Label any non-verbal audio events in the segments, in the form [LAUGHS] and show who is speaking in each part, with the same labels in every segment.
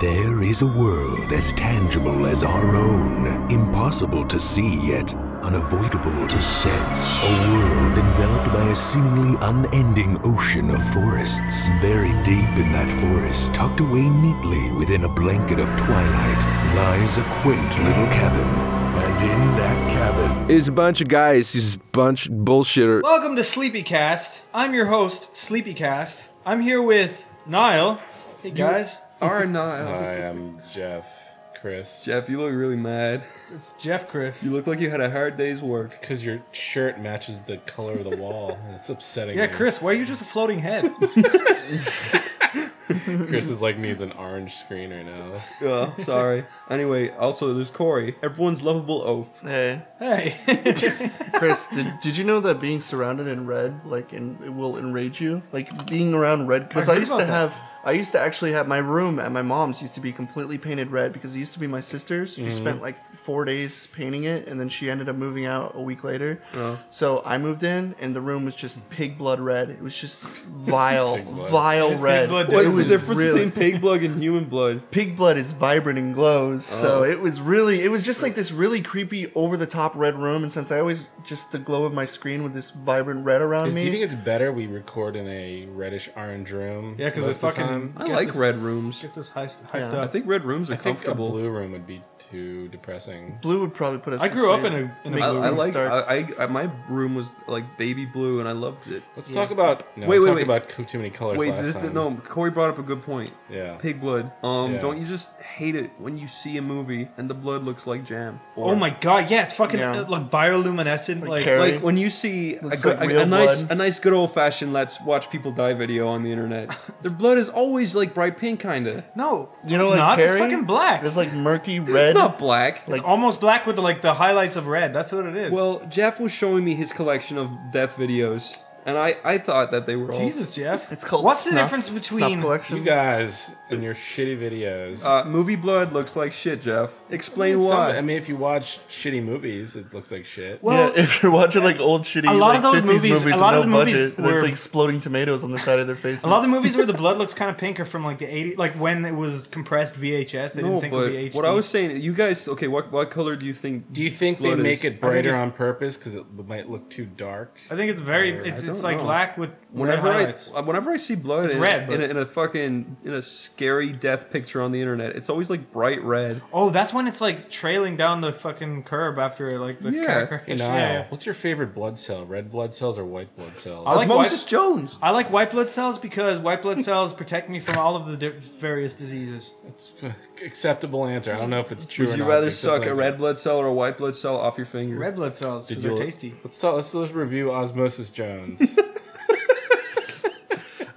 Speaker 1: There is a world as tangible as our own, impossible to see yet unavoidable to sense. A world enveloped by a seemingly unending ocean of forests. Buried deep in that forest, tucked away neatly within a blanket of twilight, lies a quaint little cabin. And in that cabin,
Speaker 2: is a bunch of guys who's bunch bullshitter.
Speaker 3: Welcome to Sleepycast. I'm your host, Sleepycast. I'm here with Niall. Hey guys,
Speaker 4: Or not.
Speaker 5: Hi, I'm Jeff. Chris.
Speaker 4: Jeff, you look really mad.
Speaker 3: it's Jeff Chris.
Speaker 4: You look like you had a hard day's work.
Speaker 5: Because your shirt matches the color of the wall. and it's upsetting.
Speaker 3: Yeah,
Speaker 5: me.
Speaker 3: Chris, why are you just a floating head?
Speaker 5: Chris is like needs an orange screen right now.
Speaker 4: Oh, sorry. Anyway, also there's Corey, everyone's lovable oaf.
Speaker 6: Hey,
Speaker 3: hey,
Speaker 6: [LAUGHS] Chris, did, did you know that being surrounded in red, like, in, it will enrage you? Like, being around red, because
Speaker 3: I
Speaker 6: I,
Speaker 3: heard
Speaker 6: used
Speaker 3: about
Speaker 6: to
Speaker 3: that.
Speaker 6: have, I used to actually have my room at my mom's used to be completely painted red because it used to be my sister's.
Speaker 3: Mm-hmm.
Speaker 6: She spent like four days painting it, and then she ended up moving out a week later.
Speaker 3: Oh.
Speaker 6: So I moved in, and the room was just pig blood red. It was
Speaker 3: [LAUGHS]
Speaker 6: just vile,
Speaker 5: blood.
Speaker 6: vile
Speaker 3: pig
Speaker 6: red.
Speaker 3: blood,
Speaker 6: it
Speaker 4: What's the
Speaker 6: was
Speaker 4: difference
Speaker 6: really-
Speaker 4: between pig blood and human blood?
Speaker 6: pig blood is vibrant and glows.
Speaker 3: Oh.
Speaker 6: So it was really, it was just like this really creepy, over the top red room. And since I always just the glow of my screen with this vibrant red around
Speaker 5: Is- do
Speaker 6: me,
Speaker 5: you think it's better we record in a reddish orange room?
Speaker 3: [LAUGHS] yeah, because
Speaker 5: most
Speaker 3: it's
Speaker 5: of the
Speaker 3: fucking.
Speaker 5: time?
Speaker 4: I
Speaker 3: gets
Speaker 4: like
Speaker 3: us-
Speaker 4: red rooms.
Speaker 3: Gets us high, hyped
Speaker 6: Yeah.
Speaker 3: up.
Speaker 4: I think red rooms are
Speaker 5: I think a
Speaker 4: comfortable.
Speaker 5: blue room would be too depressing.
Speaker 6: blue would probably put us.
Speaker 3: I
Speaker 6: to
Speaker 3: grew up
Speaker 6: sleep.
Speaker 3: in a- in a
Speaker 6: Make
Speaker 4: I,
Speaker 3: blue
Speaker 6: rooms
Speaker 4: I
Speaker 3: room
Speaker 4: like.
Speaker 6: dark.
Speaker 4: I, I my room was like baby blue, and I loved it.
Speaker 5: Let's talk about. No,
Speaker 4: Wait,
Speaker 5: we
Speaker 4: wait,
Speaker 5: talked
Speaker 4: wait.
Speaker 5: about co- too many colors
Speaker 4: Wait,
Speaker 5: last
Speaker 4: this,
Speaker 5: time.
Speaker 4: no. Corey brought up a good point.
Speaker 5: Yeah.
Speaker 4: Pig blood. Um,
Speaker 5: Yeah.
Speaker 4: don't you just hate it when you see a movie and the blood looks like jam?
Speaker 3: oh my god, yeah, it's fucking
Speaker 6: Yeah.
Speaker 3: uh, like bioluminescent. Like,
Speaker 6: Like carrot.
Speaker 4: Like when you see a,
Speaker 6: Looks
Speaker 4: good,
Speaker 6: like
Speaker 4: a,
Speaker 6: real
Speaker 4: a nice,
Speaker 6: blood.
Speaker 4: a nice, good old fashioned "let's watch people die" video on the internet. Their blood is always like bright pink, kinda.
Speaker 3: no,
Speaker 6: you know,
Speaker 3: it's
Speaker 6: like
Speaker 3: not.
Speaker 6: Carrie,
Speaker 3: It's fucking black.
Speaker 6: It's
Speaker 3: It's,
Speaker 6: like murky red.
Speaker 4: It's not black.
Speaker 6: like-
Speaker 3: almost black with the, like the highlights of red. That's what it is.
Speaker 4: well, Jeff was showing me his collection of death videos, and I, I thought that they were all
Speaker 3: Jesus, Jeff.
Speaker 6: It's called.
Speaker 3: What's the
Speaker 6: snuff-
Speaker 3: difference
Speaker 6: snuff
Speaker 3: between?
Speaker 6: collection?
Speaker 5: You guys and your shitty videos.
Speaker 4: Uh, movie blood looks like shit, Jeff. Explain
Speaker 5: Some-
Speaker 4: why.
Speaker 5: I mean, if you watch shitty movies, it looks like shit.
Speaker 3: well,
Speaker 6: yeah, if you're watching like old shitty,
Speaker 3: a lot
Speaker 6: like,
Speaker 3: of those
Speaker 6: 50s
Speaker 3: movies-
Speaker 6: movies,
Speaker 3: a
Speaker 6: with
Speaker 3: lot
Speaker 6: no
Speaker 3: of the movies
Speaker 6: budget, and it's
Speaker 3: were-
Speaker 6: like exploding tomatoes on the side of their faces.
Speaker 3: [LAUGHS] A lot of the movies where
Speaker 4: [LAUGHS]
Speaker 3: the blood looks kind of pink are from like the 80s, like when it was compressed VHS. They
Speaker 4: no,
Speaker 3: didn't think of the
Speaker 4: but
Speaker 3: HD.
Speaker 4: what I was saying, you guys, okay, what what color do you think?
Speaker 5: Do you think
Speaker 4: blood
Speaker 5: they make
Speaker 4: is?
Speaker 5: it brighter
Speaker 3: it's-
Speaker 5: on purpose because it might look too dark?
Speaker 3: I think it's very. It's,
Speaker 4: I
Speaker 3: it's
Speaker 4: don't
Speaker 3: like
Speaker 4: know.
Speaker 3: black with
Speaker 4: Whenever
Speaker 3: red
Speaker 4: I
Speaker 3: highlights.
Speaker 4: uh, whenever I see blood
Speaker 3: It's
Speaker 4: in,
Speaker 3: red,
Speaker 4: in, a,
Speaker 3: but-
Speaker 4: in a fucking in a scary death picture on the internet, it's always like bright red.
Speaker 3: oh, that's when it's like trailing down the fucking curb after like the
Speaker 4: Yeah.
Speaker 3: car-
Speaker 5: Hey,
Speaker 3: [LAUGHS]
Speaker 5: Niall,
Speaker 3: yeah, yeah.
Speaker 5: what's your favorite blood cell? Red blood cells or white blood cells?
Speaker 3: I like
Speaker 4: Moses
Speaker 3: white-
Speaker 4: Jones.
Speaker 3: I like white blood cells because white
Speaker 4: [LAUGHS]
Speaker 3: blood cells protect me from all of the di- various diseases.
Speaker 5: It's f- acceptable answer. I don't know if it's true.
Speaker 4: Would
Speaker 5: or
Speaker 4: you
Speaker 5: not,
Speaker 4: rather
Speaker 5: but it's
Speaker 4: suck a
Speaker 5: acceptable
Speaker 4: red blood cell or a white blood cell off your finger?
Speaker 3: Red blood cells because
Speaker 5: answer.
Speaker 3: they're tasty.
Speaker 5: Let's, so- let's let's review
Speaker 4: [LAUGHS]
Speaker 5: Osmosis Jones.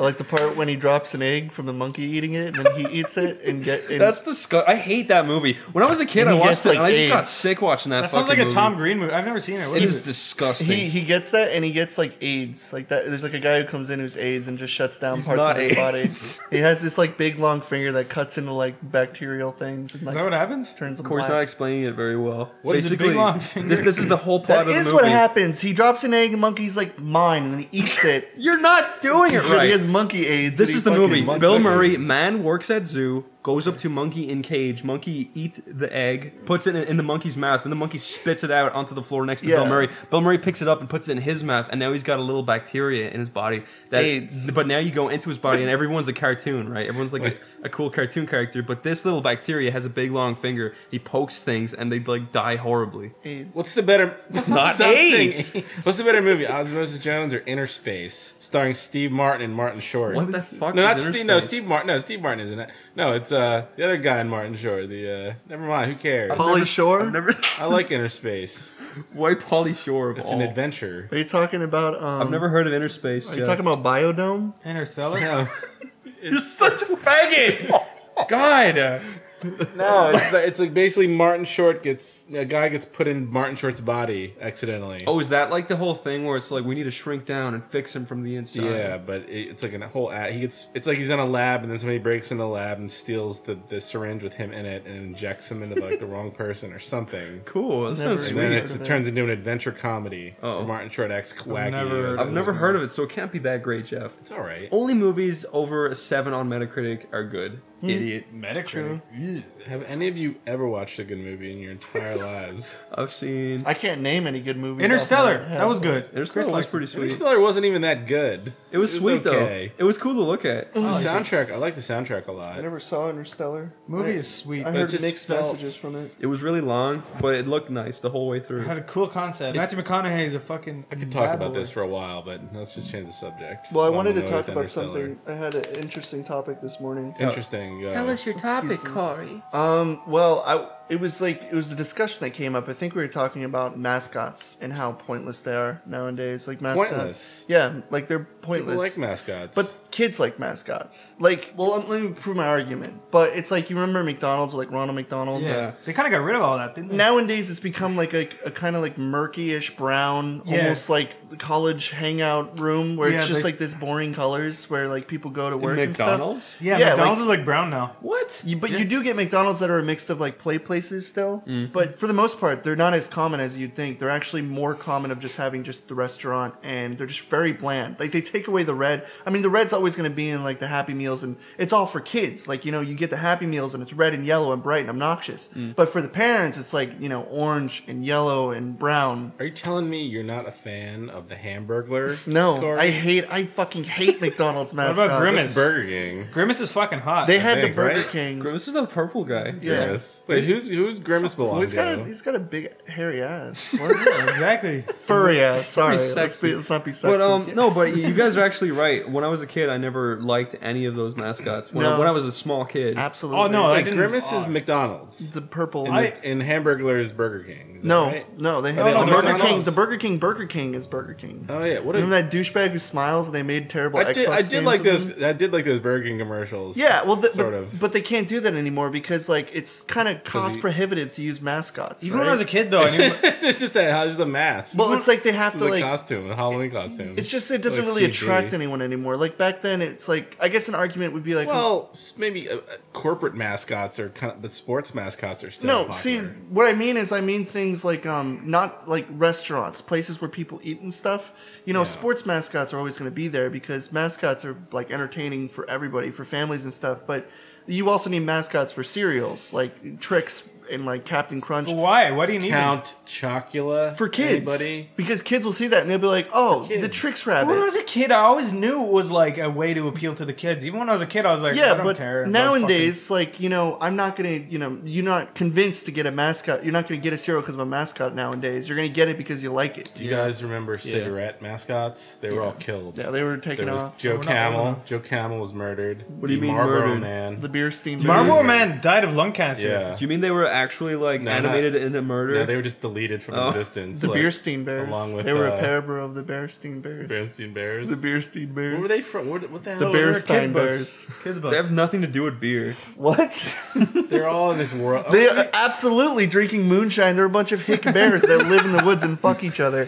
Speaker 6: I like the part when he drops an egg from the monkey eating it, and then he eats it and get. And
Speaker 4: That's disgusting. I hate that movie. When I was a kid,
Speaker 6: And
Speaker 4: I
Speaker 6: he
Speaker 4: watched
Speaker 6: gets,
Speaker 4: it,
Speaker 6: like,
Speaker 4: and I just got
Speaker 6: AIDS.
Speaker 4: sick watching that.
Speaker 3: That sounds like a
Speaker 4: fucking movie.
Speaker 3: Tom Green movie. I've never seen it. What
Speaker 4: It
Speaker 3: is
Speaker 4: is disgusting.
Speaker 6: He, he gets that and he gets like AIDS like that. There's like a guy who comes in who's AIDS and just shuts down
Speaker 4: He's
Speaker 6: parts
Speaker 4: not
Speaker 6: of his
Speaker 4: AIDS.
Speaker 6: body. He has this like big long finger that cuts into like bacterial things and
Speaker 3: Is
Speaker 6: like
Speaker 3: that what happens?
Speaker 6: turns them
Speaker 4: Corey's
Speaker 6: black.
Speaker 4: not explaining it very well.
Speaker 5: What is
Speaker 3: a big
Speaker 4: Basically,
Speaker 3: long finger?
Speaker 4: this this is the whole plot
Speaker 6: That
Speaker 4: of the
Speaker 6: is
Speaker 4: movie.
Speaker 6: what happens. He drops an egg and monkey's like mine and he eats it.
Speaker 4: [LAUGHS] You're not doing it
Speaker 6: [LAUGHS] He has
Speaker 4: right.
Speaker 6: monkey AIDS.
Speaker 4: This
Speaker 6: and
Speaker 4: is
Speaker 6: he
Speaker 4: the movie.
Speaker 6: fucking-
Speaker 4: Bill
Speaker 5: fucking-
Speaker 4: Murray, man works at zoo, goes up to monkey in cage. Monkey eat the egg, puts it in, in the monkey's mouth, and the monkey spits it out onto the floor next to Bill
Speaker 6: Yeah.
Speaker 4: Murray. Bill Murray picks it up and puts it in his mouth, and now he's got a little bacteria in his body. That,
Speaker 6: AIDS.
Speaker 4: But now you go into his
Speaker 6: [LAUGHS]
Speaker 4: body, and everyone's a cartoon, right? Everyone's like a, a cool cartoon character. But this little bacteria has a big long finger. He pokes things, and they like die horribly.
Speaker 6: AIDS.
Speaker 5: what's the better? It's
Speaker 4: not AIDS.
Speaker 5: What's the better movie, Osmosis Jones or Inner Space, starring Steve Martin and Martin Short?
Speaker 4: What the fuck?
Speaker 5: No,
Speaker 4: is
Speaker 5: not
Speaker 4: inner
Speaker 5: Steve. No,
Speaker 4: space?
Speaker 5: Steve Martin. No, Steve Martin isn't it. No, it's uh the other guy in Martin Short. The uh never mind. Who cares?
Speaker 6: Pauly
Speaker 4: Never-
Speaker 6: Shore?
Speaker 4: I've never. [LAUGHS]
Speaker 5: I like Inner Space.
Speaker 4: Why Polly Shore? Of
Speaker 5: It's
Speaker 4: all?
Speaker 5: an adventure.
Speaker 6: Are you talking about? Um,
Speaker 4: I've never heard of Inner Space.
Speaker 6: Are you talking about Biodome?
Speaker 3: Interstellar.
Speaker 4: You're such a faggot. God.
Speaker 5: No, it's like, it's like basically Martin Short gets a guy gets put in Martin Short's body accidentally.
Speaker 4: Oh, is that like the whole thing where it's like we need to shrink down and fix him from the inside?
Speaker 5: yeah, but it, it's like a whole ad. He gets it's like he's in a lab and then somebody breaks into the lab and steals the, the syringe with him in it and injects him into like the wrong person
Speaker 4: [LAUGHS]
Speaker 5: or something.
Speaker 4: Cool.
Speaker 6: Never
Speaker 4: That sounds
Speaker 5: And
Speaker 4: sweet.
Speaker 5: then
Speaker 6: Sweet.
Speaker 5: it's, it turns into an adventure comedy.
Speaker 4: Oh.
Speaker 5: where Martin Short acts wacky.
Speaker 3: never-
Speaker 5: as-
Speaker 4: I've
Speaker 5: as-
Speaker 4: never heard of it, so it can't be that great, Jeff.
Speaker 5: It's all right.
Speaker 4: Only movies over a seven on Metacritic are good. Idiot.
Speaker 3: Metacritic.
Speaker 5: Have any of you ever watched a good movie in
Speaker 4: [LAUGHS]
Speaker 5: your entire lives?
Speaker 4: I've seen.
Speaker 6: I can't name any good movies. off my
Speaker 7: Interstellar.
Speaker 6: head.
Speaker 7: That was good.
Speaker 4: Interstellar was pretty sweet.
Speaker 5: Interstellar wasn't even that good.
Speaker 4: It was sweet
Speaker 5: okay.
Speaker 4: though. It was cool to look at.
Speaker 5: The soundtrack, I like the soundtrack a lot.
Speaker 6: I never saw Interstellar.
Speaker 3: Movie
Speaker 6: I-
Speaker 3: is sweet.
Speaker 6: I
Speaker 3: but
Speaker 6: heard
Speaker 3: just
Speaker 6: mixed
Speaker 3: felt-
Speaker 6: messages from it.
Speaker 4: It was really long, but it looked nice the whole way through.
Speaker 3: Had a cool concept. Matthew McConaughey is a fucking.
Speaker 5: I could talk about this for a while, but let's just change the subject.
Speaker 6: Well, I
Speaker 5: I'm
Speaker 6: wanted to
Speaker 5: annoyed
Speaker 6: talk
Speaker 5: with
Speaker 6: about
Speaker 5: Interstellar.
Speaker 6: something. I had an interesting topic this morning.
Speaker 5: Interesting. Uh,
Speaker 8: Tell us your topic, Corey.
Speaker 6: Um, well, I it was like it was a discussion that came up. I think we were talking about mascots and how pointless they are nowadays. Like mascots,
Speaker 5: Pointless?
Speaker 6: yeah, like they're
Speaker 5: people
Speaker 6: pointless.
Speaker 5: like mascots,
Speaker 6: But kids like mascots. Like, well, let let me prove my argument. But it's like you remember McDonald's, like Ronald McDonald.
Speaker 7: Yeah. They kind of got rid of all that, didn't they?
Speaker 6: Nowadays, it's become like a, a kind of like murky-ish brown,
Speaker 7: Yeah.
Speaker 6: almost like the college hangout room where
Speaker 7: Yeah,
Speaker 6: it's just
Speaker 7: they-
Speaker 6: like this boring colors where like people go to work and
Speaker 4: McDonald's?
Speaker 6: stuff.
Speaker 7: yeah,
Speaker 6: yeah,
Speaker 7: McDonald's
Speaker 6: like-
Speaker 7: is like brown now.
Speaker 4: What?
Speaker 6: You- but you do get McDonald's that are a mix of like play places still. But for the most part, they're not as common as you'd think. They're actually more common of just having just the restaurant, and they're just very bland. Like they take away the red. I mean, the red's always going to be in like the Happy Meals, and it's all for kids. Like you know, you get the Happy Meals, and it's red and yellow and bright and obnoxious. But for the parents, it's like you know, orange and yellow and brown.
Speaker 5: are you telling me you're not a fan of the Hamburglar?
Speaker 6: No,
Speaker 5: Corey?
Speaker 6: I hate. I fucking hate McDonald's mascots.
Speaker 7: about Grimace?
Speaker 5: It's Burger King.
Speaker 7: Grimace is fucking hot.
Speaker 6: They had
Speaker 5: think,
Speaker 6: the Burger
Speaker 5: right?
Speaker 6: King.
Speaker 4: Grimace is the purple guy.
Speaker 6: Yeah.
Speaker 5: Yes. Wait, who's who's Grimace belong
Speaker 6: Well, he's got a
Speaker 5: to?
Speaker 6: he's got a big hairy ass. What? [LAUGHS]
Speaker 7: exactly.
Speaker 6: furry ass. Sorry,
Speaker 4: Pretty
Speaker 6: let's,
Speaker 4: sexy.
Speaker 6: be, let's not be sexist.
Speaker 4: But um, no, but you guys are actually right. When I was a kid, I never liked any of those mascots. When,
Speaker 6: No.
Speaker 4: when I was a small kid,
Speaker 6: absolutely.
Speaker 7: Oh no, I
Speaker 5: Like
Speaker 7: didn't.
Speaker 5: Grimace is
Speaker 7: oh.
Speaker 5: McDonald's,
Speaker 6: the purple.
Speaker 5: and,
Speaker 7: I-
Speaker 5: the- and Hamburglar is Burger King. Is that
Speaker 6: no,
Speaker 5: right?
Speaker 6: no, they have
Speaker 5: no,
Speaker 6: the
Speaker 5: they're
Speaker 6: Burger King.
Speaker 5: McDonald's.
Speaker 6: The Burger King, Burger King is Burger King.
Speaker 5: Oh yeah. What a,
Speaker 6: Remember that douchebag who smiles and they made terrible
Speaker 5: I
Speaker 6: Xbox
Speaker 5: did. I did
Speaker 6: games
Speaker 5: like
Speaker 6: with him?
Speaker 5: those. I did like those Burger King commercials.
Speaker 6: Yeah, well, the,
Speaker 5: sort
Speaker 6: but,
Speaker 5: of.
Speaker 6: but they can't do that anymore because like it's kind of cost
Speaker 5: he-
Speaker 6: prohibitive to use mascots.
Speaker 7: Even
Speaker 6: right?
Speaker 7: when I was a kid, though, I
Speaker 6: [LAUGHS]
Speaker 7: knew
Speaker 5: [LAUGHS] it's just that. How's the mask?
Speaker 6: well, it's like they have
Speaker 5: It's
Speaker 6: to
Speaker 5: a
Speaker 6: like
Speaker 5: costume, a Halloween costume.
Speaker 6: It's just it doesn't
Speaker 5: Like
Speaker 6: really
Speaker 5: CG.
Speaker 6: attract anyone anymore. Like back then, it's like I guess an argument would be like,
Speaker 5: Well, s- maybe uh, uh, corporate mascots are kind of, but sports mascots are still
Speaker 6: No,
Speaker 5: popular.
Speaker 6: see, what I mean is, I mean things like um, not like restaurants, places where people eat and stuff. You know, sports mascots are always going to be there because mascots are like entertaining for everybody, for families and stuff. But you also need mascots for cereals, like Tricks and like Captain Crunch.
Speaker 7: But Why? Why do you need it?
Speaker 5: Count Chocula
Speaker 6: for kids,
Speaker 5: Anybody?
Speaker 6: because kids will see that and they'll be like, "Oh, the
Speaker 5: kids.
Speaker 6: Tricks
Speaker 7: When I
Speaker 6: Rabbit."
Speaker 7: was a kid, I always knew it was like a way to appeal to the kids. Even when I was a kid, I was like, I
Speaker 6: Yeah,
Speaker 7: don't
Speaker 6: but
Speaker 7: care. about
Speaker 6: nowadays, like you know, I'm not gonna, you know, you're not convinced to get a mascot. You're not gonna get a cereal because of a mascot nowadays. You're gonna get it because you like it.
Speaker 5: Do you guys remember cigarette mascots? They were all killed.
Speaker 6: Yeah, they were taken
Speaker 5: there was
Speaker 6: off.
Speaker 7: We're
Speaker 5: Joe
Speaker 7: not old
Speaker 5: Camel.
Speaker 7: enough.
Speaker 5: Joe Camel was murdered. What
Speaker 4: do you mean
Speaker 5: Marlboro
Speaker 4: murdered?
Speaker 5: Man.
Speaker 6: The beer steam.
Speaker 7: fucking- Marlboro Man died of lung cancer.
Speaker 5: yeah.
Speaker 4: do you mean they were actually like
Speaker 5: No,
Speaker 4: animated
Speaker 5: not-
Speaker 4: in a murder?
Speaker 5: No, they were just deleted from existence.
Speaker 6: Oh, The
Speaker 5: like,
Speaker 6: Beerstein Bears.
Speaker 5: along with
Speaker 6: they were a
Speaker 5: uh,
Speaker 6: pair of the Beerstein Bears.
Speaker 5: Bernstein Bears.
Speaker 6: The Beerstein Bears.
Speaker 5: Where were they from? What, what the hell?
Speaker 6: The
Speaker 5: were their
Speaker 6: Bearstein
Speaker 5: kids' books?
Speaker 6: Bears.
Speaker 7: Kids
Speaker 4: They
Speaker 7: books.
Speaker 4: have nothing to do with beer.
Speaker 6: What?
Speaker 5: They're all in this world.
Speaker 6: [LAUGHS] they are absolutely drinking moonshine. They're a bunch of hick bears that live in the woods and fuck each other.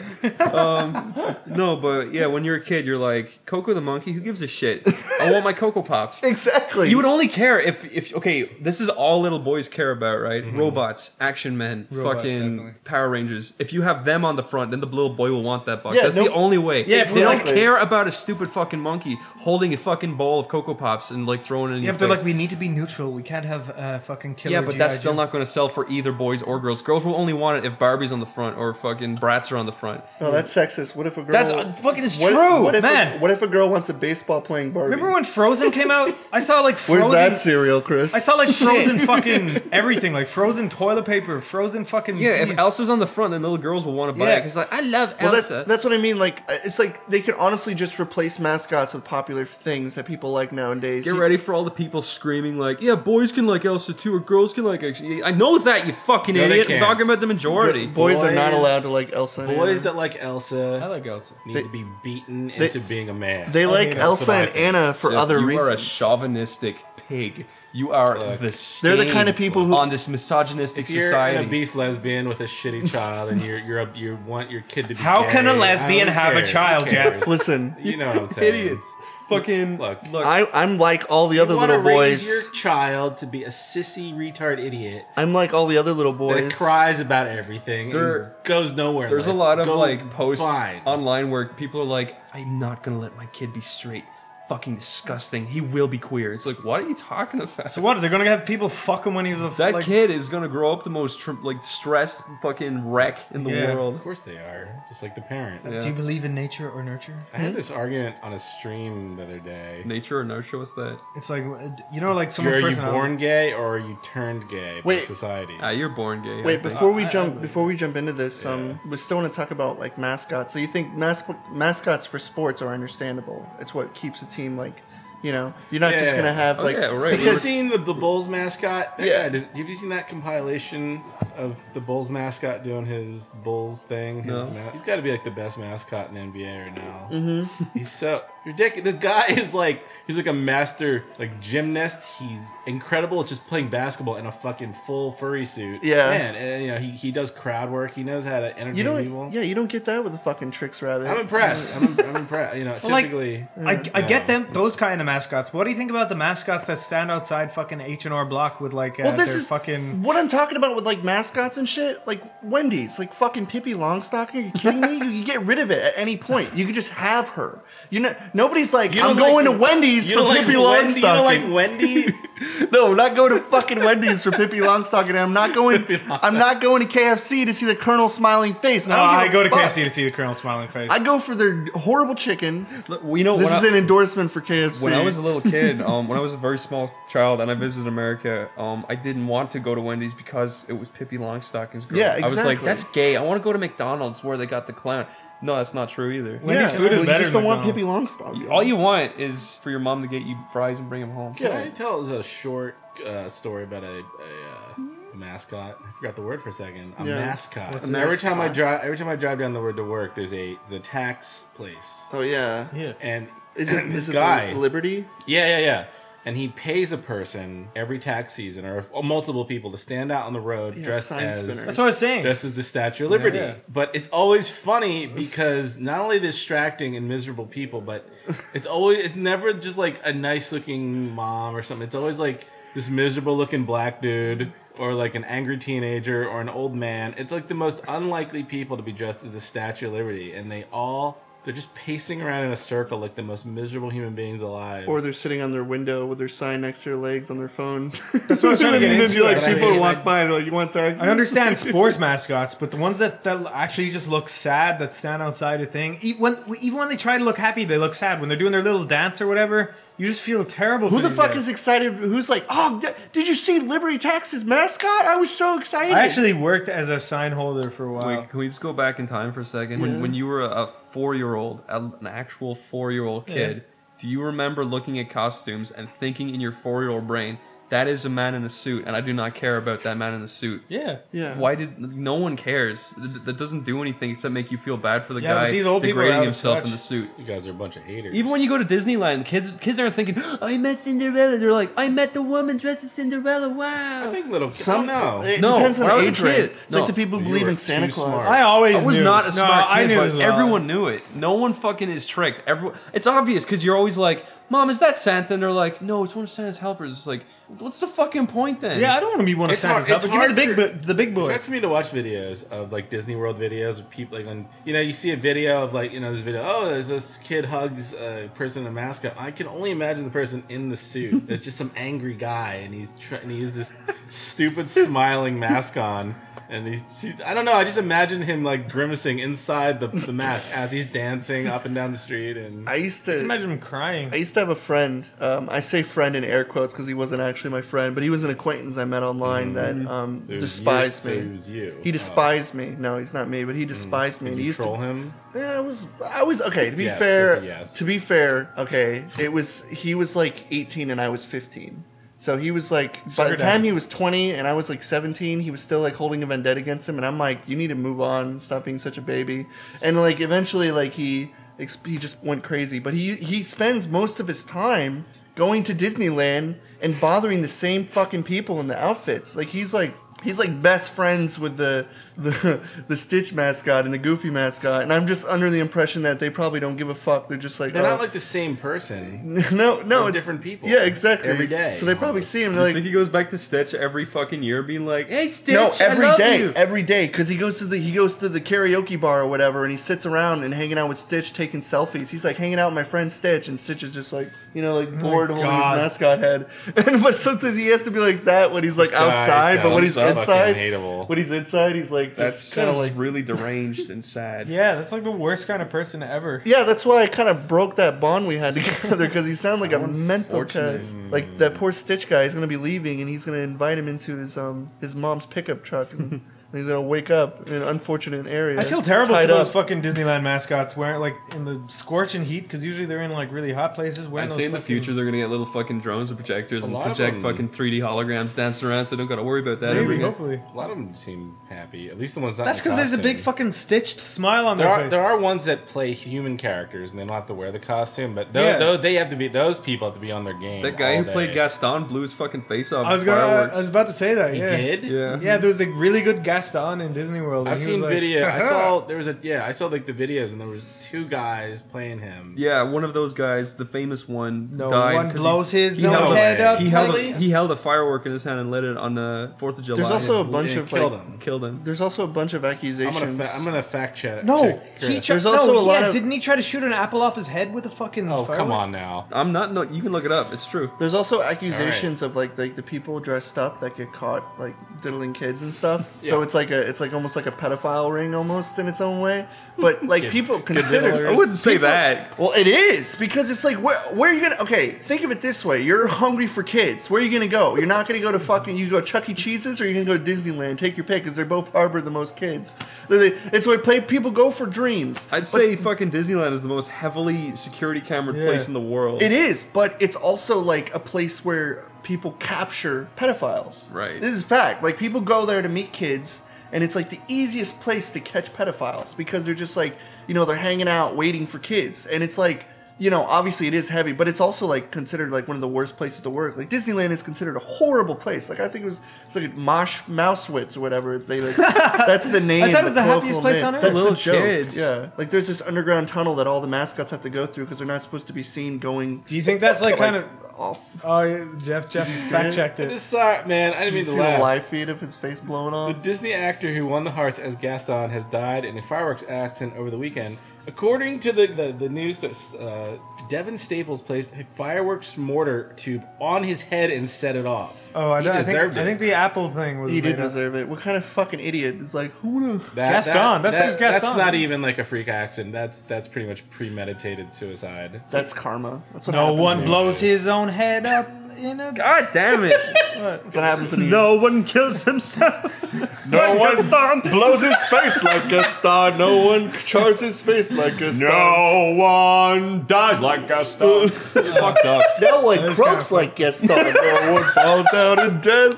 Speaker 4: No, but yeah, when you're a kid, you're like Coco the monkey. Who gives a shit? I want my cocoa pops.
Speaker 6: [LAUGHS] Exactly.
Speaker 4: You would only care if, if okay, this is all little boys care about, right? Robots, action men,
Speaker 7: Mm-hmm. Robots,
Speaker 4: fucking
Speaker 7: definitely.
Speaker 4: Power Rangers. If you have them on the front, then the little boy will want that box.
Speaker 6: Yeah,
Speaker 4: That's
Speaker 6: no-
Speaker 4: the only way.
Speaker 7: Yeah,
Speaker 4: they don't
Speaker 6: exactly.
Speaker 4: care about a stupid fucking monkey holding a fucking bowl of cocoa pops and like throwing it in
Speaker 7: You
Speaker 4: your
Speaker 7: have to
Speaker 4: face.
Speaker 7: like. We need to be neutral. We can't have uh, fucking killer.
Speaker 4: yeah, but that's
Speaker 7: G.I.
Speaker 4: still
Speaker 7: Joe.
Speaker 4: not going to sell for either boys or girls. Girls will only want it if Barbie's on the front or fucking Bratz are on the front.
Speaker 6: oh, that's sexist. What if a girl?
Speaker 4: That's uh, fucking. It's
Speaker 6: what,
Speaker 4: true,
Speaker 6: what if A,
Speaker 4: man.
Speaker 6: what if a girl wants a baseball playing Barbie?
Speaker 7: Remember when Frozen came out? I saw
Speaker 6: [LAUGHS]
Speaker 7: like
Speaker 6: Where's
Speaker 7: Frozen.
Speaker 6: that cereal, Chris?
Speaker 7: I saw like Frozen fucking everything, like Frozen toilet paper, Frozen fucking.
Speaker 4: yeah, if
Speaker 7: these-
Speaker 4: Elsa's on the front, then little girls will want to buy
Speaker 7: Yeah.
Speaker 4: it. Cause like I love
Speaker 6: Well,
Speaker 4: Elsa.
Speaker 6: that, that's what I mean. Like, uh, it's like they could honestly just replace mascots with popular things that people like nowadays.
Speaker 4: Get
Speaker 6: You-
Speaker 4: ready for all the people screaming like, "Yeah, boys can like Elsa too, or girls can like." Actually, I know that you fucking
Speaker 5: No, they
Speaker 4: idiot. I'm
Speaker 5: can't.
Speaker 4: talking about the majority.
Speaker 6: Boys, are not
Speaker 5: Boys-
Speaker 6: allowed to like Elsa. anymore.
Speaker 5: Boys that like Elsa
Speaker 3: I like Elsa.
Speaker 5: need
Speaker 6: They-
Speaker 5: to be beaten
Speaker 6: they-
Speaker 5: into being a man.
Speaker 6: They like
Speaker 5: hate
Speaker 6: Elsa and
Speaker 5: Elsa.
Speaker 6: Anna for
Speaker 4: Jeff,
Speaker 6: other
Speaker 4: you
Speaker 6: reasons.
Speaker 4: are a chauvinistic pig. You are
Speaker 5: Look.
Speaker 4: the
Speaker 6: They're the
Speaker 4: stain
Speaker 6: kind of people who-
Speaker 4: on this misogynistic
Speaker 5: If you're an
Speaker 4: society.
Speaker 5: obese lesbian with a shitty child, and you're you're a, you want your kid to be
Speaker 7: How can a
Speaker 5: gay, I
Speaker 7: lesbian
Speaker 5: don't
Speaker 7: have a
Speaker 5: care.
Speaker 7: child,
Speaker 5: Who cares?
Speaker 7: Jeff?
Speaker 6: Listen,
Speaker 5: You know what I'm saying?
Speaker 4: idiots. Fucking look.
Speaker 5: Look.
Speaker 4: look
Speaker 6: I, I'm like all the other
Speaker 5: you wanna
Speaker 6: little boys.
Speaker 5: Raise your child to be a sissy retard idiot
Speaker 6: I'm like all the other little
Speaker 5: that
Speaker 6: boys.
Speaker 5: cries about everything.
Speaker 4: There-
Speaker 5: and goes nowhere. in
Speaker 4: there's a
Speaker 5: life.
Speaker 4: lot of
Speaker 5: Go
Speaker 4: like posts
Speaker 5: fine.
Speaker 4: online where people are like, "I'm not gonna let my kid be straight." Fucking disgusting. He will be queer. It's like, what are you talking about?
Speaker 7: So what? They're gonna have people fuck him when he's a
Speaker 4: that
Speaker 7: like,
Speaker 4: kid is gonna grow up the most tr- like stressed fucking wreck in the
Speaker 7: Yeah.
Speaker 4: world.
Speaker 5: Of course they are, just like the parent.
Speaker 4: Yeah.
Speaker 3: Do you believe in nature or nurture?
Speaker 4: Mm-hmm.
Speaker 5: I had this argument on a stream the other day.
Speaker 4: Nature or nurture? What's that?
Speaker 3: It's like uh, you know, like someone's
Speaker 5: You're, are you
Speaker 3: personality.
Speaker 5: born gay or are you turned gay by
Speaker 6: Wait.
Speaker 5: society?
Speaker 4: Ah, you're born gay. I
Speaker 6: Wait,
Speaker 4: think.
Speaker 6: before we jump, before we jump into this, um, we still want to talk about like mascots. So you think mas- mascots for sports are understandable? It's what keeps a team like, you know, you're not just
Speaker 5: Yeah.
Speaker 6: gonna have
Speaker 4: Oh,
Speaker 6: like
Speaker 4: yeah, right.
Speaker 5: Have you
Speaker 6: because
Speaker 5: seen the, the Bulls mascot? That
Speaker 6: Yeah.
Speaker 5: guy does- have you seen that compilation of the Bulls mascot doing his Bulls thing? His
Speaker 4: No.
Speaker 5: ma- he's got to be like the best mascot in the NBA right now. Mm-hmm. [LAUGHS] He's so ridiculous. This guy is like he's like a master like gymnast. He's incredible at just playing basketball in a fucking full furry suit.
Speaker 6: Yeah.
Speaker 5: man. And, you know he, he does crowd work. He knows how to entertain
Speaker 6: you
Speaker 5: people.
Speaker 6: don't. Yeah, you don't get that with the fucking tricks rabbit.
Speaker 5: I'm impressed. I'm, I'm impressed. You know,
Speaker 7: like-
Speaker 5: typically.
Speaker 3: I, I get them those kind of mascots. What do you think about the mascots that stand outside fucking H and R Block with like uh,
Speaker 6: Well, this
Speaker 3: their
Speaker 6: is
Speaker 3: fucking
Speaker 6: what I'm talking about with like mascots and shit, like Wendy's, like fucking Pippi Longstocking. Are you kidding me? You could get rid of it at any point. You could just have her. You know, nobody's like,
Speaker 5: You
Speaker 6: I'm
Speaker 5: don't
Speaker 6: going
Speaker 5: like-
Speaker 6: to Wendy's
Speaker 5: you
Speaker 6: for
Speaker 5: don't like
Speaker 6: Pippi
Speaker 5: Wendy- you don't
Speaker 6: Longstocking.
Speaker 5: like Wendy?
Speaker 6: [LAUGHS] no, not going to fucking Wendy's for Pippi Longstocking. I'm not going. I'm not going to KFC to see the Colonel's smiling face. And
Speaker 3: Oh,
Speaker 6: I,
Speaker 3: I
Speaker 6: don't give
Speaker 3: go
Speaker 6: a
Speaker 3: to
Speaker 6: fuck.
Speaker 3: KFC to see the Colonel's smiling face.
Speaker 6: I go for their horrible chicken.
Speaker 4: Look, you know,
Speaker 6: This
Speaker 4: when
Speaker 6: is
Speaker 4: I-
Speaker 6: an endorsement for KFC.
Speaker 4: When I was a little kid, um, when I was a very small child and I visited America, um, I didn't want to go to Wendy's because it was Pippi Longstocking's girl.
Speaker 6: Yeah,
Speaker 4: I was like,
Speaker 6: exactly.
Speaker 4: that's gay. I want to go to McDonald's where they got the clown. No, that's not true either.
Speaker 3: Wendy's
Speaker 6: yeah,
Speaker 3: food is
Speaker 6: well, you
Speaker 3: better
Speaker 6: just
Speaker 3: than
Speaker 6: don't want Pippi
Speaker 3: McDonald's.
Speaker 6: Longstocking.
Speaker 4: All you want is for your mom to get you fries and bring them home.
Speaker 5: Can I tell a short uh, story about a, a uh, mascot? I forgot the word for a second. A
Speaker 6: Yeah.
Speaker 5: mascot.
Speaker 6: What's
Speaker 5: And
Speaker 6: a
Speaker 5: every time I
Speaker 6: mascot?
Speaker 5: drive, every time I drive down the road to work, there's a the tax place,
Speaker 6: Oh yeah.
Speaker 5: and
Speaker 6: Is it
Speaker 5: [CLEARS THROAT] this
Speaker 6: is it
Speaker 5: guy?
Speaker 6: the Liberty?
Speaker 5: Yeah, yeah, yeah. And he pays a person every tax season or multiple people to stand out on the road
Speaker 6: Yeah,
Speaker 5: dressed
Speaker 6: sign
Speaker 5: as
Speaker 6: spinner.
Speaker 7: That's what I was saying.
Speaker 5: This is the Statue of Liberty. But it's always funny because not only distracting and miserable people, but it's always it's never just like a nice looking mom or something. It's always like this miserable looking black dude or like an angry teenager or an old man. It's like the most unlikely people to be dressed as the Statue of Liberty and they all they're just pacing around in a circle like the most miserable human beings alive.
Speaker 6: Or they're sitting on their window with their sign next to their legs on their phone.
Speaker 3: That's what I was trying to
Speaker 6: [LAUGHS]
Speaker 3: get
Speaker 6: And then
Speaker 3: into,
Speaker 6: you, like
Speaker 3: but I
Speaker 6: people
Speaker 3: hate-
Speaker 6: walk by and like you want taxes.
Speaker 3: I understand sports mascots, but the ones that, that actually just look sad, that stand outside a thing, e- when, even when they try to look happy, they look sad. When they're doing their little dance or whatever, you just feel terrible.
Speaker 6: Who
Speaker 3: for
Speaker 6: the
Speaker 3: these
Speaker 6: fuck
Speaker 3: guys.
Speaker 6: is excited? Who's like, oh, th- did you see Liberty Tax's mascot? I was so excited.
Speaker 3: I actually worked as a sign holder for a while.
Speaker 4: Wait, can we just go back in time for a second? When, when you were a, a four year old, an actual four year old kid, do you remember looking at costumes and thinking in your four year old brain, that is a man in a suit, and I do not care about that man in the suit?
Speaker 3: yeah.
Speaker 6: yeah.
Speaker 4: Why did no one cares? Th- That doesn't do anything except make you feel bad for the
Speaker 3: Yeah, but
Speaker 4: guy
Speaker 3: these old people are
Speaker 4: degrading
Speaker 3: out of
Speaker 4: himself in
Speaker 3: touch.
Speaker 4: the suit.
Speaker 5: you guys are a bunch of haters.
Speaker 4: Even when you go to Disneyland, kids kids aren't thinking, "I met Cinderella." They're like, "I met the woman dressed as Cinderella." Wow.
Speaker 5: I think little
Speaker 6: Some
Speaker 5: Some no.
Speaker 6: It
Speaker 4: No,
Speaker 6: depends on
Speaker 4: when I was a
Speaker 6: age range.
Speaker 4: kid-
Speaker 6: It's
Speaker 4: no,
Speaker 6: like the people who
Speaker 5: you
Speaker 6: believe
Speaker 5: were
Speaker 6: in Santa
Speaker 5: too
Speaker 6: Claus.
Speaker 5: smart.
Speaker 3: I always
Speaker 4: I was
Speaker 3: knew.
Speaker 4: not a smart
Speaker 3: no, I
Speaker 4: kid,
Speaker 3: knew
Speaker 4: but
Speaker 3: as well.
Speaker 4: everyone knew it. No one fucking is tricked. Everyone, it's obvious because you're always like, "Mom, is that Santa?" And they're like, "No, it's one of Santa's helpers." It's like, what's the fucking point then?
Speaker 3: Yeah, I don't want to be one of
Speaker 5: It's
Speaker 3: Santa's
Speaker 5: hard-
Speaker 3: helpers.
Speaker 5: it's
Speaker 3: Give me the big,
Speaker 5: hard
Speaker 3: bo- the big
Speaker 5: It's
Speaker 3: boy.
Speaker 5: hard for me to watch videos of like Disney World videos of people like on you know you see a video of like you know this video oh there's this kid hugs a person in a mascot I can only imagine the person in the [LAUGHS] suit there's just some angry guy and he's tr- and he's this stupid smiling mask on and he's he- I don't know I just imagine him like grimacing inside the, the mask as he's dancing up and down the street and
Speaker 6: I used to.
Speaker 3: Imagine him crying.
Speaker 6: I used to have a friend. Um, I say friend in air quotes because he wasn't actually my friend, but he was an acquaintance I met online
Speaker 3: Mm-hmm.
Speaker 6: that um,
Speaker 5: it was
Speaker 6: despised
Speaker 5: you,
Speaker 6: me.
Speaker 5: so it was you
Speaker 6: He despised me. No, he's not me, but he despised me.
Speaker 5: oh.
Speaker 6: And Oh. Mm. he
Speaker 5: Did you
Speaker 6: used
Speaker 5: troll
Speaker 6: to
Speaker 5: him
Speaker 6: Yeah, I was. I was okay. To be
Speaker 5: Yes,
Speaker 6: fair,
Speaker 5: that's a yes.
Speaker 6: to be fair, okay. It was. He was like 18 and I was 15. So he was like. by the
Speaker 3: Sugar
Speaker 6: time
Speaker 3: daddy.
Speaker 6: he was 20 and I was like 17, he was still like holding a vendetta against him, and I'm like, you need to move on. Stop being such a baby. And like eventually, like he. ex- He just went crazy, but he he spends most of his time going to Disneyland and bothering the same fucking people in the outfits. Like he's like he's like best friends with the the, [LAUGHS] the Stitch mascot and the Goofy mascot, and I'm just under the impression that they probably don't give a fuck. They're just like
Speaker 5: They're
Speaker 6: oh.
Speaker 5: not like the same person.
Speaker 6: [LAUGHS] no no
Speaker 5: They're different people.
Speaker 6: Yeah, exactly.
Speaker 5: Every day.
Speaker 6: So they probably see him.
Speaker 4: I
Speaker 6: They're
Speaker 4: think
Speaker 6: like.
Speaker 4: he goes back to Stitch every fucking year, being like, "Hey, Stitch,
Speaker 6: No, every
Speaker 4: I love
Speaker 6: day,
Speaker 4: you."
Speaker 6: every day, because he goes to the he goes to the karaoke bar or whatever, and he sits around and hanging out with Stitch, taking selfies. He's like hanging out with my friend Stitch, and Stitch is just like you know
Speaker 4: Oh
Speaker 6: like bored holding
Speaker 3: God.
Speaker 6: his mascot head. [LAUGHS] And but sometimes he has to be like that when he's like
Speaker 5: guy
Speaker 6: outside, but when
Speaker 5: sounds
Speaker 6: he's
Speaker 5: fucking
Speaker 6: inside,
Speaker 5: hateable.
Speaker 6: when he's inside, he's like
Speaker 4: That's
Speaker 6: just
Speaker 4: kind
Speaker 6: kind of
Speaker 4: like
Speaker 6: like
Speaker 4: really deranged and sad.
Speaker 3: Yeah, that's like the worst kind of person ever.
Speaker 6: yeah. That's why I kind of broke that bond we had together because he sounded like a mental cuz. Like that poor Stitch guy is gonna be leaving, and he's gonna invite him into his um his mom's pickup truck. And,
Speaker 3: [LAUGHS]
Speaker 6: and He's gonna wake up in an unfortunate area.
Speaker 3: I feel terrible for
Speaker 6: tied
Speaker 3: those
Speaker 6: up.
Speaker 3: fucking Disneyland mascots wearing like in the scorching heat because usually they're in like really hot places. Wearing
Speaker 4: I'd
Speaker 3: those
Speaker 4: say in the
Speaker 3: fucking-
Speaker 4: future they're gonna get little fucking drones and projectors and
Speaker 5: lot of
Speaker 4: project
Speaker 5: them-
Speaker 4: fucking 3D holograms dancing around, so they don't gotta worry about that. every
Speaker 3: Maybe,
Speaker 4: day.
Speaker 3: hopefully.
Speaker 5: A lot of them seem happy. At least the ones not
Speaker 3: That's
Speaker 5: in
Speaker 3: because there's a big
Speaker 5: costume.
Speaker 3: fucking stitched smile on
Speaker 5: There
Speaker 3: their
Speaker 5: are
Speaker 3: face.
Speaker 5: there are ones that play human characters and they don't have to wear the costume, but those,
Speaker 3: Yeah.
Speaker 5: they have to be those people have to be on their game.
Speaker 4: That guy
Speaker 5: all
Speaker 4: who played
Speaker 5: day.
Speaker 4: Gaston blew his fucking face off.
Speaker 3: I was
Speaker 4: with
Speaker 3: gonna.
Speaker 4: fireworks.
Speaker 3: I was about to say that.
Speaker 5: He
Speaker 3: yeah.
Speaker 5: did.
Speaker 4: yeah.
Speaker 3: Yeah, there was the really good Gaston in Disney World. and
Speaker 5: I've
Speaker 3: he was
Speaker 5: seen
Speaker 3: like, [LAUGHS]
Speaker 5: video. I saw there was a yeah. I saw like the videos and there was two guys playing him.
Speaker 4: Yeah, one of those guys, the famous one,
Speaker 3: No
Speaker 4: died.
Speaker 3: one
Speaker 4: 'cause he-
Speaker 3: blows his
Speaker 4: he
Speaker 3: own
Speaker 4: held a-
Speaker 3: head
Speaker 5: up,
Speaker 4: He held, a,
Speaker 3: please.
Speaker 4: he held a firework in his hand and lit it on the Fourth of July.
Speaker 6: There's also
Speaker 4: and
Speaker 6: a bunch
Speaker 4: it
Speaker 6: of,
Speaker 4: killed
Speaker 6: like-
Speaker 4: him. Killed him.
Speaker 6: There's also a bunch of
Speaker 5: I'm
Speaker 6: accusations.
Speaker 5: gonna fa- I'm gonna fact check.
Speaker 3: No,
Speaker 5: check
Speaker 3: he
Speaker 5: Chris.
Speaker 3: tried.
Speaker 6: There's also
Speaker 3: no,
Speaker 6: a lot
Speaker 3: yeah,
Speaker 6: of-
Speaker 3: didn't he try to shoot an apple off his head with a fucking?
Speaker 5: oh come
Speaker 3: firework?
Speaker 5: on now.
Speaker 4: I'm not. No, you can look it up. It's true.
Speaker 6: There's also accusations of like like the people dressed up that get caught like diddling kids and stuff. So
Speaker 5: Yeah.
Speaker 6: it's like a it's like almost like a pedophile ring almost in its own way.
Speaker 4: Hmm.
Speaker 6: But like people consider
Speaker 5: diddlers. I wouldn't
Speaker 4: say that.
Speaker 6: Well, it is because it's like where where are you gonna okay? Think of it this way: you're hungry for kids. Where are you gonna go? You're not gonna go to fucking you go Chuck E. Cheese's or you're gonna go to Disneyland. Take your pick because they both harbor the most kids. They- they- It's where play people go for dreams.
Speaker 4: I'd say fucking Disneyland is the most heavily security camered place in the world.
Speaker 6: It is, but it's also like a place where people capture pedophiles.
Speaker 4: Right.
Speaker 6: This is fact. Like people go there to meet kids, and it's like the easiest place to catch pedophiles because they're just like you know they're hanging out waiting for kids, and it's like you know obviously it is heavy, but it's also like considered like one of the worst places to work. Like Disneyland is considered a horrible place. Like I think it was it's like Mosh Mousewitz or whatever. It's they like [LAUGHS] that's the name.
Speaker 3: thought it was the happiest
Speaker 6: colloquial
Speaker 3: place
Speaker 6: name.
Speaker 3: on earth.
Speaker 6: That's
Speaker 4: Little
Speaker 6: the joke.
Speaker 4: kids.
Speaker 6: Yeah, like there's this underground tunnel that all the mascots have to go through because they're not supposed to be seen going
Speaker 3: Do you think that's like kind of?
Speaker 6: off.
Speaker 3: Oh, yeah, Jeff. Jeff
Speaker 6: see
Speaker 3: fact
Speaker 6: it?
Speaker 3: checked
Speaker 5: I
Speaker 3: it.
Speaker 5: just saw it, man. I
Speaker 6: Did
Speaker 5: didn't
Speaker 6: you
Speaker 5: mean to
Speaker 6: see
Speaker 5: laugh.
Speaker 6: the live feed of his face blowing
Speaker 5: The
Speaker 6: off?
Speaker 5: Disney actor who won the hearts as Gaston has died in a fireworks accident over the weekend. According to the, the, the news, uh, Devin Staples placed a fireworks mortar tube on his head and set it off.
Speaker 3: Oh, I,
Speaker 5: He
Speaker 3: don't- I think
Speaker 5: deserved
Speaker 3: I
Speaker 5: it.
Speaker 3: think the apple thing was.
Speaker 6: He
Speaker 3: made
Speaker 6: did
Speaker 3: up.
Speaker 6: deserve it. What kind of fucking idiot is like, who would have?
Speaker 5: That-
Speaker 3: Gaston, that's just Gaston.
Speaker 5: That's not even like a freak accident. That's that's pretty much premeditated suicide.
Speaker 6: That's karma. That's what
Speaker 3: No
Speaker 6: happens
Speaker 3: one
Speaker 6: when-
Speaker 3: blows his own head up in a.
Speaker 4: God
Speaker 3: [LAUGHS]
Speaker 4: damn it!
Speaker 6: That's what happens when
Speaker 4: no one kills himself.
Speaker 6: no
Speaker 4: Gaston.
Speaker 6: blows his face like a star. No one chars his face like a star.
Speaker 4: one dies
Speaker 6: [LAUGHS]
Speaker 4: like Gaston. fucked up.
Speaker 6: No one
Speaker 3: That's
Speaker 6: croaks
Speaker 3: kinda
Speaker 6: like a star. No one falls down and dead.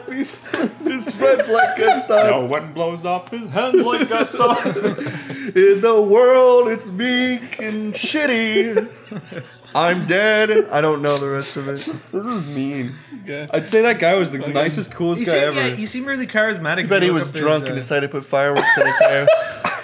Speaker 6: His friends like a star.
Speaker 4: one blows off his hands like Gaston.
Speaker 6: [LAUGHS] In the world, it's meek and shitty. I'm dead. I don't know the rest of it.
Speaker 4: mean. I'd say that guy was the nicest, coolest
Speaker 3: You
Speaker 4: guy
Speaker 3: seem,
Speaker 4: ever.
Speaker 3: yeah, you seem really charismatic.
Speaker 6: I bet he was drunk
Speaker 4: uh,
Speaker 3: uh,
Speaker 6: and decided to put fireworks in his
Speaker 4: [LAUGHS]
Speaker 6: hair.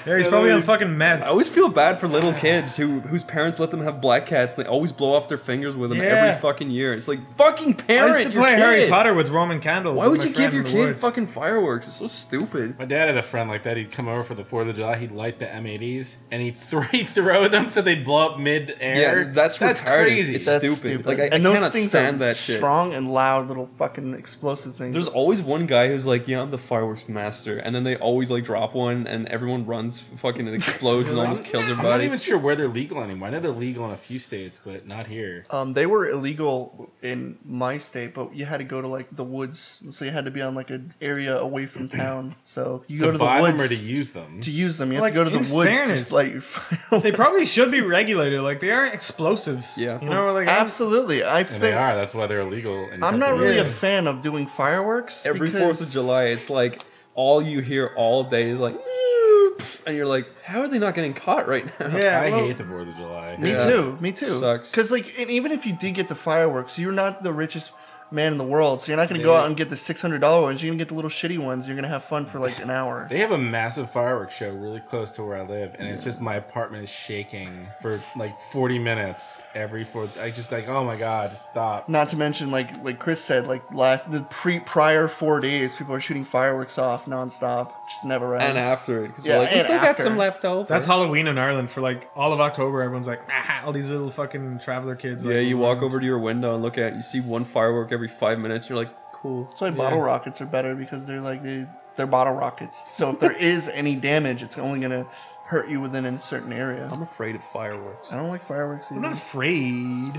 Speaker 3: Yeah, he's probably on fucking meth.
Speaker 4: I always feel bad for little kids who whose parents let them have black cats and they always blow off their fingers with them
Speaker 3: Yeah.
Speaker 4: every fucking year. It's like fucking
Speaker 3: I
Speaker 4: parent.
Speaker 3: used to
Speaker 4: your
Speaker 3: play
Speaker 4: kid.
Speaker 3: Harry Potter with Roman candles.
Speaker 4: Why
Speaker 3: with
Speaker 4: would
Speaker 3: my
Speaker 4: you
Speaker 3: friend
Speaker 4: give your
Speaker 3: in
Speaker 4: kid
Speaker 3: the woods.
Speaker 4: fucking fireworks? It's so stupid.
Speaker 5: My dad had a friend like that. He'd come over for the Fourth of July. He'd light the M80s and he'd, [LAUGHS] th- he'd throw them so they'd blow up mid air.
Speaker 4: Yeah, that's
Speaker 5: that's
Speaker 4: retarded.
Speaker 5: crazy.
Speaker 4: It's
Speaker 6: That's
Speaker 4: stupid.
Speaker 6: stupid.
Speaker 4: Like I,
Speaker 6: and
Speaker 4: I
Speaker 6: those
Speaker 4: cannot
Speaker 6: things
Speaker 4: stand
Speaker 6: are
Speaker 4: that shit.
Speaker 6: strong and loud little fucking explosive things.
Speaker 4: There's always one guy who's like, "Yeah, I'm the fireworks master," and then they always like drop one, and everyone runs fucking and explodes and almost kills
Speaker 5: I'm not
Speaker 4: everybody.
Speaker 5: even sure where they're legal anymore. I know they're legal in a few states, but not here.
Speaker 6: um, they were illegal in my state, but you had to go to like the woods, so you had to be on like an area away from town. So you go
Speaker 5: to
Speaker 6: to
Speaker 5: buy
Speaker 6: the woods
Speaker 5: them or to use them.
Speaker 6: to use them. You have
Speaker 3: Like,
Speaker 6: to go to
Speaker 3: in
Speaker 6: the woods
Speaker 3: fairness,
Speaker 6: to light your fireworks.
Speaker 3: They probably should be regulated. Like they are explosives.
Speaker 4: Yeah.
Speaker 3: You know, like
Speaker 6: [LAUGHS]
Speaker 3: I'm-
Speaker 6: absolutely. I
Speaker 5: and they
Speaker 6: think
Speaker 5: are. That's why they're illegal. in
Speaker 6: I'm not really
Speaker 5: Pennsylvania.
Speaker 6: a fan of doing fireworks
Speaker 4: Every
Speaker 6: because-
Speaker 4: Fourth of July, it's like all you hear all day is like. "Meow, pff, and you're like, how are they not getting caught right now?
Speaker 3: Yeah,
Speaker 5: I
Speaker 3: well,
Speaker 5: hate the Fourth of July.
Speaker 6: Me
Speaker 4: Yeah.
Speaker 6: too. Me too.
Speaker 4: Sucks.
Speaker 6: Because like, and even if you did get the fireworks, you're not the richest man in the world, so you're not gonna go out and get the six hundred dollar ones. You're gonna get the little shitty ones. You're gonna have fun for like an hour.
Speaker 5: They have a massive fireworks show really close to where I live, and it's just my apartment is shaking for like 40 minutes every fourth. I just like, oh my god, stop.
Speaker 6: Not to mention, like like Chris said, like last the pre prior four days, people are shooting fireworks off nonstop, just never ends.
Speaker 4: And after it, because
Speaker 6: Yeah,
Speaker 4: we're like, we
Speaker 6: and
Speaker 4: still got
Speaker 6: after.
Speaker 4: some left over.
Speaker 3: that's Halloween in Ireland for like all of October. Everyone's like, ah, all these little fucking traveler kids.
Speaker 4: Yeah,
Speaker 3: like,
Speaker 4: you walk
Speaker 3: around.
Speaker 4: over to your window and look at it. You see one firework every five minutes. You're like, cool.
Speaker 6: That's why bottle rockets are better because they're like they they're bottle rockets. So if there is any damage, it's only gonna hurt you within a certain area.
Speaker 4: I'm afraid of fireworks.
Speaker 6: I don't like fireworks either.
Speaker 3: I'm not
Speaker 4: [LAUGHS]
Speaker 3: afraid.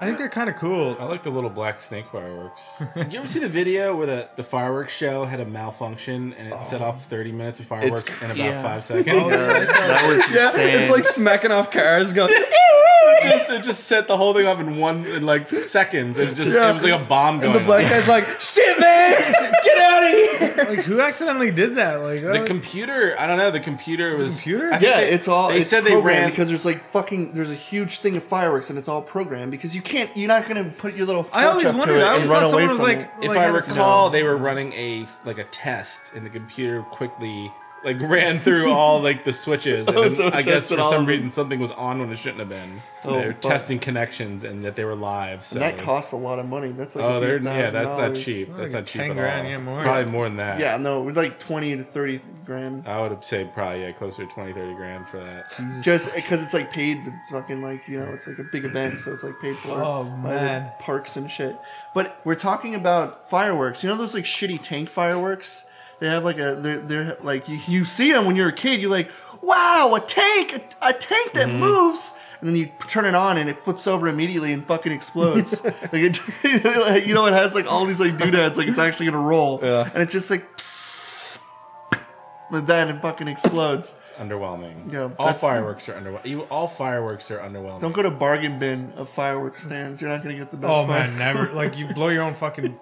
Speaker 3: I think they're kind of cool.
Speaker 5: I like the little black snake
Speaker 6: [LAUGHS]
Speaker 5: fireworks. Did you ever see the video where the, the fireworks show had a malfunction and it set off 30 minutes of fireworks in about
Speaker 6: Oh. yeah. [LAUGHS]
Speaker 5: five seconds?
Speaker 6: that [LAUGHS] was
Speaker 4: Yeah,
Speaker 6: insane.
Speaker 4: it's like smacking off cars,
Speaker 3: [LAUGHS]
Speaker 4: going.
Speaker 5: [LAUGHS] just, it just set the whole thing up in one in like seconds. And it just it was like a bomb going.
Speaker 4: the black
Speaker 5: off.
Speaker 4: guy's like, shit, man, get out of here.
Speaker 3: Like, who accidentally did that? Like,
Speaker 5: The
Speaker 3: uh,
Speaker 5: computer, I don't know. The computer was
Speaker 3: computer?
Speaker 5: I think
Speaker 6: Yeah,
Speaker 5: they-
Speaker 6: it's all.
Speaker 5: They
Speaker 6: it's
Speaker 5: said they
Speaker 6: programmed
Speaker 5: ran
Speaker 6: because there's like fucking. There's a huge thing of fireworks, and it's all programmed because you can't. You're not gonna put your little.
Speaker 3: I always
Speaker 6: torch up to
Speaker 3: wondered.
Speaker 6: it and
Speaker 3: I always
Speaker 6: run
Speaker 3: thought someone
Speaker 6: away
Speaker 3: was
Speaker 6: from
Speaker 3: like,
Speaker 6: it.
Speaker 5: if
Speaker 3: like,
Speaker 5: I
Speaker 3: had a-
Speaker 5: recall, they were running a like a test, and the computer quickly like ran through all like the switches. And
Speaker 6: [LAUGHS] Oh,
Speaker 5: then
Speaker 6: so it
Speaker 5: I guess
Speaker 6: tested
Speaker 5: for
Speaker 6: all
Speaker 5: some
Speaker 6: of them.
Speaker 5: reason something was on when it shouldn't have been.
Speaker 6: Oh,
Speaker 5: They're
Speaker 6: fuck.
Speaker 5: testing connections and that they were live. So
Speaker 6: And that costs a lot of money. That's like.
Speaker 5: oh,
Speaker 6: a
Speaker 5: they're
Speaker 6: few
Speaker 5: yeah, that's not
Speaker 6: thousand
Speaker 5: cheap.
Speaker 6: dollars.
Speaker 5: That's
Speaker 3: Like
Speaker 5: not cheap
Speaker 3: 10
Speaker 5: at
Speaker 3: grand,
Speaker 5: all.
Speaker 3: yeah, more.
Speaker 5: Probably more than that.
Speaker 6: Yeah, no, it was like twenty to thirty grand.
Speaker 5: I would say probably yeah, closer to 20, 30 grand for that.
Speaker 6: Just because it's like paid, it's fucking like you know, it's like a big event, so it's like paid for
Speaker 3: Oh,
Speaker 6: by
Speaker 3: man.
Speaker 6: the parks and shit. But we're talking about fireworks. You know those like shitty tank fireworks? They have like a they're they're like you, you see them when you're a kid. You're like, wow, a tank, a, a tank that moves. And then you turn it on and it flips over immediately and fucking explodes. like it, you know, it has like all these like doodads, like it's actually gonna roll. Yeah. And it's just like, psst, like that and it fucking explodes.
Speaker 5: It's underwhelming.
Speaker 6: Yeah,
Speaker 5: all
Speaker 6: that's-
Speaker 5: fireworks are underwhelming. All fireworks are underwhelming.
Speaker 6: Don't go to bargain bin of fireworks stands. You're not gonna get the best.
Speaker 3: Oh
Speaker 6: fire-
Speaker 3: man, never. Like, you blow your own
Speaker 4: [LAUGHS]
Speaker 3: fucking.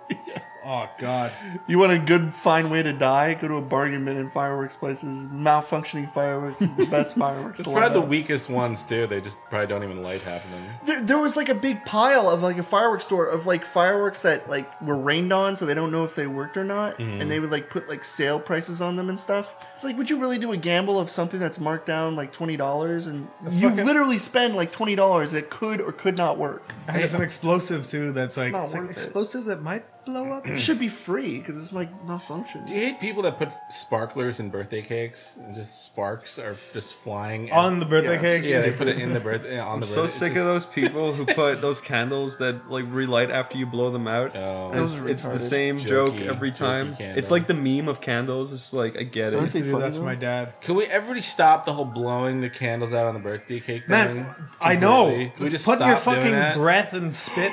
Speaker 3: Oh god.
Speaker 6: You want a good, fine way to die? Go to a bargain bin and fireworks places. Malfunctioning fireworks is the best fireworks. to
Speaker 5: It's probably the
Speaker 6: light up.
Speaker 5: weakest ones too. They just probably don't even light half of them.
Speaker 6: There, there was like a big pile of like a fireworks store of like fireworks that like were rained on, so they don't know if they worked or not, and they would like put like sale prices on them and stuff. It's like, would you really do a gamble of something that's marked down like twenty dollars and you literally spend like twenty dollars that could or could not work?
Speaker 3: And it's an explosive too. That's like,
Speaker 6: not
Speaker 3: it's like
Speaker 6: worth it.
Speaker 3: explosive that might blow up.
Speaker 6: It should be free because it's like malfunctioning.
Speaker 5: Do you hate people that put sparklers in birthday cakes and just sparks are just flying
Speaker 3: on
Speaker 5: out?
Speaker 3: the birthday
Speaker 6: Yeah,
Speaker 3: cake.
Speaker 5: Yeah, they put it in the birthday on the.
Speaker 4: So
Speaker 5: birthday- it's
Speaker 4: sick
Speaker 5: just-
Speaker 4: of those people who put those candles that like relight after you blow them out.
Speaker 5: Oh.
Speaker 4: And it's,
Speaker 6: Those are
Speaker 4: it's the
Speaker 6: retarded.
Speaker 4: same
Speaker 5: Jokey-
Speaker 4: joke every
Speaker 5: jokey
Speaker 4: time.
Speaker 5: candle.
Speaker 4: It's like the meme of candles. It's like I get
Speaker 6: Aren't
Speaker 4: it.
Speaker 6: they
Speaker 3: Dude,
Speaker 6: funny
Speaker 3: that's
Speaker 6: though?
Speaker 3: my dad.
Speaker 5: Can we everybody stop the whole blowing the candles out on the birthday cake thing?
Speaker 3: Man, I know.
Speaker 5: completely? Can we just
Speaker 3: Put your
Speaker 5: stop doing
Speaker 3: fucking
Speaker 5: that?
Speaker 3: breath and spit.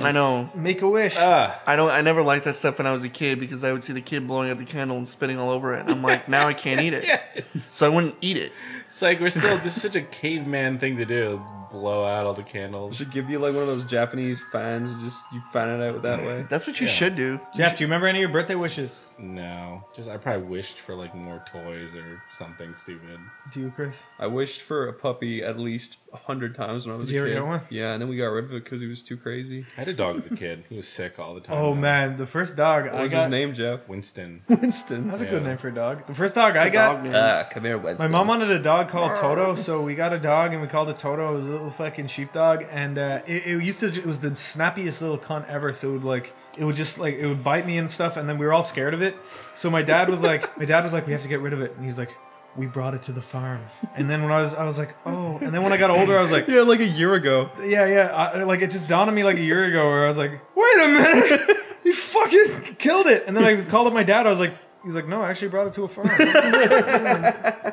Speaker 6: I know.
Speaker 3: Make a wish.
Speaker 5: Ugh.
Speaker 6: I don't. I never liked that stuff when I was a kid because I would see the kid blowing out the candle and spitting all over it, and I'm like, now I can't eat it, so I wouldn't eat it.
Speaker 5: It's like we're still. This is such a caveman thing to do. Blow out all the candles.
Speaker 4: Should give you like one of those Japanese fans and just you fan it out that way.
Speaker 6: That's what you should do.
Speaker 3: Jeff, do you remember any of your birthday wishes?
Speaker 5: No, just I probably wished for like more toys or something stupid.
Speaker 3: Do you, Chris?
Speaker 4: I wished for a puppy at least a hundred times when I was
Speaker 3: Did you
Speaker 4: a
Speaker 3: ever
Speaker 4: kid.
Speaker 3: get one?
Speaker 4: Yeah, and then we got rid of it because he was too crazy.
Speaker 5: I had a dog as a kid. He was sick all the time.
Speaker 3: Oh
Speaker 5: though.
Speaker 3: man, the first dog
Speaker 4: What
Speaker 3: I
Speaker 4: was
Speaker 3: got.
Speaker 4: his name, Jeff?
Speaker 5: Winston.
Speaker 4: Winston.
Speaker 3: That's a good
Speaker 5: Yeah.
Speaker 3: name for a dog. The first dog
Speaker 6: It's
Speaker 3: I
Speaker 6: a
Speaker 3: got.
Speaker 6: dog name.
Speaker 4: Ah, come here, Winston.
Speaker 3: My mom wanted a dog called Toto, so we got a dog and we called it Toto. It was a little fucking sheepdog, and uh, it, it used to. ju- It was the snappiest little cunt ever. So it would like, it would just like, it would bite me and stuff, and then we were all scared of it. So my dad was like, my dad was like, we have to get rid of it, and he was like, we brought it to the farm. And then when I was, I was like, oh. And then when I got older, I was like,
Speaker 4: Yeah, like a year ago.
Speaker 3: yeah, yeah. I, like it just dawned on me like a year ago where I was like, wait a minute, [LAUGHS] you fucking killed it. And then I called up my dad. I was like, he's like, no, I actually brought it to a farm. [LAUGHS] and uh,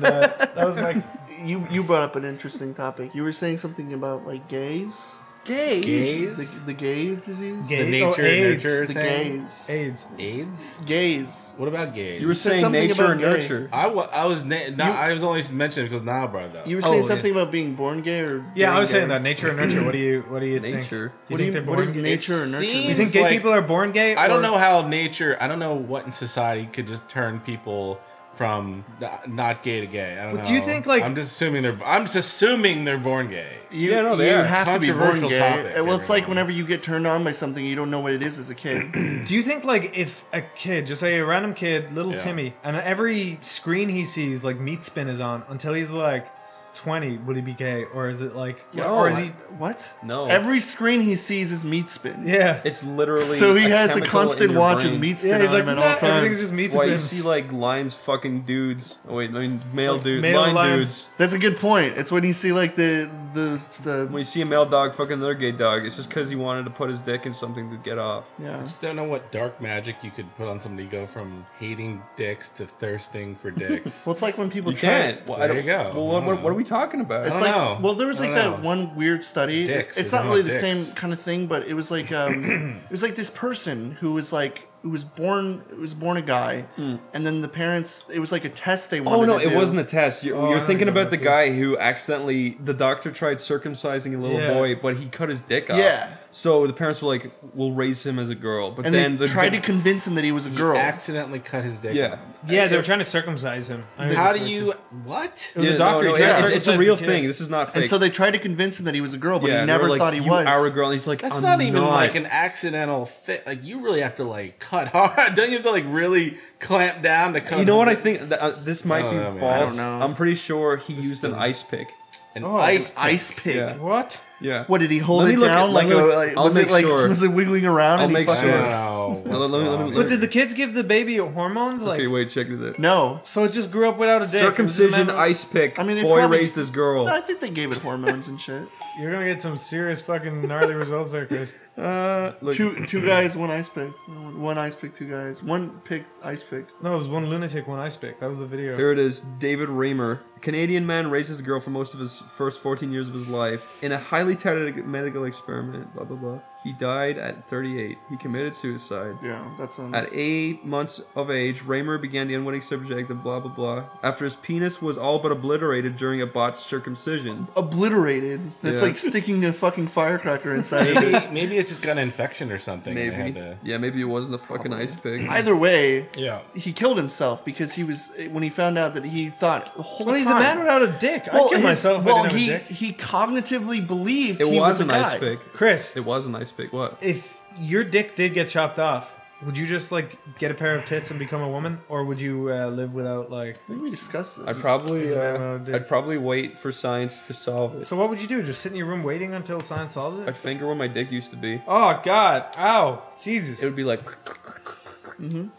Speaker 3: that was like,
Speaker 6: You you brought up an interesting topic. You were saying something about like gays.
Speaker 4: Gays?
Speaker 5: Gays?
Speaker 6: The, the gay disease?
Speaker 5: The,
Speaker 3: Gay- oh,
Speaker 5: nature
Speaker 3: AIDS.
Speaker 5: nurture
Speaker 6: The
Speaker 5: thing?
Speaker 6: gays.
Speaker 3: AIDS.
Speaker 5: AIDS?
Speaker 6: Gays.
Speaker 5: What about gays?
Speaker 4: You were
Speaker 6: said
Speaker 4: saying
Speaker 6: something
Speaker 4: nature
Speaker 6: about
Speaker 4: and
Speaker 6: gay.
Speaker 4: nurture.
Speaker 5: I, wa- I was na- nah, I was only mentioning because Nile brought it up.
Speaker 6: You were saying
Speaker 4: Oh,
Speaker 6: something about being born gay or
Speaker 3: Yeah, I
Speaker 6: being
Speaker 3: was saying
Speaker 6: gay.
Speaker 3: that nature and nurture. What do you what do you think?
Speaker 4: Nature.
Speaker 3: You
Speaker 6: What, do
Speaker 3: think
Speaker 6: you,
Speaker 3: they're
Speaker 6: what
Speaker 3: born
Speaker 6: is
Speaker 3: gay?
Speaker 6: nature or nurture?
Speaker 5: seems-
Speaker 3: You think gay
Speaker 5: Like-
Speaker 3: people are born gay?
Speaker 5: I don't
Speaker 3: or-
Speaker 5: know how nature. I don't know what in society could just turn people from not- not gay to gay. I don't
Speaker 3: But
Speaker 5: know.
Speaker 3: do you think, like-
Speaker 5: I'm just assuming they're. I'm just assuming they're born gay.
Speaker 6: You,
Speaker 4: Yeah, no, they
Speaker 6: you
Speaker 4: are.
Speaker 6: have to be born
Speaker 5: Controversial
Speaker 6: gay.
Speaker 5: topic,
Speaker 6: well, it's like
Speaker 5: everyone.
Speaker 6: whenever you get turned on by something, you don't know what it is as a kid.
Speaker 3: Do you think like if a kid, just say a random kid, little
Speaker 5: Yeah.
Speaker 3: Timmy, and every screen he sees, like meat spin is on until he's like twenty, would he be gay or is it like or is
Speaker 6: Oh
Speaker 3: he?
Speaker 6: What?
Speaker 4: No.
Speaker 6: Every screen he sees is meat spin.
Speaker 3: Yeah,
Speaker 4: It's literally.
Speaker 6: So he has a
Speaker 4: chemical in
Speaker 6: constant
Speaker 4: your
Speaker 6: watch of
Speaker 4: brain.
Speaker 6: meat spin
Speaker 3: yeah. He's
Speaker 6: on
Speaker 3: like
Speaker 6: him at
Speaker 3: "Nah,
Speaker 6: all times.
Speaker 3: everything's just meat
Speaker 4: That's why you
Speaker 3: spin.
Speaker 4: see like lions fucking dudes. Oh wait, I mean male dudes,
Speaker 3: male
Speaker 4: lion
Speaker 3: lions.
Speaker 4: dudes.
Speaker 6: That's a good point. It's when you see like the the the.
Speaker 4: When you see a male dog fucking another gay dog, it's just because he wanted to put his dick in something to get off.
Speaker 5: I
Speaker 6: yeah.
Speaker 5: just don't know what dark magic you could put on somebody to go from hating dicks to thirsting for dicks.
Speaker 6: [LAUGHS] Well, it's like when people
Speaker 4: You
Speaker 6: try.
Speaker 4: can't. Well, I
Speaker 5: There you
Speaker 4: don't-
Speaker 5: go.
Speaker 4: Well, what,
Speaker 5: I
Speaker 4: what,
Speaker 5: don't
Speaker 4: what are we talking about?
Speaker 6: It's
Speaker 5: I
Speaker 6: like
Speaker 5: don't know.
Speaker 6: well, there was
Speaker 5: I
Speaker 6: like
Speaker 5: don't
Speaker 6: that
Speaker 5: know.
Speaker 6: one weird study.
Speaker 5: Dicks.
Speaker 6: it's
Speaker 5: There's
Speaker 6: not
Speaker 5: no
Speaker 6: really the
Speaker 5: dicks.
Speaker 6: same kind of thing, but it was like
Speaker 4: [CLEARS THROAT]
Speaker 6: um, it was like this person who was like who was born who was born a guy, and then the parents. It was like a test they wanted.
Speaker 4: Hmm. Oh no,
Speaker 6: to
Speaker 4: it
Speaker 6: do.
Speaker 4: wasn't a test. You're,
Speaker 3: Oh, I
Speaker 4: you're
Speaker 3: know
Speaker 4: thinking
Speaker 3: you
Speaker 4: about
Speaker 3: don't
Speaker 4: the
Speaker 3: have to.
Speaker 4: guy who accidentally the doctor tried circumcising a little
Speaker 3: Yeah.
Speaker 4: boy, but he cut his dick off.
Speaker 6: Yeah.
Speaker 4: So the parents were like, "We'll raise him as a girl," but
Speaker 6: And
Speaker 4: then
Speaker 6: they
Speaker 4: the
Speaker 6: tried to convince him that he was a girl.
Speaker 5: He accidentally cut his dick.
Speaker 4: yeah.
Speaker 3: yeah, they were trying to circumcise him. I
Speaker 5: How
Speaker 3: remember
Speaker 5: do
Speaker 3: this
Speaker 5: you? What?
Speaker 3: was a
Speaker 4: yeah,
Speaker 3: doctor who
Speaker 4: No, no,
Speaker 3: tried to
Speaker 4: it's- it's, a
Speaker 3: circumcise
Speaker 4: real
Speaker 3: the kid.
Speaker 4: thing. This is not fake.
Speaker 6: and so they tried to convince him that he was a girl, but
Speaker 4: yeah,
Speaker 6: he
Speaker 4: they
Speaker 6: never
Speaker 4: were like,
Speaker 6: thought he
Speaker 4: you
Speaker 6: was.
Speaker 4: Are a girl. And he's like,
Speaker 5: That's
Speaker 4: "I'm
Speaker 5: not even like
Speaker 4: not."
Speaker 5: an accidental fit. Like you really have to like cut [LAUGHS] hard. Don't you have to like really clamp down to cut?
Speaker 4: You know what I think? Th- uh, this might
Speaker 5: don't
Speaker 4: be
Speaker 5: know, man. I don't
Speaker 4: false.
Speaker 6: know.
Speaker 4: I'm pretty sure he used an ice pick.
Speaker 5: An
Speaker 6: Oh,
Speaker 5: ice.
Speaker 6: an ice pick.
Speaker 4: Yeah.
Speaker 3: What?
Speaker 4: Yeah.
Speaker 6: What did he hold
Speaker 4: Let me
Speaker 6: it
Speaker 4: look at-
Speaker 6: down like,
Speaker 4: let me
Speaker 6: a,
Speaker 4: look-
Speaker 6: like
Speaker 4: I'll
Speaker 6: was it
Speaker 4: make
Speaker 6: like
Speaker 4: sure.
Speaker 6: was it wiggling around?
Speaker 4: I'll
Speaker 6: and he
Speaker 4: make
Speaker 6: fucking-
Speaker 4: sure.
Speaker 5: Wow.
Speaker 4: [LAUGHS] Let me- let me- let me-
Speaker 3: But did the kids give the baby hormones? Like,
Speaker 4: Okay, wait, check this out.
Speaker 6: No,
Speaker 3: so it just grew up without a dick. It was just a
Speaker 4: Circumcision,
Speaker 3: man-
Speaker 4: ice pick.
Speaker 6: I mean, they
Speaker 4: boy
Speaker 6: probably-
Speaker 4: raised his girl.
Speaker 6: I think they gave it hormones and shit.
Speaker 3: You're gonna get some serious fucking gnarly results there, Chris.
Speaker 4: Uh, look,
Speaker 6: Two two guys, one ice pick. One ice pick, two guys. One pick, ice pick.
Speaker 3: No, it was one lunatic, one ice pick. That was the video.
Speaker 4: There it is. David Raymer. Canadian man raises a girl for most of his first 14 years of his life in a highly touted medical experiment. Blah, blah, blah. He died at 38. He committed suicide.
Speaker 6: Yeah, that's um.
Speaker 4: At eight months of age, Raymer began the unwitting subject of blah, blah, blah after his penis was all but obliterated during a botched circumcision.
Speaker 6: Obliterated. It's
Speaker 4: Yeah.
Speaker 6: like sticking a fucking firecracker
Speaker 4: [LAUGHS]
Speaker 6: inside of it.
Speaker 5: maybe maybe it just got an infection or something. and they had
Speaker 4: Maybe.
Speaker 5: to-
Speaker 4: Yeah, maybe it wasn't a fucking ice pick.
Speaker 6: Either way,
Speaker 5: yeah.
Speaker 6: he killed himself because he was when he found out that he thought the whole
Speaker 3: well, he's
Speaker 6: time.
Speaker 3: a man without a dick. I'd
Speaker 6: well,
Speaker 3: kill
Speaker 6: his-
Speaker 3: myself if
Speaker 6: well,
Speaker 3: I didn't
Speaker 6: he
Speaker 3: have a dick.
Speaker 6: he cognitively believed
Speaker 4: It
Speaker 6: he was,
Speaker 4: was
Speaker 6: a
Speaker 4: an
Speaker 6: guy.
Speaker 4: ice pick.
Speaker 3: Chris,
Speaker 4: It was an ice pick. What?
Speaker 3: if your dick did get chopped off, would you just like get a pair of tits and become a woman, or would you uh, live without like?
Speaker 6: I think we discussed this.
Speaker 4: I'd probably,
Speaker 3: He's a man
Speaker 4: uh,
Speaker 3: without a dick.
Speaker 4: I'd probably wait for science to solve it.
Speaker 3: So what would you do? Just sit in your room waiting until science solves it?
Speaker 4: I'd finger where my dick used to be.
Speaker 3: Oh God! Ow! Jesus!
Speaker 4: It would be like,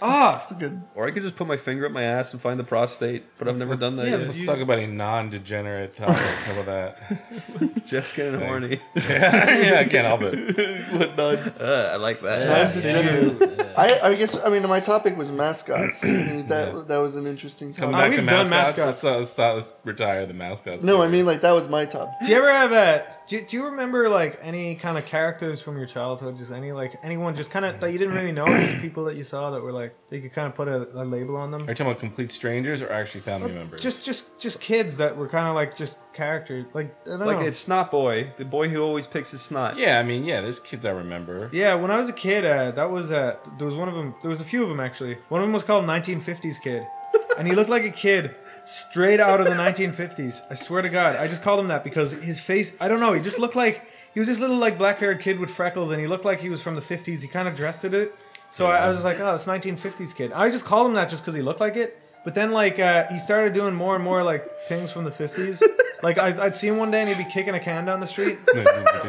Speaker 3: Ah!
Speaker 6: That's a good.
Speaker 4: or I could just put my finger up my ass and find the prostate, but I've never done that
Speaker 3: yeah,
Speaker 4: yet.
Speaker 3: but
Speaker 5: Let's
Speaker 3: you-
Speaker 5: talk about a non-degenerate topic. How about that? [LAUGHS]
Speaker 4: Jeff's getting horny.
Speaker 5: yeah, I can't help it.
Speaker 6: What
Speaker 4: [LAUGHS]
Speaker 6: not?
Speaker 4: uh, I like that.
Speaker 6: I, I guess I mean my topic was mascots. I [CLEARS THROAT] mean, that that was an interesting
Speaker 5: Come
Speaker 6: topic.
Speaker 5: back
Speaker 3: we've
Speaker 5: to
Speaker 3: done mascots.
Speaker 5: mascots. Let's, uh, let's, uh, let's retire the mascots.
Speaker 6: No, I
Speaker 5: here.
Speaker 6: mean like that was my top.
Speaker 3: [LAUGHS] Do you ever have a? Do, do you remember like any kind of characters from your childhood? Just any like anyone just kind of that you didn't really know, just people that you saw that were like they could kind of put a, a label on them.
Speaker 5: Are you talking about complete strangers or actually family members?
Speaker 3: Just just just kids that were kind of like just characters. Like I don't
Speaker 4: Like
Speaker 3: know.
Speaker 4: it's snot boy, the boy who always picks his snot.
Speaker 5: yeah, I mean, yeah. There's kids I remember.
Speaker 3: yeah, when I was a kid, uh, that was uh, there was one of them. There was a few of them actually. One of them was called 1950s
Speaker 4: [LAUGHS]
Speaker 3: Kid, and he looked like a kid straight out of the 1950s. I swear to God, I just called him that because his face. I don't know. He just looked like he was this little like black haired kid with freckles, and he looked like he was from the 50s. He kind of dressed it. it. So I, I was just like, oh, it's 1950s Kid. I just called him that just because he looked like it. But then like uh, he started doing more and more like things from the
Speaker 4: [LAUGHS]
Speaker 3: 50s. Like I, I'd see him one day and he'd be kicking a can down the street.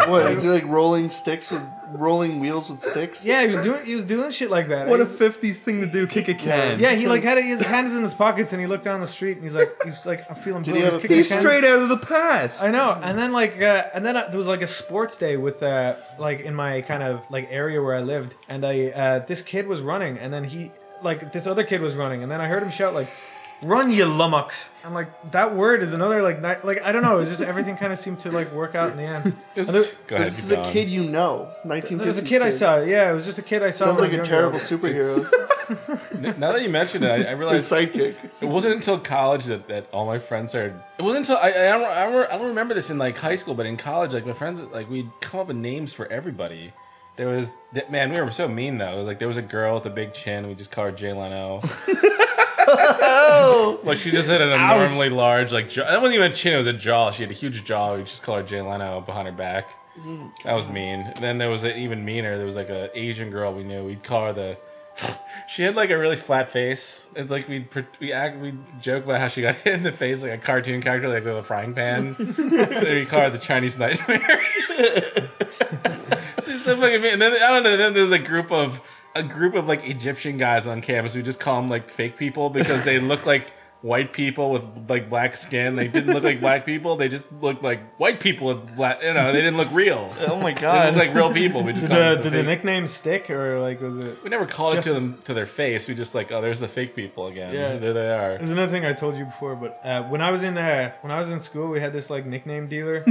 Speaker 6: What is he like rolling sticks with rolling wheels with sticks?
Speaker 3: Yeah, he was doing he was doing shit like that.
Speaker 4: What
Speaker 3: He
Speaker 4: a
Speaker 3: was-
Speaker 4: '50s thing to do, kick a can.
Speaker 3: yeah, he like had his hands in his pockets and he looked down the street and he's like he was like I'm feeling blue.
Speaker 6: he
Speaker 3: He was
Speaker 6: have a
Speaker 3: kicking a
Speaker 6: big
Speaker 3: can.
Speaker 4: straight out of the past.
Speaker 3: I know. And then like uh, and then uh, there was like a sports day with uh like in my kind of like area where I lived and I uh this kid was running and then he like this other kid was running and then I heard him shout like "Run, you lummox!" I'm like, that word is another like, ni- like I don't know. It's just everything kind of seemed to like work out in the end. And there,
Speaker 5: Go ahead,
Speaker 6: this
Speaker 5: keep
Speaker 6: is a
Speaker 5: going.
Speaker 6: kid you know. 1950s.
Speaker 3: there was a kid I saw. Yeah, it was just a kid I saw.
Speaker 6: Sounds
Speaker 3: when
Speaker 6: like
Speaker 3: I
Speaker 6: a
Speaker 3: was
Speaker 6: terrible
Speaker 3: younger.
Speaker 6: superhero. [LAUGHS]
Speaker 5: Now that you mentioned it, I, I
Speaker 6: Your
Speaker 5: realized
Speaker 6: sidekick.
Speaker 5: It wasn't until college that, that all my friends started. It wasn't until I, I, don't, I, don't, I don't remember this in like high school, but in college, like my friends, like we'd come up with names for everybody. There was that man. We were so mean though. Like there was a girl with a big chin. We just called her Jay Leno. like she just had an abnormally large like jaw. That wasn't even a chin. It was a jaw. She had a huge jaw. We just called her Jay Leno behind her back. That was mean. then there was an even meaner. There was like an Asian girl we knew. We'd call her the. She had like a really flat face. It's like we we act we joke about how she got [LAUGHS] hit in the face like a cartoon character like with a frying pan. then we call her the Chinese nightmare. [LAUGHS] She's so fucking mean. And then I don't know. Then there's a group of a group of like Egyptian guys on campus. We just call them like fake people because they look like white people with like black skin. They didn't look like black people. They just looked like white people with black. You know, they didn't look real. They
Speaker 6: Oh my
Speaker 5: looked
Speaker 6: god.
Speaker 5: like real people.
Speaker 6: [LAUGHS]
Speaker 5: We just called them
Speaker 3: Did
Speaker 5: the
Speaker 3: the
Speaker 5: fake
Speaker 3: nickname stick or like was it?
Speaker 5: we never called
Speaker 3: Just-
Speaker 5: it to them to their face. We just like, oh, there's the fake people again.
Speaker 3: Yeah.
Speaker 5: there they are.
Speaker 3: There's another thing I told you before, but uh, when I was in uh, when I was in school, we had this like
Speaker 6: [LAUGHS]
Speaker 3: nickname dealer,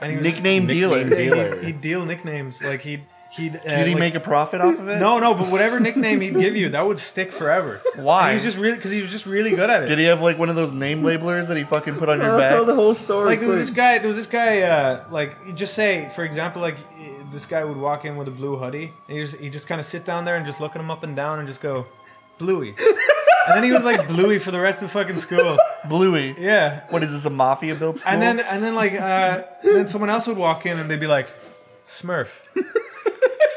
Speaker 3: and he was just-
Speaker 6: Nickname dealer.
Speaker 5: Nickname
Speaker 6: Did
Speaker 3: [LAUGHS]
Speaker 5: dealer.
Speaker 3: he'd, he'd deal nicknames like he'd he'd uh,
Speaker 6: he
Speaker 3: like-
Speaker 6: make a profit off of it?
Speaker 3: no no but whatever nickname he'd give you that would stick forever.
Speaker 6: [LAUGHS] Why?
Speaker 3: He was just really because he was just really good at it.
Speaker 6: Did he have like one of those name labelers that he fucking put on your
Speaker 2: I'll tell the
Speaker 6: back?
Speaker 2: whole story.
Speaker 3: like there was this
Speaker 2: quick.
Speaker 3: guy there was this guy uh like you just say for example like eh, this guy would walk in with a blue hoodie and he just he just kind of sit down there and just looking him up and down and just go bluey and then he was like bluey for the rest of fucking
Speaker 6: [LAUGHS]
Speaker 3: school
Speaker 6: Bluey.
Speaker 3: yeah
Speaker 6: What is this a mafia built school?
Speaker 3: and then and then like uh then someone else would walk in and they'd be like smurf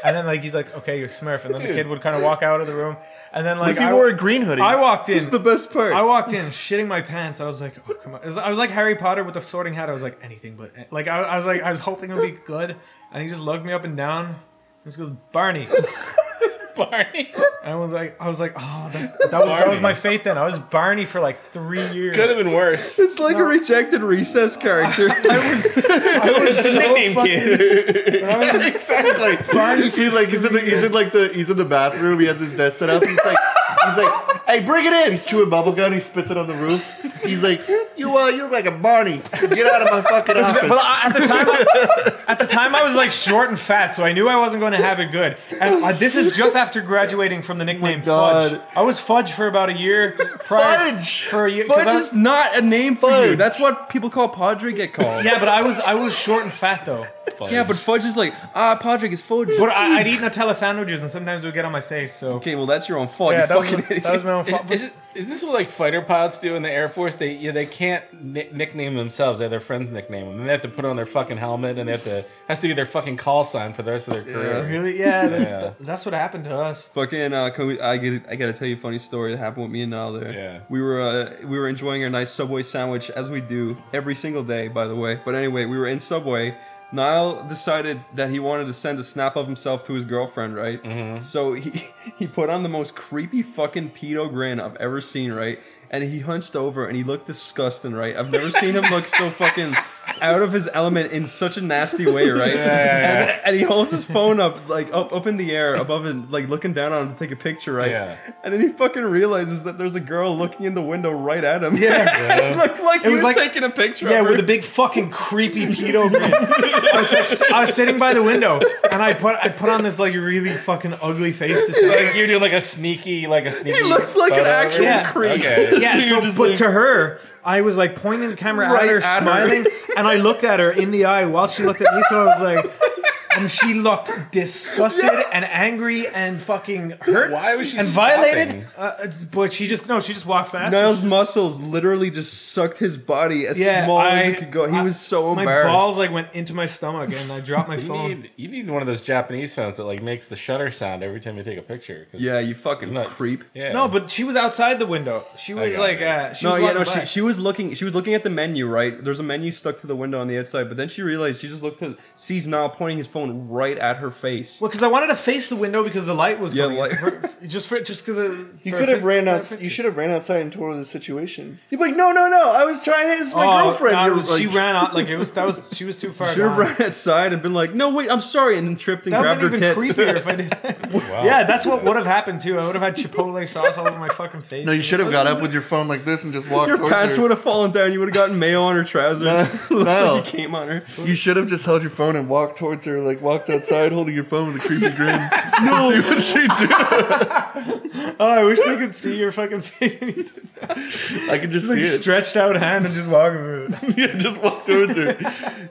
Speaker 3: and then like he's like okay you're smurf and then the kid would kind of walk out of the room and then like
Speaker 6: if he
Speaker 3: I-
Speaker 6: wore a green hoodie,
Speaker 3: I walked in
Speaker 2: It's the best part.
Speaker 3: I walked in shitting my pants. I was like, oh, come on. It was- I was like Harry Potter with the sorting hat. I was like, anything but. Like, I, I was like, I was hoping it would be good. And he just lugged me up and down. He just goes,
Speaker 6: [LAUGHS]
Speaker 3: Barney.
Speaker 5: Barney.
Speaker 3: And I was like, I was like, oh, that, that, was, that was my fate then. I was Barney for like three years.
Speaker 5: Could have been worse.
Speaker 2: it's like a rejected recess character.
Speaker 5: It's a nickname
Speaker 3: [LAUGHS]
Speaker 6: [LAUGHS]
Speaker 5: kid.
Speaker 6: exactly. he like he's in the he's in like the he's in the bathroom. He has his desk set up. He's like he's like, hey, bring it in. He's chewing bubble gum. He spits it on the roof. He's like, you uh, you look like a Barney. Get out of my fucking office.
Speaker 3: Well, I- at the time, I, at the time, I was like short and fat, so I knew I wasn't going to have it good. And uh, this is just after graduating from the nickname Fudge.
Speaker 6: God.
Speaker 3: I was Fudge for about a year. Prior,
Speaker 6: Fudge!
Speaker 3: for a year. 'cause I
Speaker 4: Fudge
Speaker 3: was-
Speaker 4: is not a name for you.
Speaker 6: Fudge.
Speaker 4: That's what people call Padre get called.
Speaker 3: yeah, but I was I was short and fat though.
Speaker 4: Yeah, but Fudge is like, ah, Padre is Fudge.
Speaker 3: But I, I'd eat Nutella sandwiches, and sometimes it would get on my face. So
Speaker 4: Okay, well, that's your own fault,
Speaker 3: yeah,
Speaker 4: you
Speaker 3: that was,
Speaker 4: fucking
Speaker 3: my,
Speaker 4: idiot.
Speaker 3: that was my own
Speaker 5: Is,
Speaker 3: fault.
Speaker 5: is, it, is this what like fighter pilots do in the Air Force? They yeah, they can't ni- nickname themselves. They have their friends nickname them. And they have to put on their fucking helmet, and they have to has to be their fucking call sign for the rest of their career.
Speaker 3: really? Yeah, that-
Speaker 5: Yeah.
Speaker 3: that's what happened to us.
Speaker 4: Fucking, uh, can we, I get, I gotta tell you a funny story that happened with me and Niall there.
Speaker 5: Yeah.
Speaker 4: we were, uh, we were enjoying our nice Subway sandwich as we do every single day, by the way. But anyway, we were in Subway. Niall decided that he wanted to send a snap of himself to his girlfriend, right? So he [LAUGHS] he put on the most creepy fucking pedo grin I've ever seen, right? And he hunched over and he looked disgusting, right? I've never seen him look so fucking out of his element in such a nasty way, right? And, and he holds his phone up, like up up in the air above him, like looking down on him to take a picture, right?
Speaker 5: Yeah.
Speaker 4: And then he fucking realizes that there's a girl looking in the window right at him. Yeah. [LAUGHS] it looked like he
Speaker 3: was like-
Speaker 4: was, taking a picture
Speaker 3: Yeah,
Speaker 4: of her.
Speaker 3: with a big fucking creepy pedo grin. I was, like, I was sitting by the window, and I put I put on this like really fucking ugly face to say.
Speaker 5: Like you're doing like a sneaky, like a
Speaker 4: [LAUGHS]
Speaker 5: sneaky.
Speaker 4: he looked like an
Speaker 5: photo of [LAUGHS]
Speaker 4: actual
Speaker 5: it?
Speaker 3: Yeah.
Speaker 4: creep. [LAUGHS]
Speaker 3: [LAUGHS]
Speaker 5: Okay.
Speaker 3: Yeah, so but to her, I was like pointing the camera
Speaker 4: Right
Speaker 3: at her,
Speaker 4: at her.
Speaker 3: smiling, and I looked at her in the eye while she looked at me. So I was like, and she looked disgusted and angry and fucking hurt.
Speaker 5: Why was she
Speaker 3: and violated? Uh, uh, but she just no, she just walked past.
Speaker 4: Niall's muscles literally just sucked his body as small as it could go. He
Speaker 3: I-
Speaker 4: was so
Speaker 3: my
Speaker 4: embarrassed.
Speaker 3: balls like went into my stomach and I dropped my
Speaker 5: [LAUGHS]
Speaker 3: [LAUGHS]
Speaker 5: You
Speaker 3: phone.
Speaker 5: need, you need one of those Japanese phones that like makes the shutter sound every time you take a picture. 'cause-
Speaker 4: Yeah, you fucking
Speaker 5: Nut.
Speaker 4: creep.
Speaker 5: Yeah.
Speaker 3: No, but she was outside the window. She was
Speaker 5: Okay.
Speaker 3: like, uh, she
Speaker 4: No,
Speaker 3: was
Speaker 4: yeah,
Speaker 3: walking
Speaker 4: no. She,
Speaker 3: by.
Speaker 4: she was looking. She was looking at the menu, right? There's a menu stuck to the window on the outside, but then she realized she just looked at sees Niall pointing his phone going right at her face.
Speaker 3: Well, because I wanted to face the window because the light was
Speaker 4: Yeah,
Speaker 3: going. in.
Speaker 4: light-
Speaker 3: So [LAUGHS] for- just for just because
Speaker 6: You could have ran out. You should have ran outside and told her the situation. You'd be like, "No, no, no! I was trying. It's my girlfriend."
Speaker 3: Nah,
Speaker 6: You're
Speaker 3: it Oh, was- she
Speaker 6: like-
Speaker 3: ran out like it was. That was she was too far.
Speaker 4: Should have
Speaker 3: gone.
Speaker 4: ran outside and been like, "No, wait, I'm sorry," and then tripped and
Speaker 3: That
Speaker 4: grabbed her
Speaker 3: would have been
Speaker 4: [LAUGHS] tits.
Speaker 3: creepier if I did that. [LAUGHS] Yeah, that's what would have happened too. I would have had Chipotle sauce all over my fucking face.
Speaker 6: No, you should have got up with your phone like this and just walked
Speaker 4: Your
Speaker 6: towards
Speaker 4: pants
Speaker 6: her.
Speaker 4: would have fallen down. You would have gotten mayo on her trousers. [LAUGHS] Looks
Speaker 6: no.
Speaker 4: like you came on her.
Speaker 6: You should have just held your phone and walked towards her, like walked outside holding your phone with a creepy grin. no, [LAUGHS] see what she do.
Speaker 3: Oh, I wish they could see your fucking face. [LAUGHS]
Speaker 6: I could just
Speaker 3: like
Speaker 6: see it.
Speaker 3: stretched out hand and just walking through
Speaker 6: [LAUGHS]
Speaker 3: it.
Speaker 6: Yeah, just walk towards [LAUGHS] her.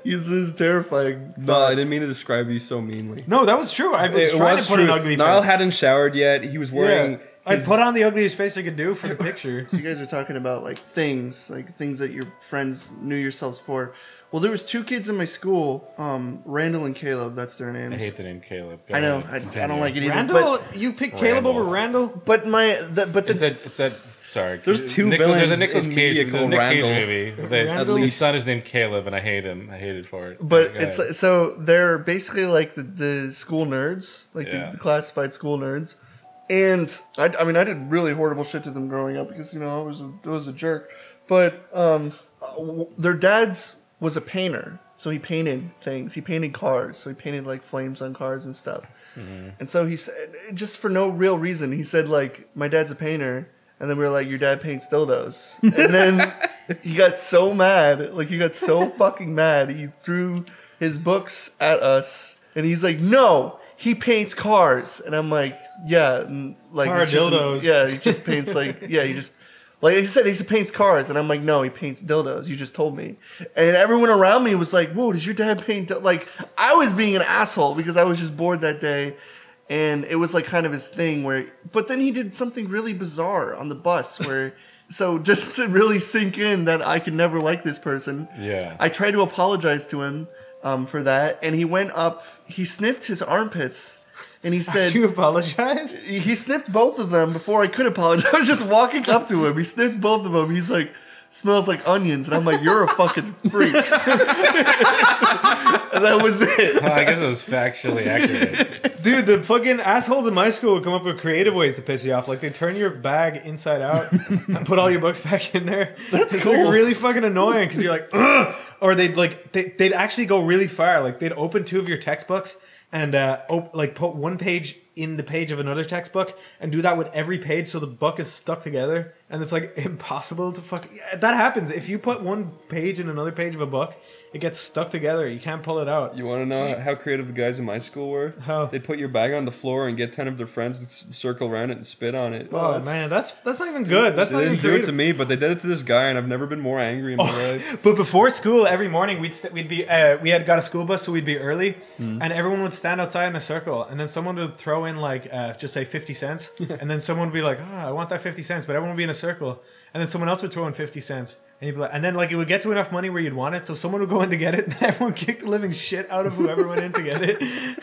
Speaker 6: This is terrifying.
Speaker 4: No, I didn't mean to describe you so meanly.
Speaker 3: No, that was true. I was
Speaker 4: it
Speaker 3: trying
Speaker 4: was
Speaker 3: to put
Speaker 4: true.
Speaker 3: an ugly
Speaker 4: Niall
Speaker 3: face.
Speaker 4: hadn't showered yet. He was wearing.
Speaker 3: yeah. I put on the ugliest face I could do for the picture.
Speaker 6: You guys are talking about like things, like things that your friends knew yourselves for. Well, there was two kids in my school, um, Randall and Caleb. That's their names.
Speaker 5: I hate the name Caleb. Go
Speaker 6: I know. I,
Speaker 5: ahead,
Speaker 6: I
Speaker 5: continue.
Speaker 6: don't like it either.
Speaker 3: Randall,
Speaker 6: But,
Speaker 3: you picked Caleb
Speaker 5: Randall.
Speaker 3: over Randall?
Speaker 6: but my, the, but the
Speaker 5: It said, it said sorry.
Speaker 4: There's two
Speaker 5: Nicolas-
Speaker 4: villains
Speaker 5: There's a Nicholas
Speaker 4: in
Speaker 5: Cage,
Speaker 4: media
Speaker 5: there's a
Speaker 4: called
Speaker 5: Nick
Speaker 4: Randall.
Speaker 5: Cage movie. They,
Speaker 3: At
Speaker 5: at least.
Speaker 4: least.
Speaker 5: His son is named Caleb, and I hate him. I hated for it. uh,
Speaker 6: But
Speaker 5: Go
Speaker 6: it's
Speaker 5: ahead.
Speaker 6: like, so they're basically like the, the school nerds, like
Speaker 5: Yeah.
Speaker 6: the, the classified school nerds. And I, I mean, I did really horrible shit to them growing up because you know I was a, I was a jerk. But um, uh, w- their dad's was a painter, so he painted things. He painted cars, so he painted like flames on cars and stuff.
Speaker 3: Mm-hmm.
Speaker 6: And so he said, just for no real reason, he said like, "My dad's a painter," and then we were like, "Your dad paints dildos," and
Speaker 3: [LAUGHS]
Speaker 6: then he got so mad, like he got so fucking mad, he threw his books at us, and he's like, "No, he paints cars," and I'm like, "Yeah, and, like
Speaker 3: Car
Speaker 6: it's just-
Speaker 3: dildos.
Speaker 6: yeah, he just paints like, yeah, he just." Like he said, he paints cars, and I'm like, no, he paints dildos. You just told me, and everyone around me was like, "Whoa, does your dad paint?" Dil-? Like I was being an asshole because I was just bored that day, and it was like kind of his thing where but then he did something really bizarre on the bus where so just to really sink in that i could never like this person
Speaker 5: Yeah.
Speaker 6: i tried to apologize to him um, for that and he went up he sniffed his armpits and he
Speaker 5: [LAUGHS]
Speaker 6: said
Speaker 3: You apologize?
Speaker 6: he sniffed both of them before I could apologize. [LAUGHS] I was just walking up to him. He sniffed both of them. He's like, smells like onions. And I'm like, you're a fucking freak. [LAUGHS] and that was it.
Speaker 5: Well, [LAUGHS] I guess it was factually accurate.
Speaker 3: Dude, the fucking assholes in my school would come up with creative ways to piss you off. Like they turn your bag inside out and put all your books back in there. That's it's
Speaker 6: cool.
Speaker 3: like really fucking annoying because you're like, Ugh! or they'd like they, they'd actually go really far. Like they'd open two of your textbooks and uh, op- like put one page in the page of another textbook and do that with every page so the book is stuck together and it's like [LAUGHS] impossible to fuck. Yeah, that happens if you put one page in another page of a book, it gets stuck together. You can't pull it out.
Speaker 4: You want to know how creative the guys in my school were?
Speaker 3: How?
Speaker 4: They put your bag on the floor and get ten of their friends to s- circle around it and spit on it.
Speaker 3: Oh man, that's that's not even good. That's
Speaker 4: they
Speaker 3: not even
Speaker 4: didn't do it
Speaker 3: creative. Oh.
Speaker 4: to me, but they did it to this guy, and I've never been more angry in my life.
Speaker 3: But before school, every morning we'd st- we'd be uh, we had got a school bus, so we'd be early,
Speaker 5: Hmm.
Speaker 3: and everyone would stand outside in a circle, and then someone would throw in like uh, just say fifty
Speaker 5: [LAUGHS]
Speaker 3: cents, and then someone would be like, "Ah, I want that fifty cents," but everyone would be in a circle, and then someone else would throw in fifty cents, and you'd be like, and then like it would get to enough money where you'd want it, so someone would go in to get it, and [LAUGHS] everyone kicked the living shit out of whoever went in to get
Speaker 5: [LAUGHS]
Speaker 3: it.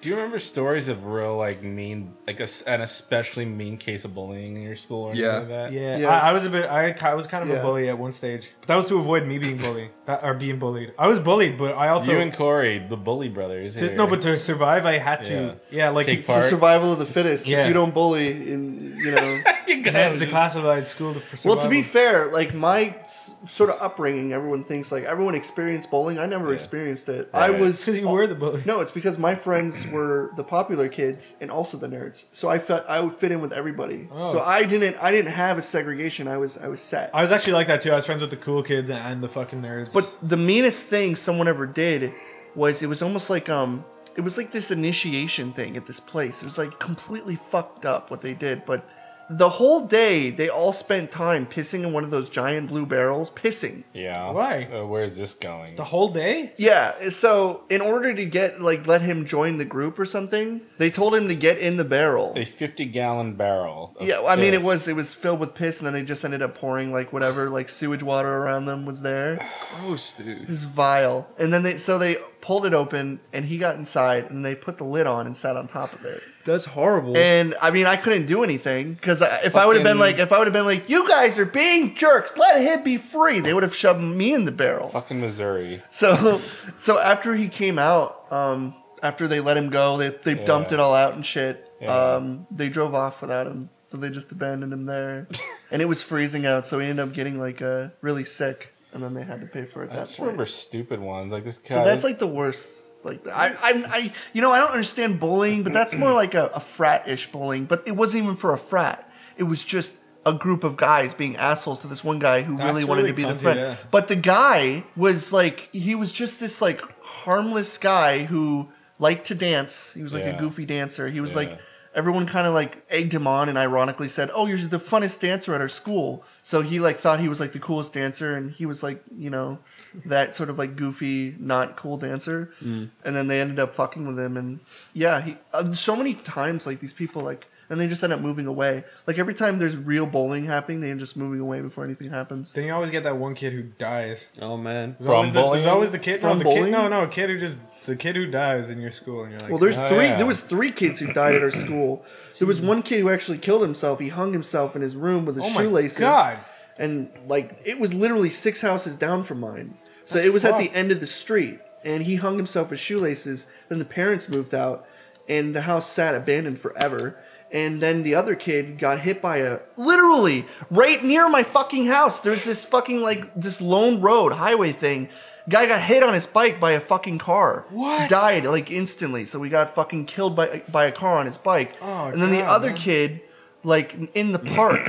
Speaker 5: Do you remember stories of real like mean, like a s an especially mean case of bullying in your school or anything
Speaker 4: Yeah.
Speaker 5: like that?
Speaker 3: Yeah,
Speaker 6: Yes.
Speaker 3: I, I was a bit. I, ki- I was kind of
Speaker 6: Yeah.
Speaker 3: a bully at one stage, but that was to avoid me being bullied that, or being bullied. I was bullied, but I also
Speaker 5: you and Corey, the bully brothers.
Speaker 3: To-
Speaker 5: here.
Speaker 3: no, but to survive, I had
Speaker 5: Yeah.
Speaker 3: to. Yeah, like
Speaker 5: Take
Speaker 6: It's
Speaker 5: part.
Speaker 6: the survival of the fittest.
Speaker 5: Yeah.
Speaker 6: If you don't bully, in, you know.
Speaker 5: You guys
Speaker 3: that's the
Speaker 5: just-
Speaker 3: classified school. To for
Speaker 6: well, to be
Speaker 3: survival.
Speaker 6: fair, like my s- sort of upbringing, everyone thinks like everyone experienced bowling. I never experienced it. I
Speaker 5: Right.
Speaker 6: was
Speaker 3: It's 'cause you were the bully.
Speaker 6: No, it's because my friends were the popular kids and also the nerds. So I felt I would fit in with everybody. So I didn't I didn't have a segregation. I was I was set.
Speaker 3: I was actually like that too. I was friends with the cool kids and the fucking nerds.
Speaker 6: But the meanest thing someone ever did was it was almost like um it was like this initiation thing at this place. It was like completely fucked up what they did, but the whole day they all spent time pissing in one of those giant blue barrels, pissing.
Speaker 5: Yeah.
Speaker 3: Why?
Speaker 5: Uh, where is this going?
Speaker 3: the whole day,
Speaker 6: Yeah, so in order to get like let him join the group or something, they told him to get in the barrel.
Speaker 5: a 50 gallon barrel. of
Speaker 6: Yeah, well, I mean, it
Speaker 5: piss.
Speaker 6: was it was filled with piss, and then they just ended up pouring like whatever like sewage water around them was there.
Speaker 4: Gross, dude.
Speaker 6: It was vile. And then they so they pulled it open, and he got inside, and they put the lid on and sat on top of it.
Speaker 4: That's horrible.
Speaker 6: And I mean, I couldn't do anything because if I would have been like, if I would have been like, you guys are being jerks, let him be free. They would have shoved me in the barrel.
Speaker 5: fucking Missouri.
Speaker 6: So, so after he came out, um, after they let him go, they they dumped it all out and shit. Um, they drove off without him, so they just abandoned him
Speaker 5: [LAUGHS]
Speaker 6: there. and it was freezing out, so he ended up getting like uh, really sick, and then they had to pay for it. At
Speaker 5: I
Speaker 6: that
Speaker 5: just
Speaker 6: point.
Speaker 5: remember stupid ones like this.
Speaker 6: So that's like the worst. Like I, I, I, you know, I don't understand bullying, but that's more like a, a frat-ish bullying. But it wasn't even for a frat. It was just a group of guys being assholes to this one guy who really wanted
Speaker 3: really
Speaker 6: to be the
Speaker 3: cunty,
Speaker 6: friend.
Speaker 3: yeah.
Speaker 6: But the guy was like, he was just this like harmless guy who liked to dance. He was like
Speaker 5: Yeah.
Speaker 6: a goofy dancer. He was
Speaker 5: Yeah.
Speaker 6: like. Everyone kind of like egged him on and ironically said, "Oh, you're the funnest dancer at our school." So he like thought he was like the coolest dancer and he was like, you know, that sort of like goofy, not cool dancer.
Speaker 3: Mm.
Speaker 6: And then they ended up fucking with him and yeah, he uh, so many times like these people like and they just end up moving away. Like every time there's real bowling happening, they end just moving away before anything happens.
Speaker 3: Then you always get that one kid who dies.
Speaker 4: Oh man.
Speaker 3: There's always,
Speaker 5: From
Speaker 3: the, there's
Speaker 5: bullying?
Speaker 3: always the kid. No,
Speaker 6: From
Speaker 3: the kid,
Speaker 6: bullying?
Speaker 3: no, no, a kid who just the kid who dies in your school, and you're like,
Speaker 6: Well, there's
Speaker 5: Oh,
Speaker 6: three.
Speaker 5: yeah.
Speaker 6: There was three kids who died at our school. There was one kid who actually killed himself. He hung himself in his room with his
Speaker 3: Oh my
Speaker 6: shoelaces.
Speaker 3: God.
Speaker 6: And like it was literally six houses down from mine. So it was at
Speaker 3: fucked.
Speaker 6: the end of the street, and he hung himself with shoelaces. Then the parents moved out, and the house sat abandoned forever. And then the other kid got hit by a literally right near my fucking house. There's this fucking like this lone road highway thing. Guy got hit on his bike by a fucking car. What? Died like instantly. So we got fucking killed by by a car on his bike.
Speaker 3: Oh,
Speaker 6: and then the
Speaker 3: God,
Speaker 6: other
Speaker 3: man.
Speaker 6: kid, like in the park,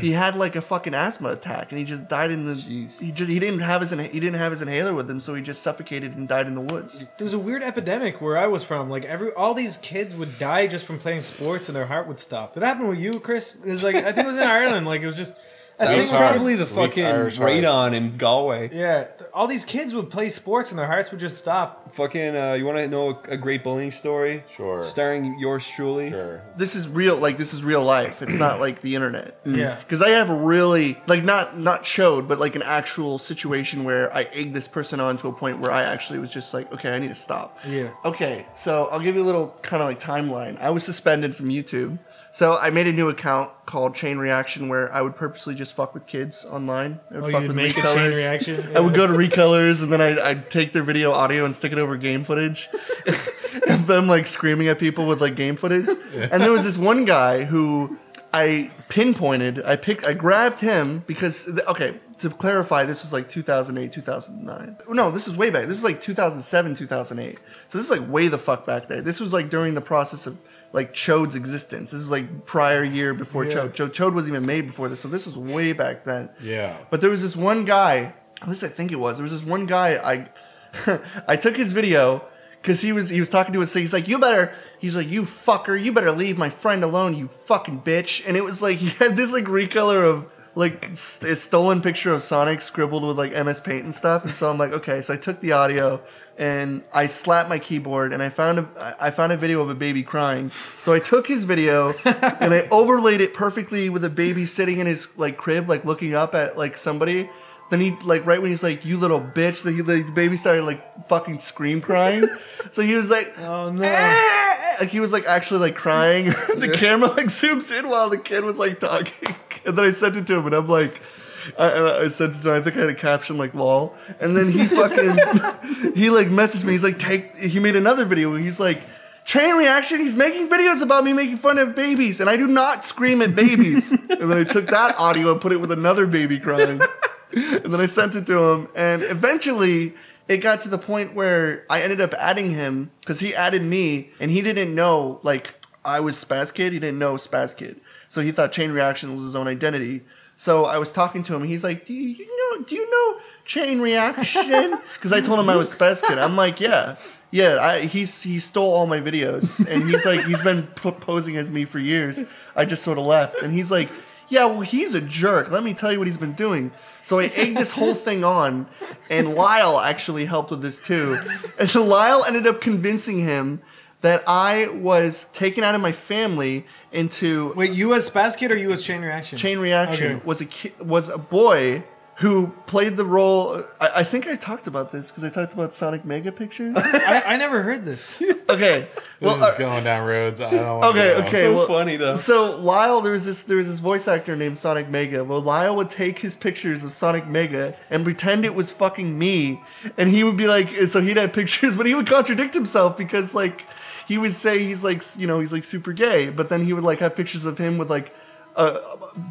Speaker 6: he had like a fucking asthma attack and he just died in the.
Speaker 4: Jeez.
Speaker 6: He just he didn't have his inha- he didn't have his inhaler with him, so he just suffocated and died in the woods.
Speaker 3: there was a weird epidemic where I was from. Like every, all these kids would die just from playing sports, and their heart would stop. Did that happen with you, Chris? It was like I think it was [LAUGHS] in Ireland. Like it was just. I
Speaker 4: That
Speaker 3: think
Speaker 4: was
Speaker 5: Weak hearts.
Speaker 4: probably the
Speaker 5: Weak
Speaker 4: fucking
Speaker 5: Irish
Speaker 4: radon
Speaker 5: hearts.
Speaker 4: in Galway.
Speaker 3: Yeah, th- all these kids would play sports, and their hearts would just stop.
Speaker 4: Fucking, uh, you want to know a, a great bullying story?
Speaker 5: Sure.
Speaker 4: Starring yours truly.
Speaker 5: sure.
Speaker 6: This is real, like this is real life. It's not like the internet.
Speaker 3: Yeah.
Speaker 6: because I have really like not not showed, but like an actual situation where I egged this person on to a point where I actually was just like, okay, I need to stop.
Speaker 3: Yeah.
Speaker 6: Okay, so I'll give you a little kind of like timeline. I was suspended from YouTube, so I made a new account called Chain Reaction where I would purposely just fuck with kids online. I would
Speaker 3: Oh,
Speaker 6: fuck
Speaker 3: you'd
Speaker 6: with
Speaker 3: make a chain
Speaker 6: recolors.
Speaker 3: reaction?
Speaker 6: I would go to recolors and then I'd, I'd take their video audio and stick it over game
Speaker 3: [LAUGHS]
Speaker 6: footage [LAUGHS] of them like screaming at people with like game footage. And there was this one guy who I pinpointed. I picked. I grabbed him because th- okay. To clarify, this was like 2008, 2009. No, this is way back. This is like 2007, 2008. So this is like way the fuck back there. This was like during the process of like Chode's existence. This is like prior year before Chode. Chode. Chode wasn't even made before this, so this was way back then.
Speaker 5: Yeah.
Speaker 6: But there was this one guy. At least I think it was. There was this one guy. I [LAUGHS] I took his video because he was he was talking to his thing. He's like, "You better." He's like, "You fucker! You better leave my friend alone, you fucking bitch!" And it was like [LAUGHS] he had this like recolor of like st- a stolen picture of Sonic scribbled with like MS Paint and stuff. And so I'm like, okay. So I took the audio and I slapped my keyboard and I found a I- I found a video of a baby crying. So I took his
Speaker 3: [LAUGHS]
Speaker 6: video and I overlaid it perfectly with a baby sitting in his like crib, like looking up at like somebody. Then he like right when he's like, "You little bitch," the, the baby started like fucking scream crying.
Speaker 3: [LAUGHS]
Speaker 6: so he was like,
Speaker 3: Oh no!
Speaker 6: "Ah!" like he was like actually like crying. [LAUGHS] the camera like zooms in while the kid was like talking, and then I sent it to him, and I'm like. I, and I sent it to him. I think I had a caption like "lol," and then he fucking he like messaged me. He's like, "Take." He made another video. Where he's like, "Train reaction." He's making videos about me making fun of babies, and I do not scream at babies. and then I took that audio and put it with another baby crying. And then I sent it to him, and eventually it got to the point where I ended up adding him because he added me, and he didn't know like I was Spaz Kid. He didn't know Spaz Kid, so he thought Chain Reaction was his own identity. So I was talking to him, and he's like, "Do you know? Do you know Chain Reaction?" [LAUGHS] Because I told him I was Spaz Kid. I'm like, "Yeah, yeah." I, he's he stole all my videos, and he's like, he's been p- posing as me for years. I just sort of left, and he's like. Yeah, well, he's a jerk. Let me tell you what he's been doing. So I egged this
Speaker 5: [LAUGHS]
Speaker 6: whole thing on, and Lyle actually helped with this too. And [LAUGHS] Lyle ended up convincing him that I was taken out of my family into
Speaker 3: Wait, you as Spaz Kid or you as Chain Reaction?
Speaker 6: chain reaction.
Speaker 3: Okay.
Speaker 6: Was a ki- was a boy who played the role. I, I think I talked about this because I talked about Sonic Mega
Speaker 5: [LAUGHS]
Speaker 6: Pictures.
Speaker 7: I, I never heard
Speaker 3: [LAUGHS]
Speaker 7: this.
Speaker 6: okay,
Speaker 5: This
Speaker 6: well, uh,
Speaker 5: is going down roads. I don't want
Speaker 6: okay,
Speaker 5: to
Speaker 6: okay.
Speaker 4: Oh, so
Speaker 6: well,
Speaker 4: funny though.
Speaker 6: So Lyle, there was this there was this voice actor named Sonic Mega. Well, Lyle would take his pictures of Sonic Mega and pretend it was fucking me, and he would be like, so he'd have pictures, [LAUGHS] but he would contradict himself because like he would say he's like s- you know he's like super gay, but then he would like have pictures of him with like uh,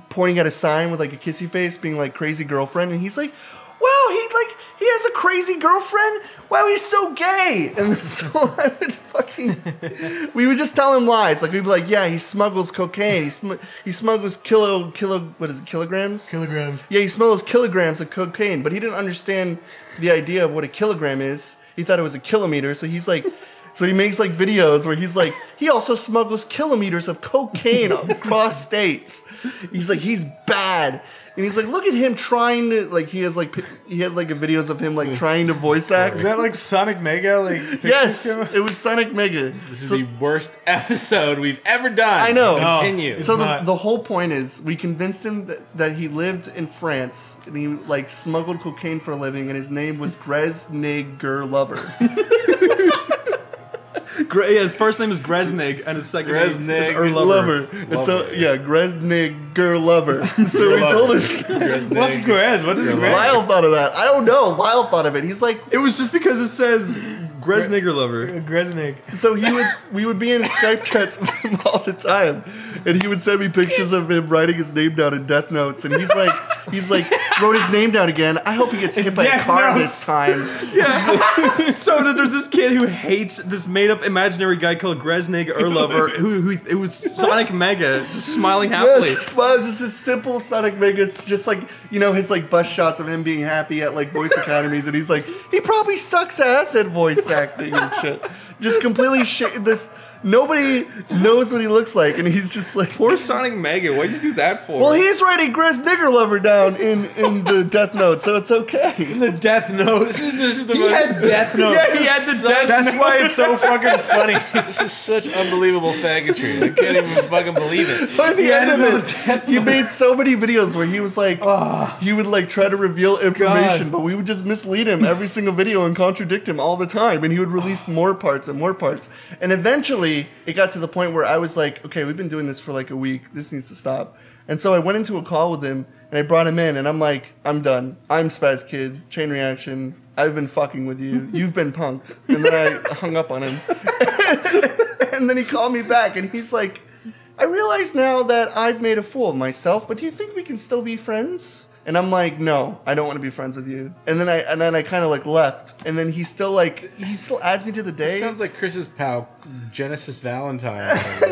Speaker 6: pointing at a sign with like a kissy face, being like crazy girlfriend, and he's like, wow, he like. He has a crazy girlfriend. Wow, he's so gay. And [LAUGHS] so I would fucking we would just tell him lies. Like we'd be like, yeah, he smuggles cocaine. He sm- he smuggles kilo kilo what is it kilograms?
Speaker 3: Kilograms.
Speaker 6: yeah, he smuggles kilograms of cocaine, but he didn't understand the idea of what a kilogram is. He thought it was a kilometer. So he's like. So he makes like videos where he's like, he also smuggles kilometers of cocaine across states. He's like, he's bad, and he's like, look at him trying to like he has like pi- he had like videos of him like trying to voice act.
Speaker 3: Is that like Sonic Mega?
Speaker 4: [LAUGHS]
Speaker 3: Like picture
Speaker 6: yes,
Speaker 3: show?
Speaker 6: it was Sonic Mega.
Speaker 5: This is the worst [LAUGHS] episode we've ever done.
Speaker 6: I know.
Speaker 5: Continue.
Speaker 6: So the,
Speaker 3: not.
Speaker 6: the whole point is, we convinced him that, that he lived in France and he like smuggled cocaine for a living, and his name was Gresnigger [LAUGHS] Lover.
Speaker 4: Gre- yeah, his first name is Gresnig, and his second name is
Speaker 5: Gresnig.
Speaker 4: Erlover.
Speaker 6: Lover. And so yeah, Gresnigger Lover. [LAUGHS] So we told [LAUGHS] him.
Speaker 3: What's Graz? What is Graz?
Speaker 6: Lyle thought of that. I don't know. Lyle thought of it. He's like,
Speaker 4: It was just because it says Gresnig Erlover.
Speaker 3: Gresnik.
Speaker 6: so he would we would be in Skype chats with him all the time, and he would send me pictures of him writing his name down in death notes, and he's like, he's like, wrote his name down again. I hope he gets hit by a [LAUGHS]
Speaker 3: Death
Speaker 6: car
Speaker 3: notes.
Speaker 6: this time.
Speaker 4: [LAUGHS] so that there's this kid who hates this made-up imaginary guy called Gresnig Erlover, who who it was Sonic Mega, just smiling happily.
Speaker 6: Yes, smile, just this simple Sonic Mega. It's just like you know his like bus shots of him being happy at like
Speaker 3: [LAUGHS]
Speaker 6: voice academies, and he's like he probably sucks ass at voice acting and shit. Just completely shit. This nobody knows what he looks like, and he's just like
Speaker 4: Poor Sonic Mega, what'd you do that for?
Speaker 6: Well, he's writing Grizz Nigger Lover down in in the Death Note, so it's okay.
Speaker 3: The Death Note.
Speaker 5: This is, this is the
Speaker 3: He
Speaker 5: most.
Speaker 3: had
Speaker 5: [LAUGHS]
Speaker 3: Death Note.
Speaker 4: yeah, he had the death.
Speaker 3: That's why it's so fucking
Speaker 6: [LAUGHS]
Speaker 3: funny.
Speaker 5: This is such unbelievable faggotry. I can't even fucking believe it.
Speaker 6: By the end of it, he made so many videos where he was like, he would like try to reveal information, but we would just mislead him every single video and contradict him all the time, and he would release more parts and more parts. And eventually, it got to the point where I was like, okay, we've been doing this for like a week. This needs to stop. And so I went into a call with him. And I brought him in, and I'm like, I'm done. I'm Spaz Kid, Chain Reaction. I've been fucking with you. You've been punked. And then I [LAUGHS] hung up on him. [LAUGHS] and then he called me back and he's like, I realize now that I've made a fool of myself, but do you think we can still be friends? And I'm like, no, I don't want to be friends with you. And then I and then I kind of like left. And then he still like he still adds me to the day.
Speaker 5: It sounds like Chris's pal,
Speaker 4: [LAUGHS]
Speaker 5: Genesis Valentine.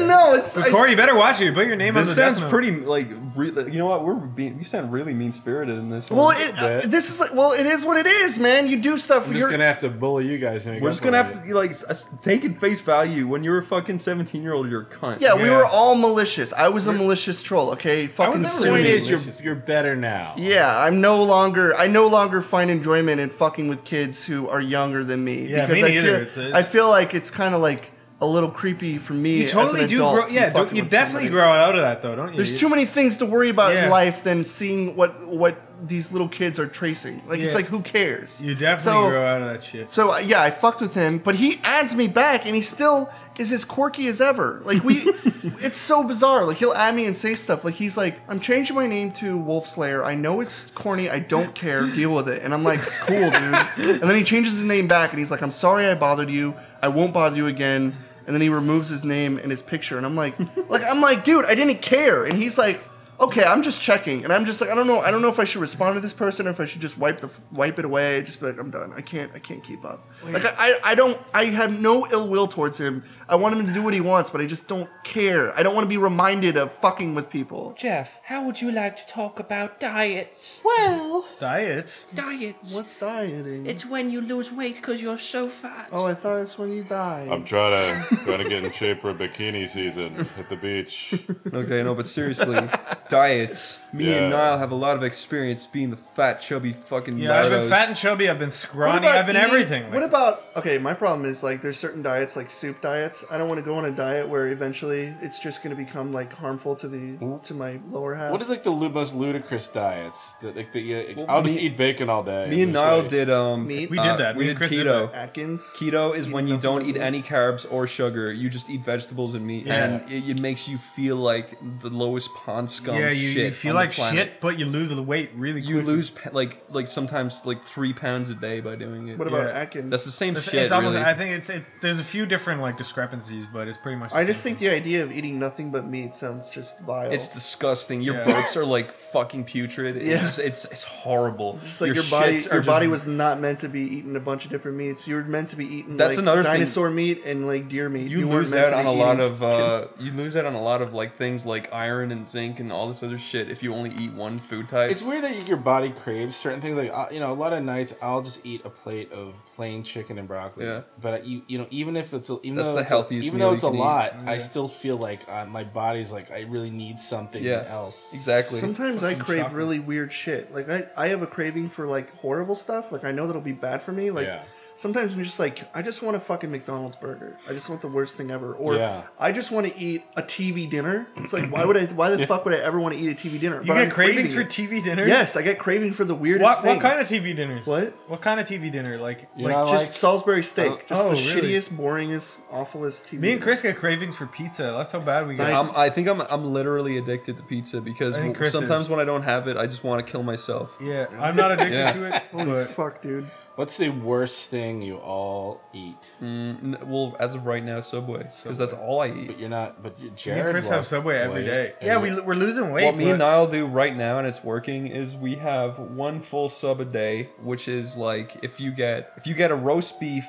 Speaker 6: no, it's I-
Speaker 3: Corey, you better watch it. You put your name on
Speaker 4: This
Speaker 3: the
Speaker 4: sounds
Speaker 3: Death Note.
Speaker 4: pretty like re- like, you know what we're being, we sound really mean spirited in this.
Speaker 6: Well,
Speaker 4: one.
Speaker 6: it, uh, this is like well, it is what it is, man. You do stuff.
Speaker 5: I'm
Speaker 6: you're-
Speaker 5: just gonna have to bully you guys.
Speaker 4: we're just gonna have to like s- s- take it face value. When you're a fucking seventeen year old, you're a cunt.
Speaker 6: yeah, we
Speaker 3: Yeah.
Speaker 4: [LAUGHS]
Speaker 6: were all malicious. I was a malicious troll. Okay, fucking
Speaker 3: never
Speaker 5: The
Speaker 6: sue
Speaker 5: point
Speaker 6: me.
Speaker 5: is, you're you're better now.
Speaker 6: Yeah, I'm no longer. I no longer find enjoyment in fucking with kids who are younger than me.
Speaker 3: Yeah, me
Speaker 6: I feel,
Speaker 3: neither. It's a-
Speaker 6: I feel like it's kind of like a little creepy for me.
Speaker 3: You totally
Speaker 6: as an
Speaker 3: do.
Speaker 6: adult
Speaker 3: Grow,
Speaker 6: to be
Speaker 3: yeah, don't-
Speaker 6: fucking
Speaker 3: you
Speaker 6: with somebody.
Speaker 3: definitely grow out of that though, don't you?
Speaker 6: There's too many things to worry about
Speaker 3: Yeah.
Speaker 6: in life than seeing what what these little kids are tracing. Like it's
Speaker 3: Yeah.
Speaker 6: like who cares?
Speaker 3: You definitely
Speaker 6: So-
Speaker 3: grow out of that shit.
Speaker 6: So uh, yeah, I fucked with him, but he adds me back, and he still is as quirky as ever. Like we, it's so bizarre. Like he'll add me and say stuff. Like he's like, "I'm changing my name to Wolf Slayer. I know it's corny. I don't care. Deal with it." And I'm like, "Cool, dude." And then he changes his name back, and he's like, "I'm sorry I bothered you. I won't bother you again." And then he removes his name and his picture, and I'm like, "Like I'm like, dude, I didn't care." And he's like. Okay, I'm just checking, and I'm just like I don't know. I don't know if I should respond to this person or if I should just wipe the wipe it away. Just be like I'm done. I can't. I can't keep up. Like I, I, I don't. I have no ill will towards him. I want him to do what he wants, but I just don't care. I don't want to be reminded of fucking with people.
Speaker 8: Jeff, how would you like to talk about diets?
Speaker 6: Well,
Speaker 3: Diets.
Speaker 8: Diets.
Speaker 6: what's dieting?
Speaker 8: It's when you lose weight because you're so fat.
Speaker 6: oh, I thought it's when you die.
Speaker 9: I'm trying to trying to get in shape for bikini season at the beach.
Speaker 4: Okay, no, but seriously,
Speaker 3: [LAUGHS]
Speaker 4: diets. Me and
Speaker 9: Yeah.
Speaker 4: Niall have a lot of experience being the fat, chubby fucking
Speaker 3: Yeah, I've been
Speaker 4: weirdos.
Speaker 3: fat and chubby. I've been
Speaker 6: What
Speaker 3: scrawny.
Speaker 6: about
Speaker 3: I've been
Speaker 6: eating-
Speaker 3: everything. like-
Speaker 6: what about okay? My problem is like there's certain diets like soup diets. I don't want to go on a diet where eventually it's just going to become like harmful to the to my lower half.
Speaker 5: What is like the lu- most ludicrous diets? That like that you, I'll just
Speaker 4: me-
Speaker 5: eat bacon all day.
Speaker 4: Me and
Speaker 5: lose
Speaker 4: Niall
Speaker 5: weight.
Speaker 4: did um
Speaker 6: Meat?
Speaker 3: We did
Speaker 4: uh,
Speaker 3: that.
Speaker 4: We
Speaker 3: Me
Speaker 4: did
Speaker 3: and Chris did
Speaker 4: keto.
Speaker 6: Atkins?
Speaker 4: Keto is
Speaker 6: Eat
Speaker 4: when you
Speaker 6: nothing
Speaker 4: don't
Speaker 6: but
Speaker 4: eat
Speaker 6: meat.
Speaker 4: any carbs or sugar. You just eat vegetables and meat, and it, it makes you feel like the lowest pond scum.
Speaker 3: yeah, you,
Speaker 4: shit
Speaker 3: you feel
Speaker 4: on the
Speaker 3: like
Speaker 4: planet.
Speaker 3: shit, but you lose the weight really quick.
Speaker 4: You lose pa- like like sometimes like three pounds a day by doing it.
Speaker 6: What about
Speaker 3: Yeah.
Speaker 6: Atkins?
Speaker 4: That's the same
Speaker 3: It's,
Speaker 4: shit.
Speaker 3: it's almost.
Speaker 4: really.
Speaker 3: I think it's. It, there's a few different like discrepancies, but it's pretty much. The
Speaker 6: I
Speaker 3: same
Speaker 6: just think
Speaker 3: thing.
Speaker 6: the idea of eating nothing but meat sounds just vile.
Speaker 4: It's disgusting. Your
Speaker 3: Yeah.
Speaker 4: burps are like fucking putrid. It's,
Speaker 6: Yeah.
Speaker 4: just- it's it's horrible.
Speaker 6: It's like your, body,
Speaker 4: shits are
Speaker 6: your
Speaker 4: just-
Speaker 6: body was not meant to be eating a bunch of different meats. You were meant to be eating
Speaker 4: That's
Speaker 6: like,
Speaker 4: another thing.
Speaker 6: dinosaur meat and like deer meat.
Speaker 4: You,
Speaker 6: weren't
Speaker 4: lose
Speaker 6: meant
Speaker 4: out
Speaker 6: to
Speaker 4: on
Speaker 6: be
Speaker 4: a lot
Speaker 6: eating-
Speaker 4: of uh, you lose out on a lot of like things like iron and zinc and all this other shit if you only eat one food type.
Speaker 5: It's weird that your body craves certain things. Like uh, you know, a lot of nights I'll just eat a plate of plain chicken and broccoli.
Speaker 4: Yeah.
Speaker 5: But I, you you know, even if it's a- even
Speaker 4: That's
Speaker 5: though
Speaker 4: the
Speaker 5: it's
Speaker 4: healthiest
Speaker 5: a, even
Speaker 4: meal
Speaker 5: though
Speaker 4: you
Speaker 5: it's a
Speaker 4: can eat.
Speaker 5: lot, I still feel like uh, my body's like I really need something
Speaker 4: Yeah.
Speaker 5: else.
Speaker 4: Exactly.
Speaker 6: Sometimes I crave
Speaker 3: shocking.
Speaker 6: really weird shit. Like I, I have a craving for like horrible stuff. Like I know that'll be bad for me. Like
Speaker 5: Yeah.
Speaker 6: sometimes I'm just like, I just want a fucking McDonald's burger. I just want the worst thing ever. Or
Speaker 5: Yeah.
Speaker 6: I just want to eat a TV dinner. It's like why would I? Why the fuck would I ever want to eat a TV dinner?
Speaker 3: You get
Speaker 6: I'm
Speaker 3: cravings for
Speaker 6: craving it.
Speaker 3: TV dinners.
Speaker 6: Yes, I get craving for the weirdest.
Speaker 3: What,
Speaker 6: things.
Speaker 3: what kind of TV dinners?
Speaker 6: What?
Speaker 3: What kind of TV dinner? Like,
Speaker 5: You
Speaker 3: like
Speaker 5: know, I
Speaker 6: Just
Speaker 5: like-
Speaker 6: Salisbury steak.
Speaker 5: Oh,
Speaker 6: just
Speaker 3: oh,
Speaker 6: the
Speaker 3: really?
Speaker 6: shittiest, boringest, awfulest TV.
Speaker 3: me and Chris get cravings for pizza. That's how bad we get.
Speaker 6: I-
Speaker 4: I'm, I think I'm I'm literally addicted to pizza because
Speaker 3: I think
Speaker 4: w-
Speaker 3: Chris
Speaker 4: sometimes
Speaker 3: is.
Speaker 4: when I don't have it, I just want to kill myself.
Speaker 3: yeah, I'm not addicted
Speaker 4: Yeah.
Speaker 3: to it.
Speaker 6: Holy
Speaker 3: but
Speaker 6: fuck, dude.
Speaker 5: What's the worst thing you all eat?
Speaker 4: Hmm. N- Well, as of right now, Subway because that's all I eat.
Speaker 5: But you're not. But you're
Speaker 3: me
Speaker 5: Jared.
Speaker 3: and Chris have
Speaker 5: lost
Speaker 3: Subway every
Speaker 5: weight,
Speaker 3: day.
Speaker 5: and
Speaker 3: Yeah,
Speaker 5: you-
Speaker 3: we, we're losing weight.
Speaker 4: What me and
Speaker 3: but-
Speaker 4: Niall do right now, and it's working, is we have one full sub a day, which is like if you get if you get a roast beef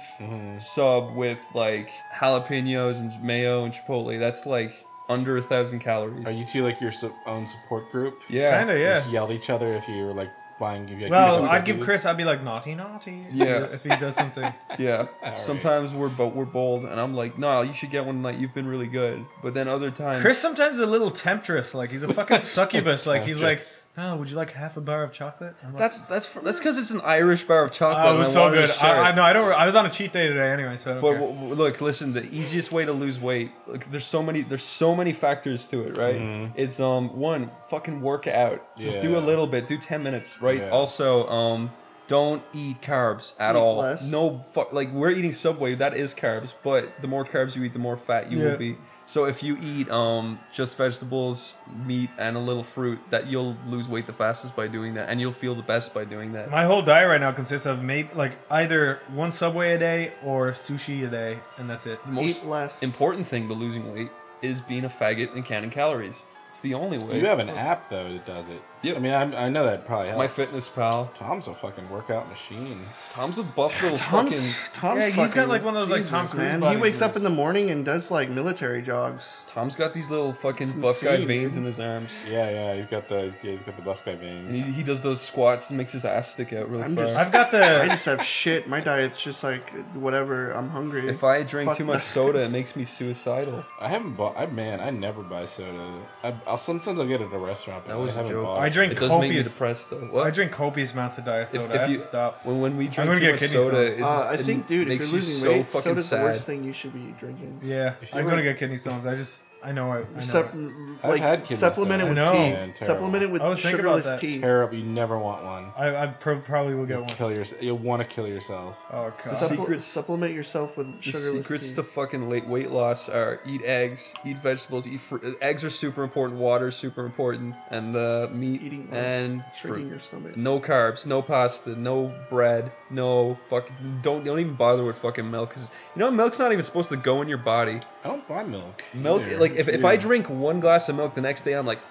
Speaker 4: sub with like jalapenos and mayo and chipotle, that's like under a thousand calories.
Speaker 5: Are you two like your su- own support group?
Speaker 4: yeah,
Speaker 3: kinda
Speaker 5: You
Speaker 3: yeah.
Speaker 5: Just yell at each other if you were like buying. Like,
Speaker 3: Well,
Speaker 5: you know,
Speaker 3: I'd give
Speaker 5: you-
Speaker 3: Chris. I'd be like naughty, naughty.
Speaker 4: Yeah.
Speaker 3: if he does something.
Speaker 4: Yeah. Sometimes we're but we're bold, and I'm like, Niall, you should get one. Like you've been really good, but then other times,
Speaker 3: Chris sometimes is a little temptress. Like he's a fucking succubus. Like he's like, oh, would you like half a bar of chocolate? I'm like,
Speaker 4: That's that's for, that's because it's an Irish bar of chocolate.
Speaker 3: oh, it
Speaker 4: and
Speaker 3: was
Speaker 4: I
Speaker 3: so
Speaker 4: wanted to
Speaker 3: good.
Speaker 4: share
Speaker 3: I, I
Speaker 4: it.
Speaker 3: no, I don't. I was on a cheat day today anyway, so I don't
Speaker 4: But
Speaker 3: care.
Speaker 4: w- w- look, listen. The easiest way to lose weight, like, there's so many, there's so many factors to it, right?
Speaker 3: Mm-hmm.
Speaker 4: It's um one, fucking work out. Just do a
Speaker 5: Yeah.
Speaker 4: little bit. Do ten minutes, right?
Speaker 5: Yeah.
Speaker 4: Also, um, don't eat carbs at
Speaker 6: Eat
Speaker 4: all.
Speaker 6: less.
Speaker 4: No, fuck. Like we're eating Subway, that is carbs. But the more carbs you eat, the more fat you will be. So if you eat um just vegetables, meat, and a little fruit, that you'll lose weight the fastest by doing that, and you'll feel the best by doing that.
Speaker 3: My whole diet right now consists of maybe like either one Subway a day or sushi a day, and that's it.
Speaker 4: The most
Speaker 6: Eat less.
Speaker 4: important thing to losing weight is being a faggot and counting calories. It's the only way.
Speaker 5: You have an app though that does it.
Speaker 4: Yep.
Speaker 5: I mean, I'm, I know that probably helps.
Speaker 4: My fitness pal.
Speaker 5: Tom's a fucking workout machine.
Speaker 4: Tom's a
Speaker 3: [SIGHS]
Speaker 4: buff little
Speaker 6: Tom's,
Speaker 4: fucking.
Speaker 6: Tom's
Speaker 3: Yeah, he's got,
Speaker 6: fucking-
Speaker 3: like, one of those, like,
Speaker 6: Jesus,
Speaker 3: Tom Cruise
Speaker 6: man. He
Speaker 3: body
Speaker 6: wakes up
Speaker 3: moves.
Speaker 6: in the morning and does like military jogs.
Speaker 4: Tom's got these little fucking
Speaker 6: It's
Speaker 4: buff guy
Speaker 6: insane,
Speaker 4: veins
Speaker 6: dude.
Speaker 4: in his arms.
Speaker 5: Yeah, yeah, he's got the yeah, he's got the buff guy veins.
Speaker 4: And he, he does those squats and makes his ass stick out really
Speaker 6: I'm
Speaker 4: far.
Speaker 6: just-
Speaker 3: I've got
Speaker 6: I
Speaker 3: the.
Speaker 6: just have shit. My diet's just like whatever. I'm hungry.
Speaker 4: if I drink
Speaker 6: Fuck
Speaker 4: too much
Speaker 6: that.
Speaker 4: soda, it makes me suicidal.
Speaker 5: I haven't bought. I man, I never buy soda. I, I'll sometimes I'll get it at a restaurant. But
Speaker 4: That was
Speaker 5: I
Speaker 4: a
Speaker 5: haven't
Speaker 4: joke.
Speaker 5: Bought
Speaker 3: I
Speaker 5: it.
Speaker 3: drink
Speaker 4: It does make me
Speaker 3: copious.
Speaker 4: depressed though. What?
Speaker 3: I drink copious amounts of diet soda. I have to stop.
Speaker 4: When, when we drink
Speaker 3: gonna
Speaker 4: too
Speaker 3: get
Speaker 4: much
Speaker 3: kidney
Speaker 4: soda,
Speaker 3: stones.
Speaker 4: it
Speaker 6: uh,
Speaker 4: just
Speaker 6: I
Speaker 4: it
Speaker 6: think, dude, if
Speaker 4: makes
Speaker 6: you're
Speaker 4: you
Speaker 6: losing
Speaker 4: so
Speaker 6: weight,
Speaker 4: fucking
Speaker 6: soda's
Speaker 4: sad.
Speaker 6: the worst thing you should be drinking.
Speaker 3: Yeah,
Speaker 5: you
Speaker 3: I'm gonna
Speaker 5: were-
Speaker 3: get kidney stones. I just, I know it. I know
Speaker 6: Sup-
Speaker 3: it.
Speaker 5: I've
Speaker 6: like
Speaker 5: had kidney
Speaker 6: supplement it with
Speaker 5: stones.
Speaker 3: I know.
Speaker 6: tea.
Speaker 5: Man, terrible.
Speaker 6: supplement it with
Speaker 3: I was thinking about
Speaker 6: sugarless
Speaker 3: that.
Speaker 6: tea.
Speaker 5: Tear up. You never want one.
Speaker 3: I, I pro- probably will get one.
Speaker 5: Kill yourself. You'll want to kill yourself.
Speaker 3: Oh god.
Speaker 6: Supple-
Speaker 4: Secrets-
Speaker 6: supplement yourself with
Speaker 4: The
Speaker 6: sugarless
Speaker 4: secrets
Speaker 6: tea.
Speaker 4: to fucking late weight loss are eat eggs, eat vegetables, eat fruit. Eggs are super important, water is super important, and uh, meat
Speaker 6: Eating less,
Speaker 4: and
Speaker 6: shrinking
Speaker 4: fruit.
Speaker 6: your stomach.
Speaker 4: No carbs, no pasta, no bread, no fucking. Don't don't even bother with fucking milk because you know milk's not even supposed to go in your body.
Speaker 5: I don't buy milk.
Speaker 4: Milk,
Speaker 5: either.
Speaker 4: like if,
Speaker 5: It's
Speaker 4: if I
Speaker 5: weird.
Speaker 4: drink one glass of milk the next day, I'm like, [CLEARS THROAT]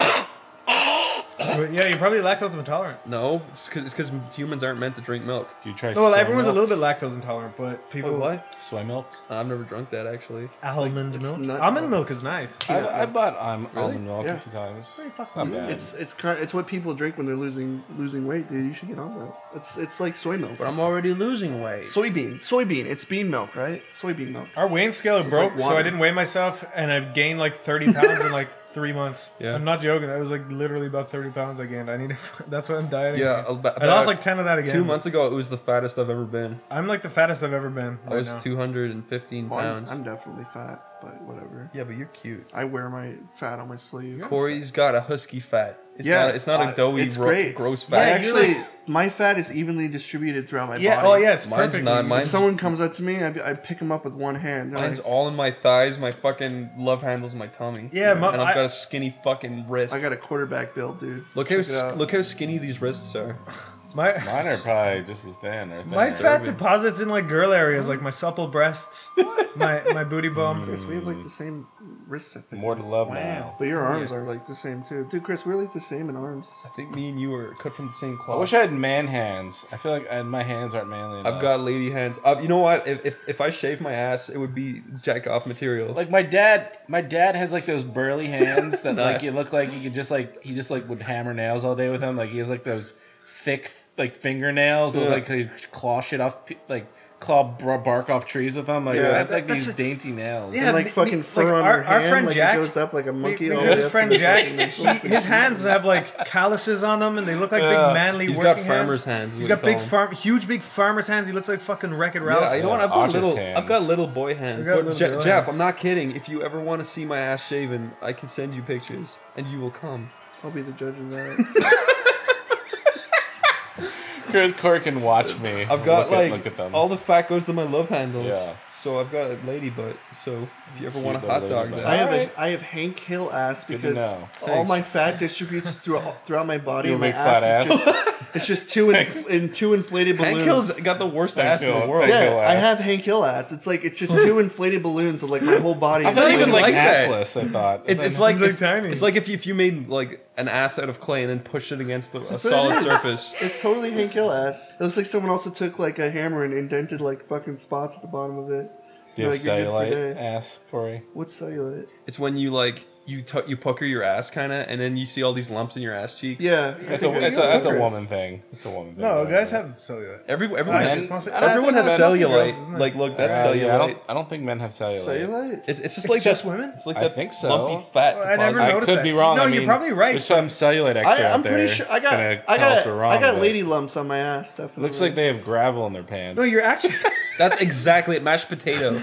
Speaker 3: But yeah, you're probably lactose intolerant.
Speaker 4: no, it's because humans aren't meant to drink milk.
Speaker 5: do you try?
Speaker 3: No, well,
Speaker 5: soy
Speaker 3: everyone's a
Speaker 5: milk?
Speaker 3: little bit lactose intolerant, but people
Speaker 5: soy milk.
Speaker 4: I've never drunk that actually.
Speaker 3: almond
Speaker 6: it's
Speaker 3: milk.
Speaker 6: nut
Speaker 3: Almond
Speaker 6: milk.
Speaker 3: milk is nice.
Speaker 5: I, I bought um, almond milk
Speaker 6: Yeah.
Speaker 5: a few times. It's
Speaker 3: fucking
Speaker 5: not bad.
Speaker 6: It's it's kind it's what people drink when they're losing losing weight, dude. You should get on that. It's it's like soy milk.
Speaker 4: But I'm already losing weight.
Speaker 6: Soybean, soybean. It's bean milk, right? Soybean milk.
Speaker 3: Our weighing scale broke,
Speaker 6: like
Speaker 3: so I
Speaker 6: water. [LAUGHS]
Speaker 3: didn't weigh myself, and I've gained like 30 pounds in like three months.
Speaker 4: Yeah.
Speaker 3: I'm not joking. I was like literally about 30 pounds I gained. I need to. [LAUGHS] That's why I'm dieting.
Speaker 4: Yeah,
Speaker 3: I
Speaker 4: ab-
Speaker 3: lost
Speaker 4: about
Speaker 3: like 10 of that again.
Speaker 4: Two months ago, it was the fattest I've ever been.
Speaker 3: I'm like the fattest I've ever been.
Speaker 4: I
Speaker 3: Right
Speaker 4: was
Speaker 3: now.
Speaker 4: 215
Speaker 9: Well, I'm,
Speaker 4: pounds.
Speaker 9: I'm definitely fat, but whatever.
Speaker 4: yeah, but you're cute.
Speaker 9: I wear my fat on my sleeve.
Speaker 4: Corey's got a husky fat. It's
Speaker 9: Yeah,
Speaker 4: not, it's not
Speaker 9: uh,
Speaker 4: a doughy,
Speaker 9: it's
Speaker 4: ro-
Speaker 9: great.
Speaker 4: gross
Speaker 9: I
Speaker 4: fat.
Speaker 9: actually, my fat is evenly distributed throughout my
Speaker 3: Yeah.
Speaker 9: body.
Speaker 3: Oh yeah. It's
Speaker 4: Mine's
Speaker 3: perfect.
Speaker 4: not.
Speaker 9: If
Speaker 4: Mine's,
Speaker 9: someone comes up to me, I, I pick them up with one hand. They're
Speaker 4: mine's
Speaker 9: like,
Speaker 4: all in my thighs. My fucking love handles my tummy.
Speaker 3: Yeah, my-
Speaker 4: and I've
Speaker 3: I-
Speaker 4: got a skinny fucking wrist.
Speaker 9: I got a quarterback build, dude.
Speaker 4: look how
Speaker 9: Check it
Speaker 4: s-
Speaker 9: out.
Speaker 4: look how skinny these wrists are.
Speaker 3: My,
Speaker 5: Mine are probably just as thin. Or
Speaker 3: [LAUGHS] my
Speaker 5: thinner.
Speaker 3: fat deposits in like girl areas, like my supple breasts, my my booty bump.
Speaker 9: Chris, we have like the same wrist set.
Speaker 5: More to
Speaker 9: thickness.
Speaker 5: love now.
Speaker 9: But your arms are like the same too, dude. Chris, we're like the same in arms.
Speaker 4: I think me and you are cut from the same
Speaker 5: I
Speaker 4: cloth.
Speaker 5: wish I had man hands. I feel like I, my hands aren't manly enough.
Speaker 4: I've got lady hands. Uh, you know what? If, if if I shave my ass, it would be jack off material.
Speaker 5: like my dad. My dad has like those burly hands [LAUGHS] that like it looked like he could just like he just like would hammer nails all day with them. Like he has like those thick like fingernails that like he claw shit off pe- like claw br- bark off trees with them. Like
Speaker 9: Yeah.
Speaker 5: I have like
Speaker 3: That- that's
Speaker 5: these
Speaker 3: a-
Speaker 5: dainty nails.
Speaker 3: Yeah,
Speaker 9: And like
Speaker 3: me-
Speaker 9: fucking
Speaker 3: me-
Speaker 9: fur
Speaker 3: like,
Speaker 9: on
Speaker 3: our-
Speaker 9: your
Speaker 3: our
Speaker 9: hand,
Speaker 3: friend
Speaker 9: like
Speaker 3: Jack-
Speaker 9: it goes up like a monkey. all the way
Speaker 3: Because
Speaker 9: up
Speaker 3: friend
Speaker 9: to the
Speaker 3: Jack,
Speaker 9: fucking- [LAUGHS]
Speaker 3: he, his hands have like calluses on them, and they look like big manly.
Speaker 4: He's
Speaker 3: working
Speaker 4: got farmer's hands, is
Speaker 3: He's
Speaker 4: what you
Speaker 3: got
Speaker 4: call
Speaker 3: big
Speaker 4: them.
Speaker 3: farm, huge big farmer's hands. He looks like fucking Wreck-It Ralph.
Speaker 4: Yeah, you know what? I've
Speaker 5: Artist
Speaker 4: got little.
Speaker 5: hands.
Speaker 4: I've got little boy hands.
Speaker 3: I've got
Speaker 4: But
Speaker 3: little
Speaker 4: Je-
Speaker 3: boy
Speaker 4: Jeff,
Speaker 3: hands.
Speaker 4: I'm not kidding. If you ever want to see my ass shaven, I can send you pictures, and you will come.
Speaker 9: I'll be the judge of that.
Speaker 3: [LAUGHS]
Speaker 5: Chris Corey can watch me.
Speaker 4: I've got
Speaker 5: Oh, look
Speaker 4: like
Speaker 5: at, look at them.
Speaker 4: all the fat goes to my love handles.
Speaker 5: Yeah.
Speaker 4: So I've got a lady butt. So if you ever want a
Speaker 5: little
Speaker 4: hot dog, then-
Speaker 5: lady butt.
Speaker 9: I have
Speaker 5: Alright.
Speaker 9: a, I have Hank Hill ass
Speaker 5: Good to
Speaker 9: because
Speaker 5: know.
Speaker 9: all my fat distributes throughout throughout my body.
Speaker 5: You
Speaker 9: and my
Speaker 5: big fat
Speaker 9: ass, is just, it's just
Speaker 5: [LAUGHS]
Speaker 9: two inf- in two inflated balloons.
Speaker 4: uh, Hank Hill's got the worst ass in the
Speaker 5: Hill.
Speaker 4: world.
Speaker 5: Hank
Speaker 9: yeah,
Speaker 5: Hill
Speaker 9: I
Speaker 5: ass.
Speaker 9: have Hank Hill ass. It's like it's just
Speaker 4: [LAUGHS]
Speaker 9: two inflated balloons of like my whole body.
Speaker 4: It's not even like that.
Speaker 5: assless. I thought
Speaker 4: It's, it's like,
Speaker 3: It's like
Speaker 4: it's,
Speaker 3: tiny.
Speaker 4: it's like if you, if you made like an ass out of clay and then pushed it against the, a
Speaker 9: what it
Speaker 4: solid
Speaker 9: is.
Speaker 4: surface.
Speaker 9: It's totally Hank Hill ass. It looks like someone also took like a hammer and indented like fucking spots at the bottom of it.
Speaker 5: Do you have
Speaker 9: Like, you're good for
Speaker 5: cellulite
Speaker 9: day.
Speaker 5: ass, Corey?
Speaker 9: What's cellulite?
Speaker 4: It's when you like you tuck you pucker your ass kind of, and then you see all these lumps in your ass cheeks.
Speaker 9: Yeah,
Speaker 5: That's a that's a, that's a woman thing. That's a woman thing.
Speaker 3: no,
Speaker 9: Oh,
Speaker 5: Like,
Speaker 3: guys have cellulite.
Speaker 4: Every, everyone
Speaker 3: Uh,
Speaker 4: has,
Speaker 3: it's mostly-
Speaker 4: everyone
Speaker 3: I don't
Speaker 4: has
Speaker 3: think that's girls,
Speaker 4: cellulite.
Speaker 3: isn't it?
Speaker 4: like, look, that's
Speaker 5: Uh,
Speaker 4: cellulite.
Speaker 5: yeah, I don't I don't think men have cellulite.
Speaker 9: Cellulite.
Speaker 4: It's, it's just
Speaker 3: It's
Speaker 4: like
Speaker 3: just
Speaker 4: that,
Speaker 3: women?
Speaker 4: It's like
Speaker 5: I
Speaker 4: that
Speaker 5: think so.
Speaker 4: lumpy fat.
Speaker 3: Well, I never
Speaker 4: deposit.
Speaker 5: I
Speaker 3: noticed
Speaker 5: could
Speaker 3: that.
Speaker 5: be wrong.
Speaker 3: No,
Speaker 5: I
Speaker 3: you're
Speaker 5: mean,
Speaker 3: probably right.
Speaker 5: There's some cellulite expert
Speaker 9: I,
Speaker 5: out
Speaker 9: I'm
Speaker 5: there
Speaker 9: pretty sure I
Speaker 5: that's
Speaker 9: got
Speaker 5: gonna
Speaker 9: I
Speaker 5: tell us
Speaker 9: got
Speaker 5: we're wrong,
Speaker 9: I got
Speaker 5: but
Speaker 9: lady lumps on my ass. Definitely.
Speaker 5: Looks like they have gravel in their pants.
Speaker 3: No, you're actually [LAUGHS]
Speaker 4: That's exactly it. Mashed potato.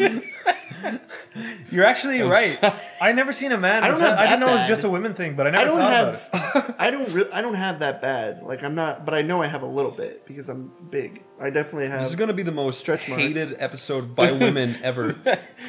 Speaker 3: you're actually right. I never seen a man.
Speaker 9: I
Speaker 3: I
Speaker 9: don't
Speaker 3: don't know.
Speaker 9: have
Speaker 3: I didn't know
Speaker 9: that
Speaker 3: it was
Speaker 9: bad.
Speaker 3: just a women thing, but I never
Speaker 9: I don't
Speaker 3: thought about it. [LAUGHS]
Speaker 9: have I don't re- I don't have that bad. Like I'm not, but I know I have a little bit because I'm big. I definitely have.
Speaker 4: this is gonna be the most
Speaker 9: Stretch marks.
Speaker 4: hated episode by women
Speaker 3: [LAUGHS]
Speaker 4: ever.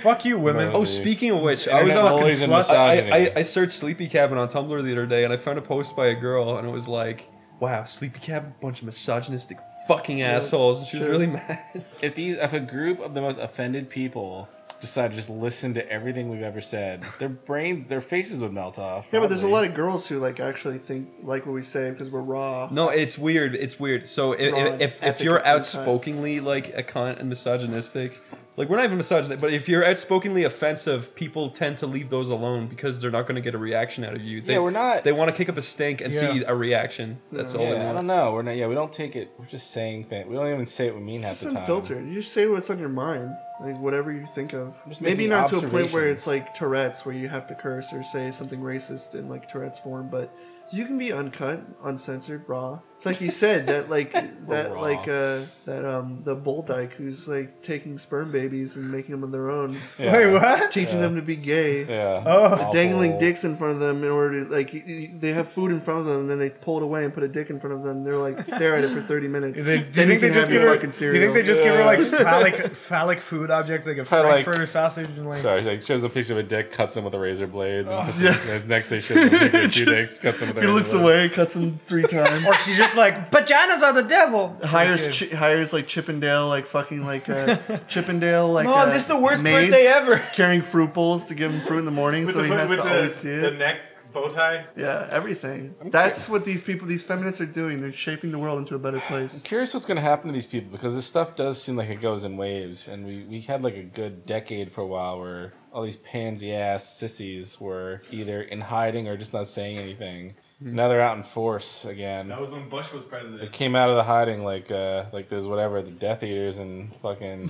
Speaker 3: Fuck you, women.
Speaker 4: Oh, speaking of which, I was
Speaker 5: Internet
Speaker 4: on
Speaker 5: bullies and
Speaker 3: sluts.
Speaker 4: I,
Speaker 5: misogyny.
Speaker 4: I, I searched Sleepy Cabin on Tumblr the other day and I found a post by a girl and it was like, wow, Sleepy Cabin, bunch of misogynistic fucking assholes. And she was really [LAUGHS] mad.
Speaker 5: if these if a group of the most offended people decide to just listen to everything we've ever said, their brains, their faces would melt off.
Speaker 9: yeah, but there's a lot of girls who like actually think like what we say because we're raw.
Speaker 4: No, it's weird. It's weird. So i- i-
Speaker 9: Broad,
Speaker 4: if, if,
Speaker 9: ethical
Speaker 4: you're
Speaker 9: cunt.
Speaker 4: outspokenly like a cunt and misogynistic, like we're not even misogynistic, but if you're outspokenly offensive, people tend to leave those alone because they're not going to get a reaction out of you. They,
Speaker 5: we're not-
Speaker 4: They want to kick up a stink and
Speaker 3: Yeah.
Speaker 4: see a reaction. That's all they
Speaker 5: Yeah, I
Speaker 4: want.
Speaker 5: don't know. We're not. Yeah, we don't take it. We're just saying things. We don't even say what we mean half
Speaker 9: It's
Speaker 5: the time.
Speaker 9: unfiltered. You just say what's on your mind, like whatever you think of.
Speaker 5: Just
Speaker 9: Maybe
Speaker 5: making
Speaker 9: not to a point where
Speaker 5: observations.
Speaker 9: it's like Tourette's, where you have to curse or say something racist in like Tourette's form, but you can be uncut, uncensored, raw. It's like you said
Speaker 5: [LAUGHS]
Speaker 9: that, like that,
Speaker 5: raw.
Speaker 9: like uh, that um the bull dyke who's like taking sperm babies and making them
Speaker 5: [LAUGHS]
Speaker 9: their own,
Speaker 5: Yeah.
Speaker 3: Wait, what?
Speaker 9: teaching them to be gay.
Speaker 5: Yeah.
Speaker 3: Oh,
Speaker 9: [LAUGHS] Dangling
Speaker 5: Awful.
Speaker 9: dicks in front of them in order to like y- y- they have food in front of them and then they pull it away and put a dick in front of them. They're like stare at it for thirty
Speaker 5: [LAUGHS]
Speaker 9: minutes.
Speaker 3: Do, [LAUGHS] they, do
Speaker 9: Then
Speaker 3: you think
Speaker 9: can
Speaker 3: they just
Speaker 9: have your
Speaker 3: give her?
Speaker 9: fucking
Speaker 3: Do you think
Speaker 9: cereal.
Speaker 3: they just give her like phallic, phallic food objects like a
Speaker 5: Phallic.
Speaker 3: frankfurter sausage and like?
Speaker 5: Sorry, like shows a picture of a dick, cuts him with a razor blade.
Speaker 3: Oh,
Speaker 5: And puts him- and next day shows
Speaker 3: [LAUGHS]
Speaker 5: a
Speaker 6: [LAUGHS]
Speaker 5: picture of two
Speaker 9: Just-
Speaker 5: dicks, cuts him with a
Speaker 9: He
Speaker 5: razor
Speaker 9: looks
Speaker 5: blade.
Speaker 9: away, cuts
Speaker 5: [LAUGHS]
Speaker 9: him three times.
Speaker 3: Or she's just like vaginas are the devil.
Speaker 9: hires chi- hires like Chippendale, like fucking like
Speaker 5: [LAUGHS]
Speaker 9: uh, Chippendale, like
Speaker 3: Mom,
Speaker 9: uh,
Speaker 3: this is the worst birthday ever. [LAUGHS]
Speaker 9: Carrying fruit bowls to give him fruit in the morning, so he has to always see it.
Speaker 3: neck bow tie.
Speaker 9: yeah, everything. That's what these people, these feminists, are doing. They're shaping the world into a better place.
Speaker 5: curious what's going to happen to these people because this stuff does seem like it goes in waves and we, we had like a good decade for a while where all these pansy ass sissies were either in hiding or just not saying anything. Now they're out in force again.
Speaker 3: That was when Bush was
Speaker 5: It
Speaker 3: president.
Speaker 5: came out of the hiding like uh like those whatever the Death Eaters and fucking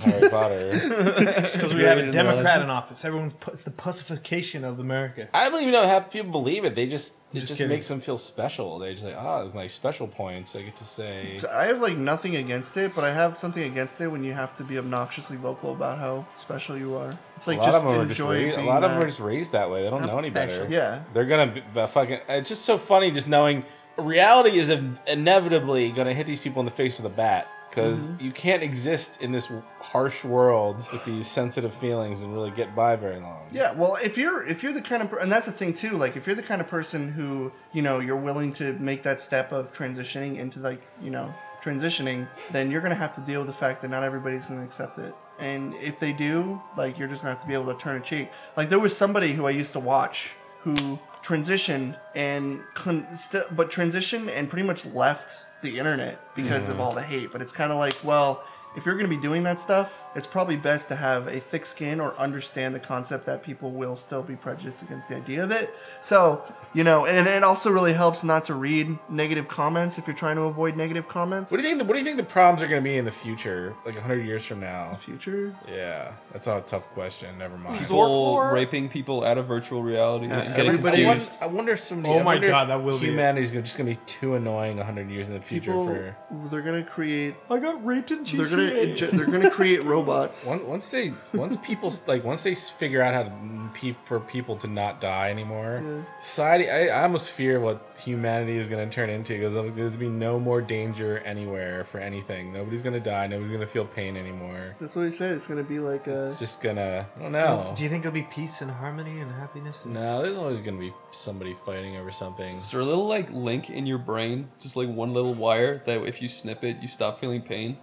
Speaker 3: [LAUGHS]
Speaker 5: Harry Potter.
Speaker 3: Because we have a Democrat in office. Everyone's pu- it's the pacification of America.
Speaker 5: I don't even know how people believe it. They just it
Speaker 3: just
Speaker 5: just,
Speaker 3: kidding.
Speaker 5: makes them feel special. They just like ah my special points. I get to say
Speaker 6: So I have like nothing against it, but I have something against it when you have to be obnoxiously vocal about how special you are. It's
Speaker 5: a
Speaker 6: like
Speaker 5: lot
Speaker 6: just
Speaker 5: of them are just
Speaker 6: enjoy
Speaker 5: raised, a
Speaker 6: being
Speaker 5: lot
Speaker 6: that.
Speaker 5: of them are just raised that way. They don't
Speaker 4: Not
Speaker 5: know any better.
Speaker 4: special.
Speaker 6: Yeah.
Speaker 5: they're gonna be, the fucking. It's just so funny just knowing reality is inevitably gonna hit these people in the face with a bat because
Speaker 6: Mm-hmm.
Speaker 5: you can't exist in this harsh world with these sensitive feelings and really get by very long.
Speaker 6: Yeah, well, if you're if you're the kind of per- and that's the thing too, like if you're the kind of person who you know you're willing to make that step of transitioning into like you know transitioning, then you're gonna have to deal with the fact that not everybody's gonna accept it. And if they do, like you're just gonna have to be able to turn a cheek. Like there was somebody who I used to watch who transitioned and con- st- but transitioned and pretty much left the internet because
Speaker 3: Mm-hmm.
Speaker 6: of all the hate. But it's kind of like, well, if you're going to be doing that stuff, it's probably best to have a thick skin or understand the concept that people will still be prejudiced against the idea of it. So, you know, and it also really helps not to read negative comments if you're trying to avoid negative comments.
Speaker 5: What do you think? The, what do you think the problems are gonna be in the future, like hundred years from now?
Speaker 6: Future?
Speaker 5: Yeah, that's not a tough question. Never mind.
Speaker 4: People raping people out of virtual reality and getting
Speaker 6: everybody-
Speaker 5: I wonder,
Speaker 4: confused.
Speaker 5: I wonder if somebody.
Speaker 3: Oh
Speaker 5: I
Speaker 3: my
Speaker 5: wonder if
Speaker 3: God, that will be it.
Speaker 5: humanity's gonna just gonna be too annoying hundred years in the future
Speaker 6: People,
Speaker 5: for.
Speaker 6: they're going to create.
Speaker 3: I got raped in
Speaker 6: They're gonna inje- they're gonna create
Speaker 4: [LAUGHS]
Speaker 6: robots.
Speaker 5: Once, once they, once people, like once they figure out how to mm, pe- for people to not die anymore, society. I, I almost fear what humanity is going to turn into because there's going to be no more danger anywhere for anything. Nobody's going to die. Nobody's going to feel pain anymore.
Speaker 6: That's what he said. It's gonna be like a.
Speaker 5: It's just gonna. I don't know.
Speaker 3: Do you think it'll be peace and harmony and happiness? And-
Speaker 5: Oh. No, there's always going to be somebody fighting over something.
Speaker 4: [LAUGHS] Is there a little like link in your brain, just like one little wire that if you snip it, you stop feeling pain?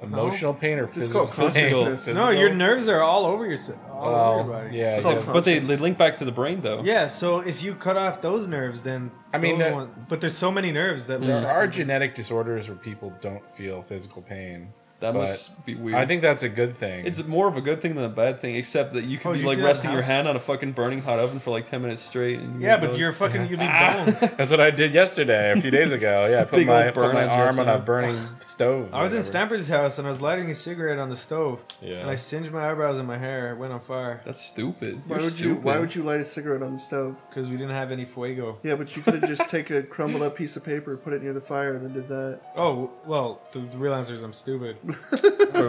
Speaker 5: Emotional pain or
Speaker 6: It's
Speaker 5: physical
Speaker 6: called
Speaker 5: pain.
Speaker 6: consciousness.
Speaker 3: No, your nerves are all over yourself. All
Speaker 5: Oh,
Speaker 3: over your body.
Speaker 5: yeah.
Speaker 6: It's
Speaker 5: yeah.
Speaker 6: called
Speaker 4: But they,
Speaker 6: conscious.
Speaker 4: they link back to the brain though.
Speaker 3: Yeah, so if you cut off those nerves, then
Speaker 5: I mean, Mm.
Speaker 3: those
Speaker 5: that-
Speaker 3: one- but there's so many nerves that
Speaker 5: There
Speaker 4: Mm.
Speaker 3: they're
Speaker 5: are genetic disorders where people don't feel physical pain.
Speaker 4: That
Speaker 5: but
Speaker 4: must be weird.
Speaker 5: I think that's a good thing.
Speaker 4: It's more of a good thing than a bad thing, except that you could
Speaker 3: Oh,
Speaker 4: be
Speaker 3: did you
Speaker 4: like
Speaker 3: see that
Speaker 4: resting your
Speaker 3: house?
Speaker 4: hand on a fucking burning hot oven for like ten minutes straight. And
Speaker 3: yeah,
Speaker 4: who
Speaker 3: but
Speaker 4: knows?
Speaker 3: you're fucking
Speaker 5: [LAUGHS]
Speaker 3: you'd be
Speaker 5: Ah.
Speaker 3: boned.
Speaker 5: That's what I did yesterday, a few days
Speaker 4: [LAUGHS]
Speaker 5: ago. Yeah, I put
Speaker 4: Big
Speaker 5: my,
Speaker 4: old
Speaker 5: put my
Speaker 4: burn
Speaker 5: arm on a
Speaker 4: outside.
Speaker 5: burning stove. or
Speaker 3: I was in
Speaker 5: whatever.
Speaker 3: Stamper's house and I was lighting a cigarette on the stove.
Speaker 5: Yeah.
Speaker 3: And I singed my eyebrows and my hair. It went on fire
Speaker 4: That's stupid.
Speaker 6: Why
Speaker 4: You're
Speaker 6: would you?
Speaker 4: stupid.
Speaker 6: Why would you light a cigarette on the stove?
Speaker 3: because we didn't have any fuego.
Speaker 6: Yeah, but you could have just take a crumbled up piece of paper, put it near the fire, and then did that.
Speaker 3: Oh well, the the real answer is I'm stupid.
Speaker 4: Or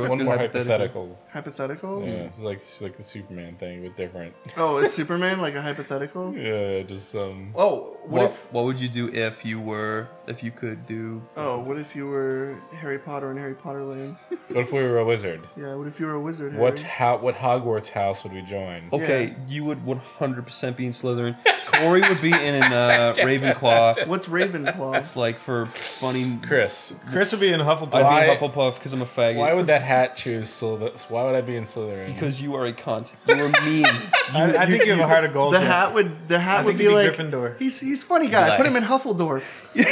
Speaker 4: what's
Speaker 5: One
Speaker 4: good
Speaker 5: more
Speaker 4: hypothetical?
Speaker 5: hypothetical.
Speaker 6: Hypothetical?
Speaker 3: Hmm.
Speaker 5: Yeah, it's like it's like the Superman thing,
Speaker 3: [LAUGHS]
Speaker 5: but different.
Speaker 6: Oh, is Superman like a hypothetical?
Speaker 5: Yeah, just um.
Speaker 6: Oh, what,
Speaker 4: What,
Speaker 6: if?
Speaker 4: what would you do if you were if you could do
Speaker 6: Oh, what if you were Harry Potter in Harry Potter Land?
Speaker 5: What if we were a wizard?
Speaker 6: Yeah, what if you were a wizard? Harry?
Speaker 5: What how what Hogwarts house would we join?
Speaker 4: Okay, you would 100% be in Slytherin. Corey would be in
Speaker 5: [LAUGHS]
Speaker 4: uh, Ravenclaw.
Speaker 6: What's Ravenclaw?
Speaker 3: [LAUGHS]
Speaker 4: That's like for funny. [LAUGHS]
Speaker 5: Chris,
Speaker 3: Chris would be in Hufflepuff.
Speaker 5: Why-
Speaker 4: I'd be Hufflepuff because I'm a faggot.
Speaker 5: why would that hat choose Slytherin? Why would I be in Slytherin?
Speaker 4: Because you are a cunt. You are mean.
Speaker 5: [LAUGHS]
Speaker 3: I, I think you have a heart of gold.
Speaker 6: The
Speaker 3: Jeff.
Speaker 6: hat would. The hat
Speaker 3: I
Speaker 6: would
Speaker 3: think
Speaker 6: be, like.
Speaker 3: it'd be Gryffindor.
Speaker 6: He's he's a funny guy. Put him in Hufflepuff. Is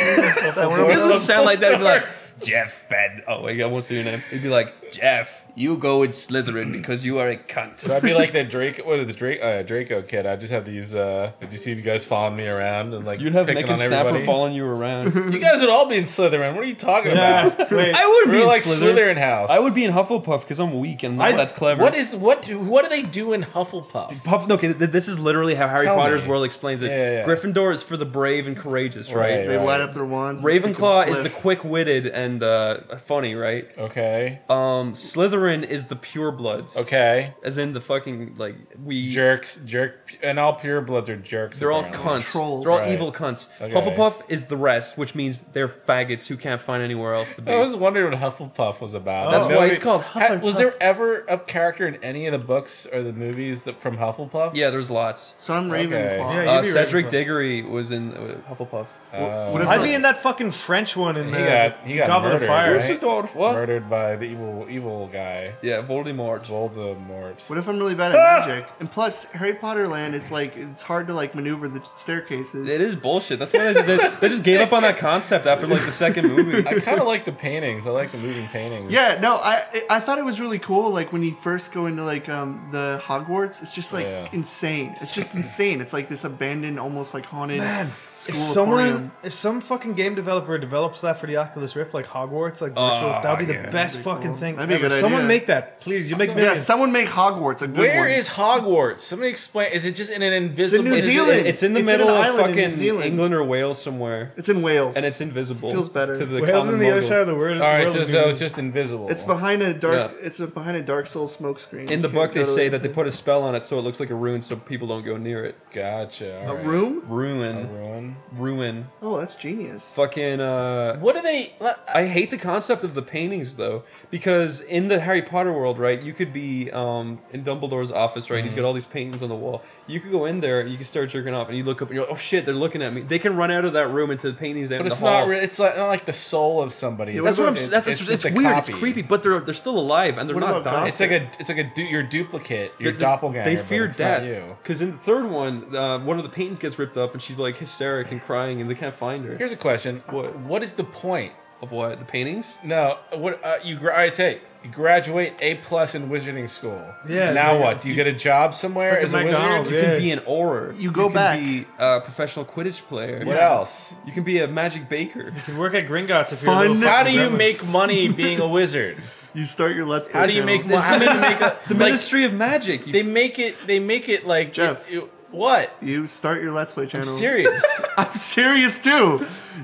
Speaker 6: that where
Speaker 4: it
Speaker 6: we're
Speaker 4: doesn't
Speaker 6: going?
Speaker 4: sound like that. It'd be like, Jeff Ben. Oh, wait, I won't say your name. It'd be like, Jeff, you go in Slytherin because you are a cunt.
Speaker 5: So I'd be like that Drake. What is the Drake? Uh, Draco kid. I just have these. uh Did you see you guys following me around and like
Speaker 4: You'd have
Speaker 5: picking
Speaker 4: Nick and
Speaker 5: on
Speaker 4: Snapper
Speaker 5: everybody?
Speaker 4: following you [LAUGHS] around.
Speaker 5: You guys would all be in Slytherin. What are you talking about?
Speaker 3: Yeah, wait.
Speaker 4: I would
Speaker 5: We're
Speaker 4: be in
Speaker 5: like
Speaker 4: Slytherin.
Speaker 5: Slytherin house.
Speaker 4: I would be in Hufflepuff because I'm weak and I'm not that clever.
Speaker 5: What is what? Do, what do they do in Hufflepuff?
Speaker 4: Puff, no, okay, th- this is literally how Harry
Speaker 5: Tell
Speaker 4: Potter's
Speaker 5: me.
Speaker 4: world explains it.
Speaker 5: Yeah, yeah, yeah.
Speaker 4: Gryffindor is for the brave and courageous, right?
Speaker 6: They light up their wands. and stick
Speaker 4: Ravenclaw
Speaker 6: them-
Speaker 4: is the quick-witted and uh, funny, right?
Speaker 5: Okay.
Speaker 4: Um, Slytherin is the purebloods,
Speaker 5: Okay.
Speaker 4: as in the fucking like we.
Speaker 5: Jerks. Jerk. And all purebloods are jerks.
Speaker 4: They're all
Speaker 5: apparently.
Speaker 4: cunts.
Speaker 6: Trolls.
Speaker 4: They're all
Speaker 5: Right.
Speaker 4: evil cunts.
Speaker 5: Okay.
Speaker 4: Hufflepuff is the rest, which means they're faggots who can't find anywhere else to be.
Speaker 5: I was wondering what Hufflepuff was about.
Speaker 4: That's
Speaker 5: Nobody-
Speaker 4: why it's called
Speaker 5: Ha- Was
Speaker 4: Hufflepuff.
Speaker 5: there ever a character in any of the books or the movies that, from Hufflepuff?
Speaker 4: yeah, there's lots.
Speaker 6: So I'm
Speaker 5: Okay.
Speaker 6: Ravenclaw.
Speaker 3: Yeah,
Speaker 4: Uh,
Speaker 3: you'd be
Speaker 4: Cedric
Speaker 3: Ravenclaw.
Speaker 4: Diggory was in uh, Hufflepuff.
Speaker 6: What if
Speaker 3: I'd
Speaker 5: Uh,
Speaker 6: the-
Speaker 3: be in that fucking French one in
Speaker 5: He
Speaker 3: uh,
Speaker 5: got- he got
Speaker 3: Goblet
Speaker 5: murdered,
Speaker 3: of Fire.
Speaker 5: right?
Speaker 4: What?
Speaker 5: Murdered by the evil evil guy.
Speaker 4: Yeah, Voldemort.
Speaker 5: Voldemort.
Speaker 6: What if I'm really bad at magic? And plus, Harry Potter land, it's like it's hard to like maneuver the staircases.
Speaker 4: It is bullshit. That's why they, they, they just gave up on that concept after like the second movie.
Speaker 5: I kind of like the paintings. I like the moving paintings.
Speaker 6: Yeah, no, I I- I thought it was really cool. Like when you first go into like um the Hogwarts, it's just like
Speaker 5: Yeah.
Speaker 6: insane. It's just insane. It's like this abandoned, almost like haunted
Speaker 3: Man,
Speaker 6: school
Speaker 3: if someone,
Speaker 6: aquarium.
Speaker 3: if some fucking game developer develops that for the Oculus Rift, like Hogwarts, like virtual,
Speaker 4: Oh,
Speaker 3: that'd be the
Speaker 4: yeah.
Speaker 3: best
Speaker 6: cool.
Speaker 3: fucking thing.
Speaker 6: That'd be a
Speaker 3: ever.
Speaker 6: good
Speaker 3: someone
Speaker 6: idea.
Speaker 3: make that, please. You make
Speaker 6: Yeah,
Speaker 3: millions.
Speaker 6: someone make Hogwarts a good
Speaker 5: Where
Speaker 6: one.
Speaker 5: is Hogwarts? Somebody explain. Is it just in an
Speaker 6: it's in [LAUGHS]
Speaker 5: invisible?
Speaker 6: New
Speaker 5: is it-
Speaker 6: Zealand?
Speaker 4: It's in the
Speaker 6: It's in
Speaker 4: middle
Speaker 6: an
Speaker 4: of
Speaker 6: island in New
Speaker 4: fucking
Speaker 6: Zealand.
Speaker 4: England or Wales somewhere,
Speaker 6: It's in Wales,
Speaker 4: and it's invisible.
Speaker 6: Feels better.
Speaker 4: To the
Speaker 3: Wales
Speaker 4: common
Speaker 3: on the other
Speaker 4: mogul.
Speaker 3: side of the world.
Speaker 5: All right,
Speaker 3: world
Speaker 5: so,
Speaker 3: is
Speaker 5: so
Speaker 3: being-
Speaker 5: it's just invisible.
Speaker 6: It's behind a dark.
Speaker 4: Yeah.
Speaker 6: It's a, behind a Dark Souls smoke screen.
Speaker 4: In the
Speaker 6: You can't
Speaker 4: book, they
Speaker 6: go to
Speaker 4: say
Speaker 6: it.
Speaker 4: that they put a spell on it so it looks like a ruin, so people don't go near it.
Speaker 5: Gotcha.
Speaker 6: a
Speaker 5: all right.
Speaker 6: room.
Speaker 5: A
Speaker 4: Ruin,
Speaker 5: ruin.
Speaker 4: ruin,
Speaker 6: Oh, that's genius.
Speaker 4: fucking. uh
Speaker 5: What do they?
Speaker 4: I hate the concept of the paintings though, because in the Harry Potter world, right, you could be um, in Dumbledore's office, right?
Speaker 5: Mm.
Speaker 4: He's got all these paintings on the wall. You could go in there, you could start jerking off, and you look up and you're like, oh shit, they're looking at me. They can run out of that room into the paintings out
Speaker 5: But
Speaker 4: in the
Speaker 5: it's not.
Speaker 4: hall.
Speaker 5: Re- it's like, not like the soul of somebody.
Speaker 4: that's what I'm.
Speaker 5: It-
Speaker 4: that's it's,
Speaker 5: just
Speaker 4: it's
Speaker 5: a
Speaker 4: weird. It's
Speaker 5: copy.
Speaker 4: creepy, but they're they're still alive and they're
Speaker 6: What
Speaker 4: not
Speaker 6: about
Speaker 4: dying.
Speaker 6: gossip?
Speaker 5: It's like a. It's like a. Du- your duplicate. Your
Speaker 4: They- they-
Speaker 5: doppelganger.
Speaker 4: They
Speaker 5: but
Speaker 4: fear
Speaker 5: it's not
Speaker 4: death
Speaker 5: you.
Speaker 4: because in the third one, uh, one of the paintings gets ripped up and she's like hysteric and crying, and they can't find her.
Speaker 5: Here's a question.
Speaker 4: What?
Speaker 5: What is the point?
Speaker 4: of what the paintings?
Speaker 5: No. What uh, you? Gra- I take. You graduate A plus in wizarding school.
Speaker 3: Yeah,
Speaker 5: Now
Speaker 3: it's like-
Speaker 5: what? Do you get a job somewhere
Speaker 3: Like
Speaker 5: as
Speaker 3: a
Speaker 5: a wizard?
Speaker 3: McDonald's,
Speaker 4: You
Speaker 3: Yeah.
Speaker 4: can be an auror.
Speaker 6: You go
Speaker 4: can
Speaker 6: back.
Speaker 4: Be a professional Quidditch player.
Speaker 5: What else?
Speaker 4: You can be a magic baker.
Speaker 3: You can work at Gringotts if you're
Speaker 6: Fun-
Speaker 3: a little
Speaker 5: [LAUGHS] How do you
Speaker 3: gremlin.
Speaker 5: make money being a wizard?
Speaker 6: [LAUGHS] You start your Let's Play.
Speaker 5: How do you
Speaker 6: channel.
Speaker 5: make money? How do you make a,
Speaker 4: [LAUGHS] The
Speaker 5: like,
Speaker 4: Ministry of Magic. You,
Speaker 5: They make it. They make it like
Speaker 6: Jeff.
Speaker 5: you- you- what?
Speaker 6: You start your Let's Play channel.
Speaker 5: Serious?
Speaker 6: [LAUGHS]
Speaker 5: [LAUGHS]
Speaker 6: I'm serious too.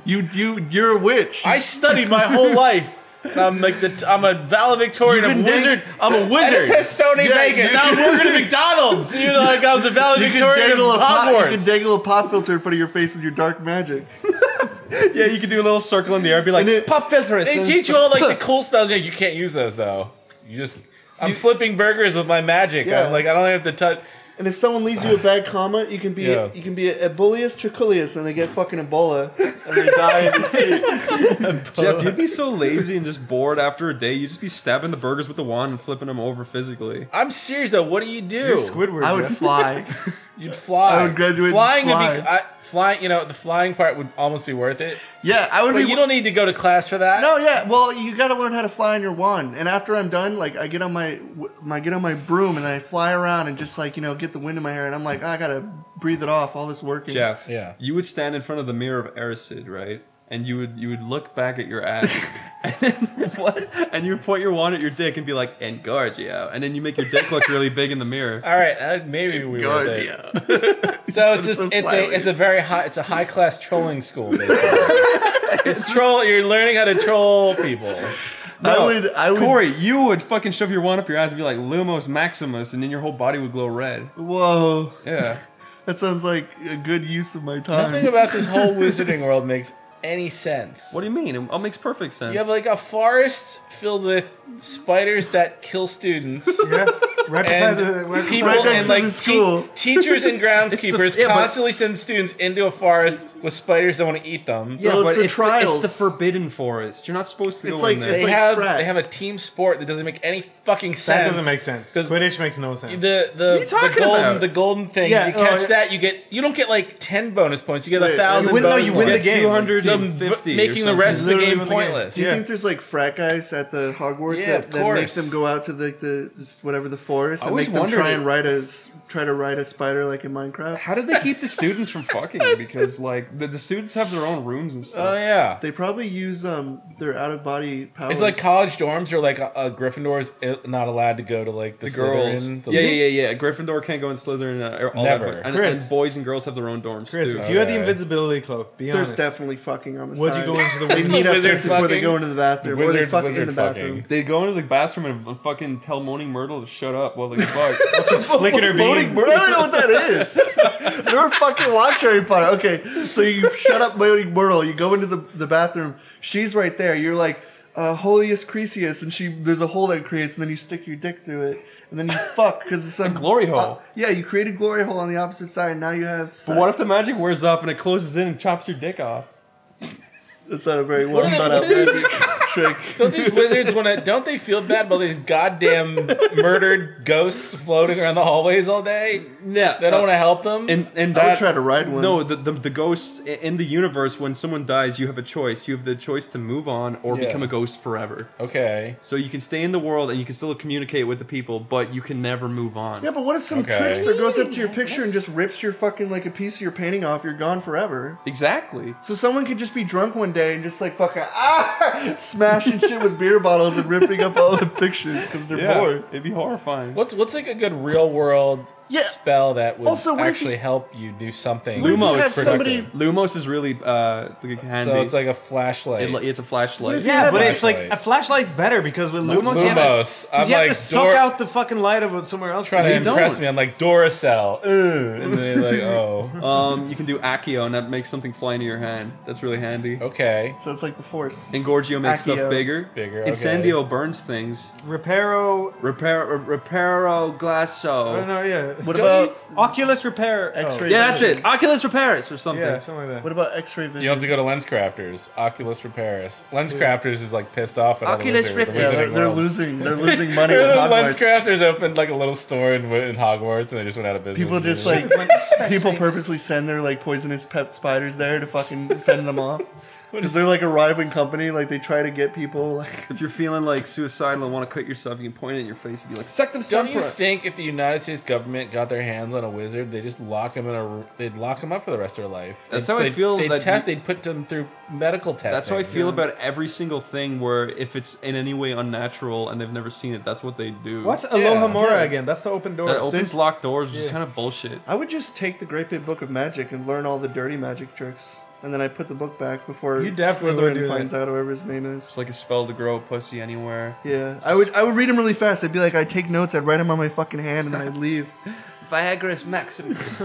Speaker 6: You you you're a witch.
Speaker 5: I studied my whole life. And I'm like the. I'm a valedictorian.
Speaker 6: You
Speaker 5: I'm a
Speaker 6: can dig-
Speaker 5: wizard. I'm a wizard.
Speaker 4: Sony
Speaker 6: Yeah,
Speaker 5: Vegas.
Speaker 6: you
Speaker 5: Now I'm
Speaker 6: can-
Speaker 5: working [LAUGHS] at McDonald's. You know, like I was a
Speaker 6: you can
Speaker 5: valedictorian of
Speaker 6: dangle a pop, you can
Speaker 5: Hogwarts.
Speaker 6: dangle a pop filter in front of your face with your dark magic.
Speaker 4: Yeah, you could do a little circle in the air and be like,
Speaker 6: And it-
Speaker 4: pop filter.
Speaker 5: They teach you all like the [LAUGHS] cool spells. Like, you can't use those though. You just. I'm flipping burgers with my magic.
Speaker 6: Yeah.
Speaker 5: I'm like I don't have to touch.
Speaker 6: And if someone leaves you a bad comment, you can be
Speaker 5: Yeah.
Speaker 6: you can be a ebulius trichulius, and they get fucking Ebola, and they die in their
Speaker 5: [LAUGHS]
Speaker 6: sleep.
Speaker 4: Jeff, you'd be so lazy and just bored after a day. You'd just be stabbing the burgers with the wand and flipping them over physically.
Speaker 5: I'm serious though. What do you do?
Speaker 3: You're Squidward.
Speaker 6: I would
Speaker 3: Jeff.
Speaker 6: fly.
Speaker 5: You'd fly.
Speaker 6: I would graduate and
Speaker 5: Flying would be
Speaker 6: fly.
Speaker 5: I, flying. You know, the flying part would almost be worth it.
Speaker 6: [LAUGHS] Yeah, I would
Speaker 5: But
Speaker 6: be.
Speaker 5: you don't need to go to class for that.
Speaker 6: no, yeah. Well, you got to learn how to fly on your wand. And after I'm done, like I get on my, my get on my broom and I fly around and just like you know get the wind in my hair and I'm like "Ah, I gotta breathe it off. All this working.
Speaker 4: Jeff,
Speaker 5: Yeah.
Speaker 4: you would stand in front of the mirror of Erisid, right? And you would you would look back at your
Speaker 6: [LAUGHS]
Speaker 4: ass, [LAUGHS] and what? And you would point your wand at your dick and be like, "Engorgio," and then you make your dick look really big in the mirror.
Speaker 5: All right, uh, maybe we were
Speaker 6: God,
Speaker 5: there.
Speaker 6: yeah.
Speaker 5: So it's just,
Speaker 6: so
Speaker 5: it's a
Speaker 6: slyly.
Speaker 5: it's a very high it's a high class trolling school. Basically. it's troll. You're learning how to troll people.
Speaker 6: I would. I would.
Speaker 4: Corey, you would fucking shove your wand up your ass and be like Lumos Maximus, and then your whole body would glow red.
Speaker 6: Whoa,
Speaker 4: Yeah.
Speaker 6: [LAUGHS] that sounds like a good use of my time.
Speaker 5: Nothing about this whole wizarding world makes any sense.
Speaker 4: what do you mean? It all makes perfect sense.
Speaker 5: You have like a forest filled with spiders that kill students.
Speaker 3: Yeah, [LAUGHS] right beside
Speaker 5: and
Speaker 3: the right
Speaker 5: people
Speaker 6: right
Speaker 3: beside
Speaker 6: next
Speaker 5: and
Speaker 6: to
Speaker 5: like
Speaker 6: the
Speaker 5: te-
Speaker 6: school.
Speaker 5: teachers and groundskeepers
Speaker 4: yeah, but-
Speaker 5: constantly send students into a forest with spiders that want to eat them.
Speaker 4: yeah,
Speaker 6: Well, it's for
Speaker 4: but it's, the, it's
Speaker 6: trials.
Speaker 4: the forbidden forest. You're not supposed to
Speaker 6: It's
Speaker 4: go
Speaker 6: like-
Speaker 4: in there.
Speaker 5: They
Speaker 6: it's like
Speaker 5: have
Speaker 6: frat.
Speaker 5: they have a team sport that doesn't make any fucking sense.
Speaker 3: that doesn't make sense.
Speaker 5: Does-
Speaker 3: Quidditch makes no sense.
Speaker 5: The the,
Speaker 4: you
Speaker 5: the
Speaker 4: talking
Speaker 5: golden
Speaker 4: about?
Speaker 5: the golden thing.
Speaker 6: Yeah,
Speaker 5: you
Speaker 6: oh,
Speaker 5: catch
Speaker 6: yeah.
Speaker 5: that, you get you don't get like ten bonus points. You get
Speaker 6: Wait,
Speaker 5: a thousand.
Speaker 6: you win- no,
Speaker 5: bonus
Speaker 6: you win the
Speaker 5: points.
Speaker 6: game.
Speaker 4: Two hundred
Speaker 5: So
Speaker 4: and
Speaker 5: v-
Speaker 4: fifty.
Speaker 5: making the rest of the
Speaker 3: Literally
Speaker 5: game
Speaker 3: win the game.
Speaker 5: pointless.
Speaker 6: Do you
Speaker 3: Yeah.
Speaker 6: think there's like frat guys at the Hogwarts
Speaker 5: Yeah, of
Speaker 6: that, that make
Speaker 5: course.
Speaker 6: them go out to the, the this- whatever the forest and
Speaker 4: always
Speaker 6: make them try
Speaker 4: wondered-
Speaker 6: and ride a s- try to ride a spider like in Minecraft?
Speaker 4: [LAUGHS] How did they keep the students
Speaker 6: [LAUGHS]
Speaker 4: from fucking? Because like the, the students have their own rooms and
Speaker 5: Oh
Speaker 4: stuff.
Speaker 5: yeah.
Speaker 6: They probably use um their out of body powers.
Speaker 5: It's like college dorms are like uh, uh, Gryffindors i- not allowed to go to like the,
Speaker 4: the girls,
Speaker 5: Slytherin, the-
Speaker 4: yeah, yeah, yeah, yeah. Gryffindor can't go in Slytherin. Uh, or all that,
Speaker 5: Never.
Speaker 4: and,
Speaker 3: Chris.
Speaker 4: and boys and girls have their own dorms
Speaker 3: Chris,
Speaker 4: too. Oh,
Speaker 3: if you had the
Speaker 5: Okay.
Speaker 3: invisibility cloak, be
Speaker 6: there's
Speaker 3: honest.
Speaker 6: definitely fucking on the
Speaker 3: Would
Speaker 6: side.
Speaker 3: you go into the
Speaker 6: they
Speaker 3: wizard-
Speaker 6: meet up
Speaker 5: Wizard
Speaker 6: just before they
Speaker 5: fucking?
Speaker 6: go into the bathroom, or they
Speaker 5: Wizard-
Speaker 6: fuck
Speaker 5: wizard
Speaker 6: in the bathroom.
Speaker 5: fucking.
Speaker 4: They go into the bathroom and, and fucking tell Moaning Myrtle to shut up while [LAUGHS] they fuck.
Speaker 3: flicking her
Speaker 6: Moaning
Speaker 3: beam.
Speaker 6: Myrtle? I don't know what that
Speaker 4: [LAUGHS]
Speaker 6: is. I Never fucking watch Harry Potter. Okay, so you shut up Moaning Myrtle. You go into the, the bathroom. She's right there. You're like, uh, Holius Cresius, and she there's a hole that it creates, and then you stick your dick through it, and
Speaker 4: [LAUGHS]
Speaker 6: then you fuck because it's some
Speaker 4: glory hole.
Speaker 6: uh, yeah, you created glory hole on the opposite side, and now you have. Sex.
Speaker 4: But what if the magic wears off and it closes in and chops your dick off?
Speaker 5: [LAUGHS]
Speaker 6: That's not a very well thought out magic.
Speaker 9: trick.
Speaker 5: Don't these wizards want to? Don't they feel bad about these goddamn murdered ghosts floating around the hallways all day?
Speaker 4: Yeah, uh,
Speaker 5: They don't want to help them.
Speaker 4: And and
Speaker 9: I
Speaker 4: that,
Speaker 9: would try to ride one.
Speaker 4: No, the, the the ghosts i- in the universe. When someone dies, you have a choice. You have the choice to move on or
Speaker 5: Yeah.
Speaker 4: become a ghost forever.
Speaker 5: okay.
Speaker 4: So you can stay in the world and you can still communicate with the people, but you can never move on.
Speaker 9: Yeah, but what if some
Speaker 5: Okay.
Speaker 9: trickster goes up to your picture and just rips your fucking like a piece of your painting off? You're gone forever.
Speaker 4: Exactly.
Speaker 9: So someone could just be drunk one day and just like fucking ah,
Speaker 6: [LAUGHS]
Speaker 9: smashing shit with beer bottles and ripping up all the pictures because they're bored.
Speaker 4: it'd be horrifying.
Speaker 5: What's what's like a good real world
Speaker 9: Yeah.
Speaker 5: spell that would
Speaker 9: Also, what if
Speaker 5: actually
Speaker 9: you-
Speaker 5: help you do something?
Speaker 9: What if you
Speaker 4: Lumos
Speaker 9: have somebody-
Speaker 5: productive?
Speaker 4: Lumos is really uh like handy.
Speaker 5: So it's like a flashlight.
Speaker 4: It li- it's a flashlight.
Speaker 9: you
Speaker 3: Yeah,
Speaker 9: have
Speaker 3: but
Speaker 9: a-
Speaker 3: it's like
Speaker 5: flashlight.
Speaker 3: a flashlight's better because with Lumos, you have to, 'cause
Speaker 5: Lumos. I'm
Speaker 3: you have to
Speaker 5: like,
Speaker 3: suck
Speaker 5: Dor-
Speaker 3: out the fucking light of it somewhere else.
Speaker 5: trying to
Speaker 4: You don't.
Speaker 5: impress me. I'm like Doracell. Ugh. And then like,
Speaker 4: [LAUGHS]
Speaker 5: oh,
Speaker 4: Um, you can do Accio, and that makes something fly into your hand. That's really handy.
Speaker 5: okay.
Speaker 9: So it's like the force.
Speaker 4: Engorgio makes
Speaker 9: Accio.
Speaker 4: stuff bigger.
Speaker 5: Bigger, okay.
Speaker 4: Incendio burns things.
Speaker 3: Reparo.
Speaker 4: Repair, reparo
Speaker 3: I don't
Speaker 4: glasso.
Speaker 3: know, yeah.
Speaker 9: What about
Speaker 3: Oculus repair. oh,
Speaker 9: X-ray?
Speaker 4: Yeah, that's it. Oculus repairs or something.
Speaker 3: Yeah, something like that.
Speaker 9: What about X-ray vision?
Speaker 5: You have to go to Lens Crafters, Oculus Repairs. Lens Crafters is like pissed off at all the
Speaker 10: Oculus
Speaker 5: wizard-
Speaker 10: Rift
Speaker 5: the
Speaker 9: yeah,
Speaker 10: is-
Speaker 9: they're,
Speaker 5: wizarding
Speaker 9: they're
Speaker 5: world.
Speaker 9: losing. [LAUGHS] They're losing money
Speaker 5: [LAUGHS]
Speaker 9: with
Speaker 5: The Lens
Speaker 9: Hogwarts.
Speaker 5: Crafters opened like a little store in, in Hogwarts, and they just went out of business.
Speaker 9: People
Speaker 3: [LAUGHS]
Speaker 9: just like people purposely send their like poisonous pet spiders there to fucking fend
Speaker 3: [LAUGHS]
Speaker 9: them off. Because they're like a rivaling company, like they try to get people. Like,
Speaker 4: If you're feeling like suicidal and want to cut yourself, you can point it in your face and be like, "Suck them,
Speaker 5: Don't you
Speaker 4: sucker."
Speaker 5: think if the United States government got their hands on a wizard, they just lock him in a they'd lock him up for the rest of their life?
Speaker 4: That's
Speaker 5: They'd-
Speaker 4: how I
Speaker 5: they'd-
Speaker 4: feel
Speaker 5: They'd
Speaker 4: that
Speaker 5: test.
Speaker 4: you-
Speaker 5: They'd put them through medical testing.
Speaker 4: That's how I feel about every single thing. Where if it's in any way unnatural and they've never seen it, that's what they do.
Speaker 3: What's
Speaker 5: Yeah.
Speaker 3: Aloha Mora again? That's the open door.
Speaker 4: that opens locked doors, which is kind of bullshit.
Speaker 9: I would just take the Great Big Book of Magic and learn all the dirty magic tricks, and then I put the book back before
Speaker 3: You definitely would do
Speaker 9: Slytherin finds
Speaker 3: that.
Speaker 9: out whoever his name is.
Speaker 4: It's like a spell to grow a pussy anywhere.
Speaker 9: Yeah, I would I would read them really fast. I'd be like, I'd take notes, I'd write them on my fucking hand, and then I'd leave.
Speaker 10: Viagra's Maximus.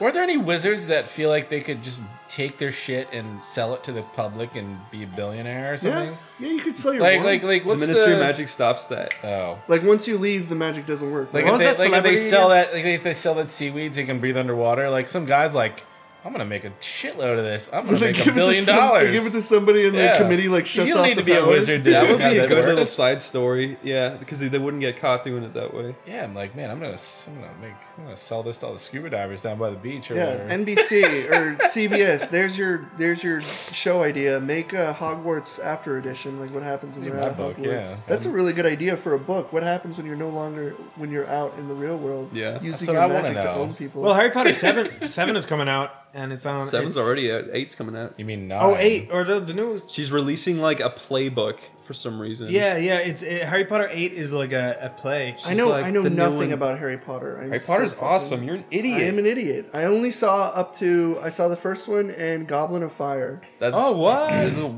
Speaker 5: Were there any wizards that feel like they could just take their shit and sell it to the public and be a billionaire or
Speaker 9: Yeah,
Speaker 5: something?
Speaker 9: yeah, you could sell your
Speaker 5: Like,
Speaker 9: wand.
Speaker 5: like, like,
Speaker 4: The
Speaker 5: what's
Speaker 4: Ministry of Magic stops that.
Speaker 5: Oh,
Speaker 9: Like, once you leave, the magic doesn't work.
Speaker 5: like
Speaker 9: right?
Speaker 5: if,
Speaker 3: was
Speaker 5: they,
Speaker 3: that
Speaker 5: like if
Speaker 3: celebrity
Speaker 5: they sell that, like if they sell that seaweed, so you can breathe underwater. Like some guys, like I'm gonna make a shitload of this. I'm gonna
Speaker 9: they
Speaker 5: make a billion
Speaker 9: some-
Speaker 5: dollars.
Speaker 9: They give it to somebody, and
Speaker 5: Yeah.
Speaker 9: the [LAUGHS] committee like shuts
Speaker 5: you don't
Speaker 9: off
Speaker 5: need
Speaker 9: the
Speaker 5: to be a
Speaker 9: power.
Speaker 5: wizard. to
Speaker 4: That would
Speaker 5: have
Speaker 4: be a good
Speaker 5: work.
Speaker 4: little side story. Yeah, because they, they wouldn't get caught doing it that way.
Speaker 5: Yeah, I'm like, man, I'm gonna, s- I'm gonna make, I'm gonna sell this to all the scuba divers down by the beach or
Speaker 9: Yeah,
Speaker 5: whatever.
Speaker 9: NBC or CBS. There's your there's your show idea. Make a Hogwarts After Edition, like what happens when
Speaker 5: Yeah,
Speaker 9: you're
Speaker 5: my
Speaker 9: out of
Speaker 5: book,
Speaker 9: Hogwarts.
Speaker 5: yeah.
Speaker 9: That's a really good idea for a book. What happens when you're no longer when you're out in the real world?
Speaker 4: Yeah.
Speaker 9: using
Speaker 5: That's what
Speaker 9: your
Speaker 5: I wanna
Speaker 9: magic to
Speaker 5: know.
Speaker 9: own people.
Speaker 3: Well, Harry Potter 7 seven is coming out, and it's on.
Speaker 4: Seven's
Speaker 3: it's,
Speaker 4: already out. Eight's coming out.
Speaker 5: you mean nine?
Speaker 3: Oh, eight. Or the, the new.
Speaker 4: She's releasing like a playbook for some reason.
Speaker 3: Yeah, yeah. It's it, Harry Potter 8 is like a, a play.
Speaker 9: I know
Speaker 4: like
Speaker 9: I know
Speaker 4: the new
Speaker 9: nothing
Speaker 4: one.
Speaker 9: about Harry Potter. I'm
Speaker 4: Harry
Speaker 9: so
Speaker 4: Potter's
Speaker 9: fucking-
Speaker 4: awesome. You're an
Speaker 9: I
Speaker 4: idiot.
Speaker 9: am an idiot. I only saw up to I saw the first one and Goblin of Fire.
Speaker 4: That's
Speaker 3: Oh, what?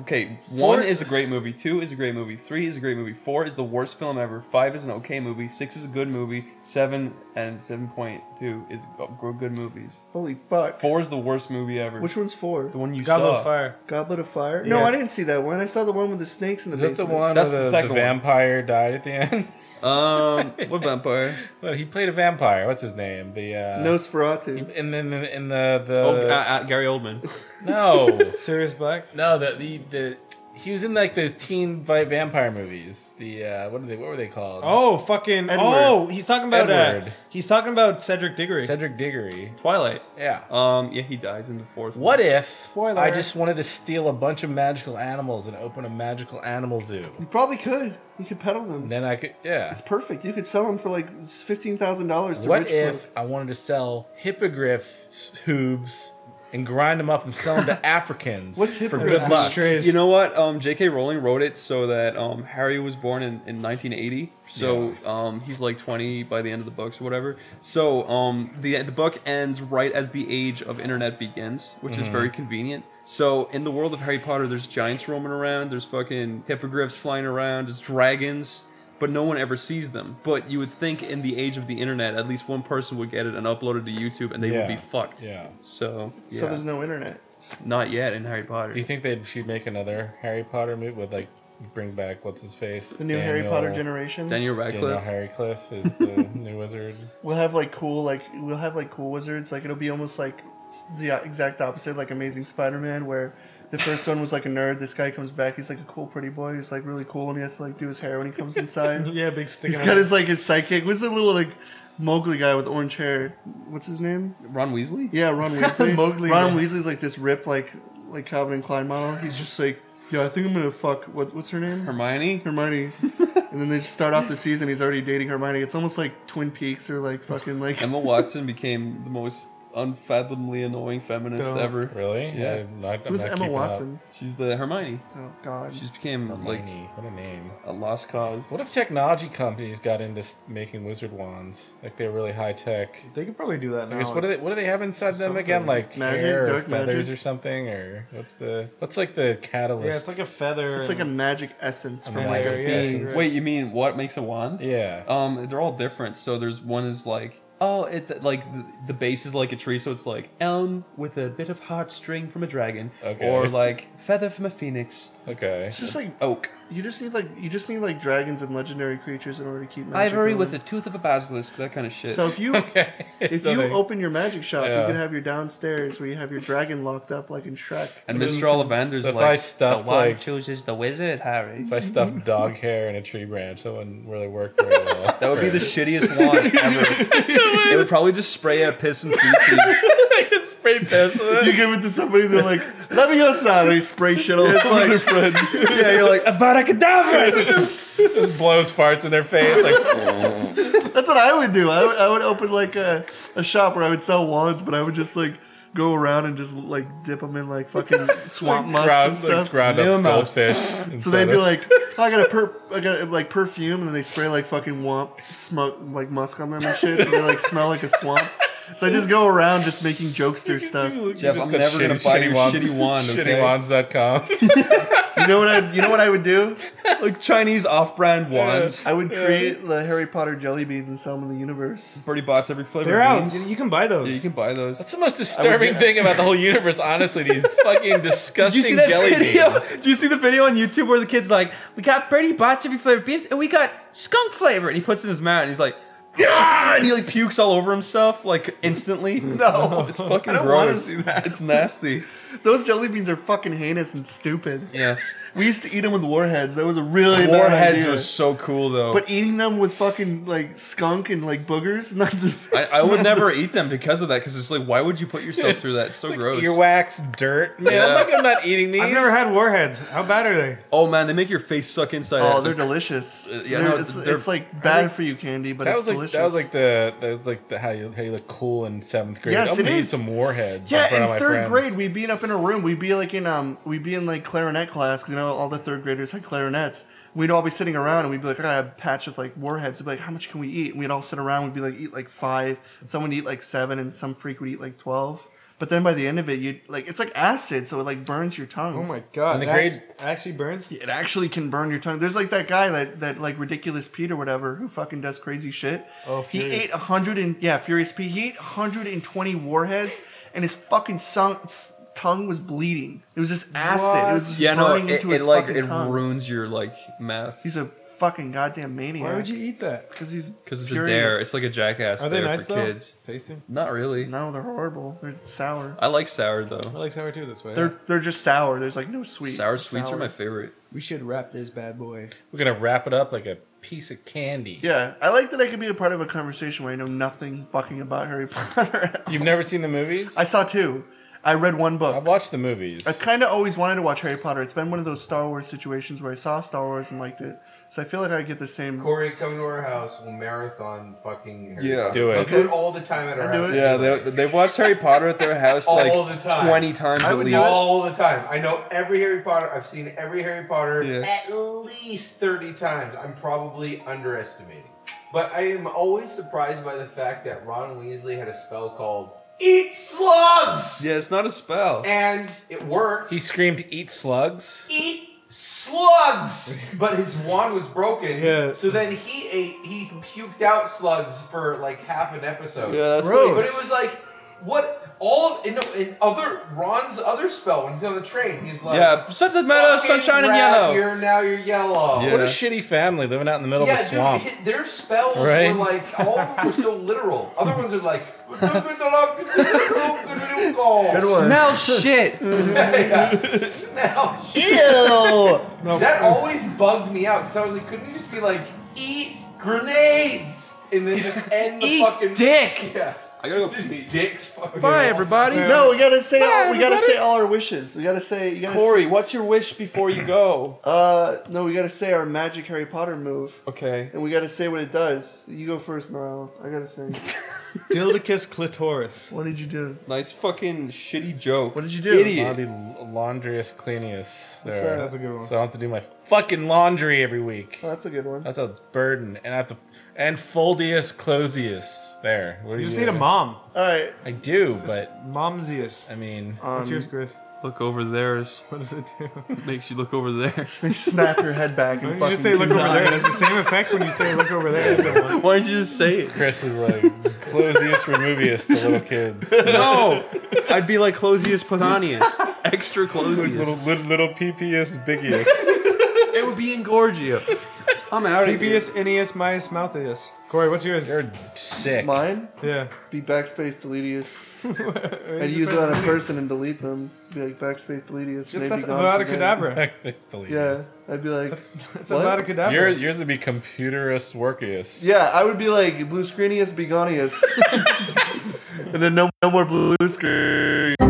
Speaker 4: Okay, one is a great movie. Two is a great movie. Three is a great movie. Four is the worst film ever. Five is an okay movie. Six is a good movie. Seven and seven point two is g- good movies.
Speaker 9: Holy fuck!
Speaker 4: Four is the worst movie ever.
Speaker 9: Which one's four?
Speaker 4: the one you
Speaker 3: Goblet
Speaker 4: saw?
Speaker 3: of Fire.
Speaker 9: Goblet of Fire? No,
Speaker 3: Yeah.
Speaker 9: I didn't see that one. I saw the one with the snakes in the
Speaker 5: Is that
Speaker 9: basement.
Speaker 5: the one?
Speaker 4: That's
Speaker 5: where
Speaker 4: the
Speaker 5: the,
Speaker 4: second
Speaker 5: the
Speaker 4: one.
Speaker 5: vampire died at the end. [LAUGHS]
Speaker 4: Um, what vampire?
Speaker 5: Well, he played a vampire. What's his name? The uh,
Speaker 9: Nosferatu.
Speaker 5: And then in, in the the
Speaker 4: oh, uh, uh, Gary Oldman.
Speaker 5: no [LAUGHS]
Speaker 3: Sirius Black.
Speaker 5: no the, the the he was in like the teen vi- vampire movies. The uh, what are they? What were they called?
Speaker 3: Oh, fucking.
Speaker 9: Edward.
Speaker 3: Oh, he's talking about. Uh,
Speaker 5: Edward.
Speaker 3: he's talking about Cedric Diggory.
Speaker 5: Cedric Diggory.
Speaker 4: Twilight.
Speaker 5: Yeah.
Speaker 4: Um, yeah, he dies in the fourth. one.
Speaker 5: What if
Speaker 3: Spoiler.
Speaker 5: I just wanted to steal a bunch of magical animals and open a magical animal zoo?
Speaker 9: You probably could. You could peddle them.
Speaker 5: And then I could yeah.
Speaker 9: It's perfect. You could sell them for like fifteen thousand dollars to
Speaker 5: What
Speaker 9: rich
Speaker 5: if
Speaker 9: folk.
Speaker 5: I wanted to sell hippogriff s- hooves and grind them up and sell them
Speaker 9: [LAUGHS]
Speaker 5: to Africans
Speaker 9: What's
Speaker 5: for
Speaker 9: hippogriff?
Speaker 5: good luck?
Speaker 3: Ashtrays.
Speaker 4: You know what? Um, J.K. Rowling wrote it so that um, Harry was born in, in 1980, so um, he's like 20 by the end of the books or whatever. So um, the the book ends right as the age of internet begins, which
Speaker 5: Mm-hmm.
Speaker 4: is very convenient. So in the world of Harry Potter, there's giants roaming around, there's fucking hippogriffs flying around, there's dragons. But no one ever sees them. But you would think in the age of the internet, at least one person would get it and upload it to YouTube, and they
Speaker 5: Yeah.
Speaker 4: would be fucked.
Speaker 5: Yeah.
Speaker 4: So,
Speaker 9: So
Speaker 4: yeah.
Speaker 9: there's no internet.
Speaker 4: not yet in Harry Potter.
Speaker 5: Do you think they'd she'd make another Harry Potter movie with like bring back what's his face?
Speaker 9: The new Harry Potter generation.
Speaker 4: Daniel
Speaker 5: Daniel
Speaker 4: Radcliffe.
Speaker 5: Radcliffe is
Speaker 9: [LAUGHS]
Speaker 5: the new wizard.
Speaker 9: We'll have like cool, like we'll have like cool wizards. Like it'll be almost like s- the exact opposite, like Amazing Spider-Man, where
Speaker 6: The first one was like a nerd. This guy comes back. He's like a cool, pretty boy. Oh, He's like really cool, and he has to like do his hair when he comes
Speaker 5: [LAUGHS]
Speaker 6: inside.
Speaker 3: Yeah, big stick.
Speaker 6: He's got his like his sidekick. What's the little like Mowgli guy with orange hair? What's his name?
Speaker 4: Ron Weasley?
Speaker 6: Yeah,
Speaker 5: [LAUGHS]
Speaker 6: Ron Weasley.
Speaker 3: Mowgli,
Speaker 6: Ron
Speaker 3: yeah.
Speaker 6: Weasley's like this rip like like Calvin and Klein model. He's just like, yeah, I think I'm gonna fuck. What what's her name?
Speaker 4: Hermione?
Speaker 5: [LAUGHS]
Speaker 6: Hermione. and then they just start off the season. He's already dating Hermione. It's almost like Twin Peaks or like fucking like.
Speaker 4: Emma Watson became the most unfathomably annoying feminist
Speaker 3: Dope.
Speaker 4: ever.
Speaker 5: Really?
Speaker 4: Yeah.
Speaker 5: I'm not, I'm
Speaker 6: Who's
Speaker 5: not
Speaker 6: Emma
Speaker 5: keeping up.
Speaker 6: Watson?
Speaker 4: She's the Hermione.
Speaker 6: Oh God.
Speaker 9: [LAUGHS]
Speaker 4: She's became like
Speaker 5: Hermione. what a name.
Speaker 4: a lost cause.
Speaker 5: What if technology companies got into s- making wizard wands? Like they're really high tech.
Speaker 3: They could probably do that now.
Speaker 5: I guess what do they what do they have inside them again? Like
Speaker 6: Oh, Magic,
Speaker 5: hair, or
Speaker 6: dark
Speaker 5: feathers,
Speaker 6: magic?
Speaker 5: or something, or what's the what's like the catalyst?
Speaker 3: yeah, it's like a feather.
Speaker 6: it's like a
Speaker 3: and-
Speaker 6: magic essence from
Speaker 5: Magic
Speaker 6: like a
Speaker 3: yeah,
Speaker 6: being.
Speaker 3: you're right.
Speaker 4: Wait, you mean what makes a wand?
Speaker 5: yeah.
Speaker 4: Um, they're all different. So there's one is like, oh, it like the, the base is like a tree, so it's like elm with a bit of heartstring from a dragon,
Speaker 5: Okay.
Speaker 4: or like feather from a phoenix,
Speaker 5: okay.
Speaker 6: It's just like
Speaker 4: oak,
Speaker 6: you just need like you just need like dragons and legendary creatures in order to keep magic.
Speaker 4: ivory
Speaker 6: going.
Speaker 4: with the tooth of a basilisk, that kind of shit.
Speaker 6: So if you if
Speaker 5: So
Speaker 6: you
Speaker 5: they-
Speaker 6: open your magic shop,
Speaker 5: Yeah.
Speaker 6: you could have your downstairs where you have your dragon locked up like in Shrek.
Speaker 4: and Mr. Ollivander's
Speaker 5: So if
Speaker 4: like,
Speaker 5: I
Speaker 11: The
Speaker 5: stuffed
Speaker 11: wand
Speaker 5: like
Speaker 11: chooses the wizard, Harry.
Speaker 5: if
Speaker 6: [LAUGHS]
Speaker 5: I stuffed dog hair in a tree branch, that wouldn't really work very well.
Speaker 4: [LAUGHS] that would be the shittiest [LAUGHS] wand ever. it would probably just spray out piss and [LAUGHS] feces.
Speaker 5: [LAUGHS] pretty piss.
Speaker 6: You give it to somebody, they're like, "Let me go, son." They spray shit all over their
Speaker 4: [LAUGHS]
Speaker 6: friend.
Speaker 4: yeah, you're like Avada Kedavra.
Speaker 5: Just blows farts in
Speaker 6: [LAUGHS]
Speaker 5: their face. Like
Speaker 6: That's what I would do. I would, I would open like a, a shop where I would sell wands, but I would just like go around and just like dip them in like fucking swamp musk and
Speaker 5: ground, like
Speaker 6: stuff.
Speaker 5: ground up
Speaker 3: Nemo.
Speaker 5: goldfish.
Speaker 6: so they'd be like, "Oh, I got a per, I got like perfume, and then they spray like fucking womp smoke like musk on them and shit, so they like smell like a swamp. So I just go around just making jokester stuff.
Speaker 4: Jeff, I'm never gonna buy your [LAUGHS] shitty wand. Okay,
Speaker 5: Shittywands.com.
Speaker 6: You know what I? You know what I would do?
Speaker 4: like Chinese off-brand wands.
Speaker 6: I would create the Harry Potter jelly beans and sell them in the universe.
Speaker 4: Birdie bots every flavor.
Speaker 3: They're
Speaker 4: of
Speaker 3: out.
Speaker 4: beans.
Speaker 3: You you can buy those.
Speaker 4: Yeah, you can buy those.
Speaker 5: That's the most disturbing thing
Speaker 3: [LAUGHS]
Speaker 5: about the whole universe, honestly. These fucking disgusting jelly
Speaker 4: [LAUGHS]
Speaker 5: beans.
Speaker 4: Did you see the video on YouTube where the kid's like, "We got Birdie Bots every flavor beans, and we got skunk flavor," and he puts it in his mouth, and he's like, "Yeah!" and he like pukes all over himself like instantly. [LAUGHS] No, it's fucking
Speaker 6: I don't want to
Speaker 4: gross.
Speaker 6: see that.
Speaker 4: It's nasty.
Speaker 6: Those jelly beans are fucking heinous and stupid.
Speaker 4: [LAUGHS] Yeah,
Speaker 6: We used to eat them with warheads. That was a really bad
Speaker 4: warheads
Speaker 6: idea.
Speaker 4: are so cool though.
Speaker 6: But eating them with fucking like skunk and like boogers, [LAUGHS] not the.
Speaker 4: I, I
Speaker 6: [LAUGHS]
Speaker 4: would never eat them because of that. Because it's like, why would you put yourself through that? It's so gross.
Speaker 5: Earwax, dirt. Man,
Speaker 4: Yeah.
Speaker 5: look, I'm not eating these.
Speaker 3: I've never had warheads. How bad are they?
Speaker 4: oh man, they make your face suck inside.
Speaker 6: oh,
Speaker 4: out.
Speaker 6: they're delicious.
Speaker 4: Uh, yeah,
Speaker 6: They're-
Speaker 4: no,
Speaker 6: it's,
Speaker 4: they're-
Speaker 6: it's like bad for you candy, but
Speaker 5: That
Speaker 6: it's
Speaker 5: was like
Speaker 6: delicious.
Speaker 5: that was like the that was like the how you how you look cool in seventh grade.
Speaker 6: Yes,
Speaker 5: I'm gonna
Speaker 6: it
Speaker 5: eat
Speaker 6: is.
Speaker 5: some warheads. in
Speaker 6: yeah,
Speaker 5: front
Speaker 6: in
Speaker 5: of my
Speaker 6: third
Speaker 5: friends.
Speaker 6: grade, we'd be in- up in a room. We'd be like in um, we'd be in like clarinet class because you know all the third graders had clarinets. We'd all be sitting around and we'd be like, I got a patch of like warheads. We'd be like, how much can we eat? And we'd all sit around. We'd be like, eat like five. Someone would eat like seven, and some freak would eat like twelve. But then by the end of it, you like it's like acid, so it like burns your tongue.
Speaker 3: Oh my god!
Speaker 5: And the
Speaker 3: that
Speaker 5: grade-
Speaker 3: actually burns.
Speaker 6: it actually can burn your tongue. There's like that guy that that like ridiculous Pete or whatever who fucking does crazy shit.
Speaker 3: Oh,
Speaker 6: he
Speaker 3: Furious.
Speaker 6: ate a hundred and yeah, Furious Pete. He ate hundred and twenty warheads, and his fucking son, s- tongue was bleeding. It was just acid. It was just
Speaker 4: yeah, no,
Speaker 6: burning
Speaker 4: it,
Speaker 6: into
Speaker 4: it
Speaker 6: his
Speaker 4: like
Speaker 6: fucking
Speaker 4: it
Speaker 6: tongue.
Speaker 4: ruins your like mouth
Speaker 6: He's a fucking goddamn maniac.
Speaker 3: Why would you eat that?
Speaker 6: Because he's
Speaker 4: because it's a
Speaker 6: curious.
Speaker 4: dare. It's like a jackass
Speaker 3: Are they
Speaker 4: dare
Speaker 3: nice
Speaker 4: for
Speaker 3: though?
Speaker 4: kids.
Speaker 3: Tasty.
Speaker 4: Not really.
Speaker 6: no, they're horrible. They're sour.
Speaker 4: I like sour
Speaker 3: I
Speaker 4: though.
Speaker 3: like sour too. That's why.
Speaker 6: They're they're just sour. There's like no sweet.
Speaker 4: Sour sweets are my favorite.
Speaker 3: We should wrap this bad boy.
Speaker 5: We're gonna wrap it up like a piece of candy.
Speaker 6: Yeah, I like that I could be a part of a conversation where I know nothing fucking about Harry Potter.
Speaker 4: [LAUGHS]
Speaker 6: at all.
Speaker 5: You've never seen the movies?
Speaker 6: I saw two. I read one book.
Speaker 5: I've watched the movies.
Speaker 6: I kind of always wanted to watch Harry Potter. It's been one of those Star Wars situations where I saw Star Wars and liked it. So I feel like I get the same.
Speaker 9: Corey, come to our house. We'll marathon fucking. Harry
Speaker 4: Yeah.
Speaker 9: Potter.
Speaker 5: Do it.
Speaker 9: We'll do it all the time at our
Speaker 6: I do
Speaker 9: house.
Speaker 6: it.
Speaker 4: Yeah, they they've watched Harry Potter at their house
Speaker 9: All
Speaker 4: like
Speaker 9: the time.
Speaker 4: twenty times
Speaker 6: I
Speaker 4: at
Speaker 6: would
Speaker 4: least.
Speaker 6: do it.
Speaker 9: All the time. I know every Harry Potter. I've seen every Harry Potter
Speaker 4: Yeah.
Speaker 9: at least 30 times. I'm probably underestimating. But I am always surprised by the fact that Ron Weasley had a spell called Eat Slugs!
Speaker 4: Yeah, it's not a spell.
Speaker 9: And it worked.
Speaker 5: he screamed, "Eat slugs."
Speaker 9: Eat slugs! But his wand was broken.
Speaker 3: Yeah.
Speaker 9: So then he ate, he puked out slugs for like half an episode.
Speaker 4: Yeah, that's
Speaker 9: But it
Speaker 6: Gross.
Speaker 9: was like, what?
Speaker 12: all of in, in other Ron's other spell when he's on the train, he's like,
Speaker 4: Yeah, subject matter,
Speaker 12: "Fucking
Speaker 4: sunshine and
Speaker 12: rat,
Speaker 4: yellow."
Speaker 12: You're now you're yellow.
Speaker 5: What a shitty family living out in the middle of
Speaker 12: yeah,
Speaker 5: a swamp.
Speaker 12: dude, hit, their spells
Speaker 5: Right?
Speaker 12: were like all of them were so literal. Other ones are like, [LAUGHS]
Speaker 4: Smell [LAUGHS] shit.
Speaker 12: yeah, smell.
Speaker 6: Ew.
Speaker 12: That always bugged me out because I was like, couldn't you just be like, eat grenades and then just end the fucking
Speaker 4: dick.
Speaker 12: Yeah,
Speaker 4: I gotta go.
Speaker 12: just dicks. Fucking
Speaker 4: Bye, everybody.
Speaker 6: No, we gotta say all, we gotta
Speaker 4: everybody.
Speaker 6: say all our wishes. We gotta say you gotta
Speaker 4: Corey, what's your wish before you go?
Speaker 6: Say, uh, no, we gotta say our magic Harry Potter move,
Speaker 4: Okay.
Speaker 6: and we gotta say what it does. You go first, Niall. I gotta think.
Speaker 3: Dildicus clitoris.
Speaker 6: what did you do?
Speaker 4: Nice fucking shitty joke.
Speaker 6: What did you do?
Speaker 4: Idiot.
Speaker 5: Bobby Laundrius Cleanius. There.
Speaker 6: that?
Speaker 3: That's a good one.
Speaker 5: So I don't have to do my fucking laundry every week.
Speaker 6: Oh, that's a good one.
Speaker 5: That's a burden. And I have to. And Foldius Closius. There. What do
Speaker 3: You just
Speaker 5: do?
Speaker 3: need a mom.
Speaker 6: All right.
Speaker 5: I do, but
Speaker 3: Momsius.
Speaker 5: I mean.
Speaker 6: Um,
Speaker 3: What's yours, Chris?
Speaker 4: Look over theirs.
Speaker 3: What does it
Speaker 4: [LAUGHS]
Speaker 3: do?
Speaker 4: Makes you look over there.
Speaker 6: snap your head back and
Speaker 3: You
Speaker 6: fucking
Speaker 3: should say look over
Speaker 6: die.
Speaker 3: there. It has the same effect when you say look over there. [LAUGHS] to someone.
Speaker 4: Why don't you just say it?
Speaker 5: Chris is like Closius Removius to [LAUGHS] little kids.
Speaker 4: No, Oh, I'd be like Closius Pathanius, [LAUGHS] extra
Speaker 5: little,
Speaker 4: Closius.
Speaker 5: little, little Peepius Biggius.
Speaker 4: It would be Engorgio. [LAUGHS] I'm out of here.
Speaker 3: Pepius, Ineus, Maius, Malthus. Corey, what's yours?
Speaker 5: They're sick. [LAUGHS]
Speaker 6: Mine
Speaker 3: Yeah.
Speaker 6: be backspace deletius. I'd use it on a person and delete them. Be like backspace deletius.
Speaker 3: Just
Speaker 6: maybe
Speaker 3: that's
Speaker 6: gone
Speaker 3: Avada
Speaker 6: today.
Speaker 3: Kedavra.
Speaker 5: It's deleted.
Speaker 6: Yeah, I'd be like,
Speaker 3: That's
Speaker 6: What?
Speaker 3: Avada Kedavra.
Speaker 5: Your, yours would be Computerus Workius.
Speaker 6: yeah, I would be like blue screenius begonius, and then no no more blue screen.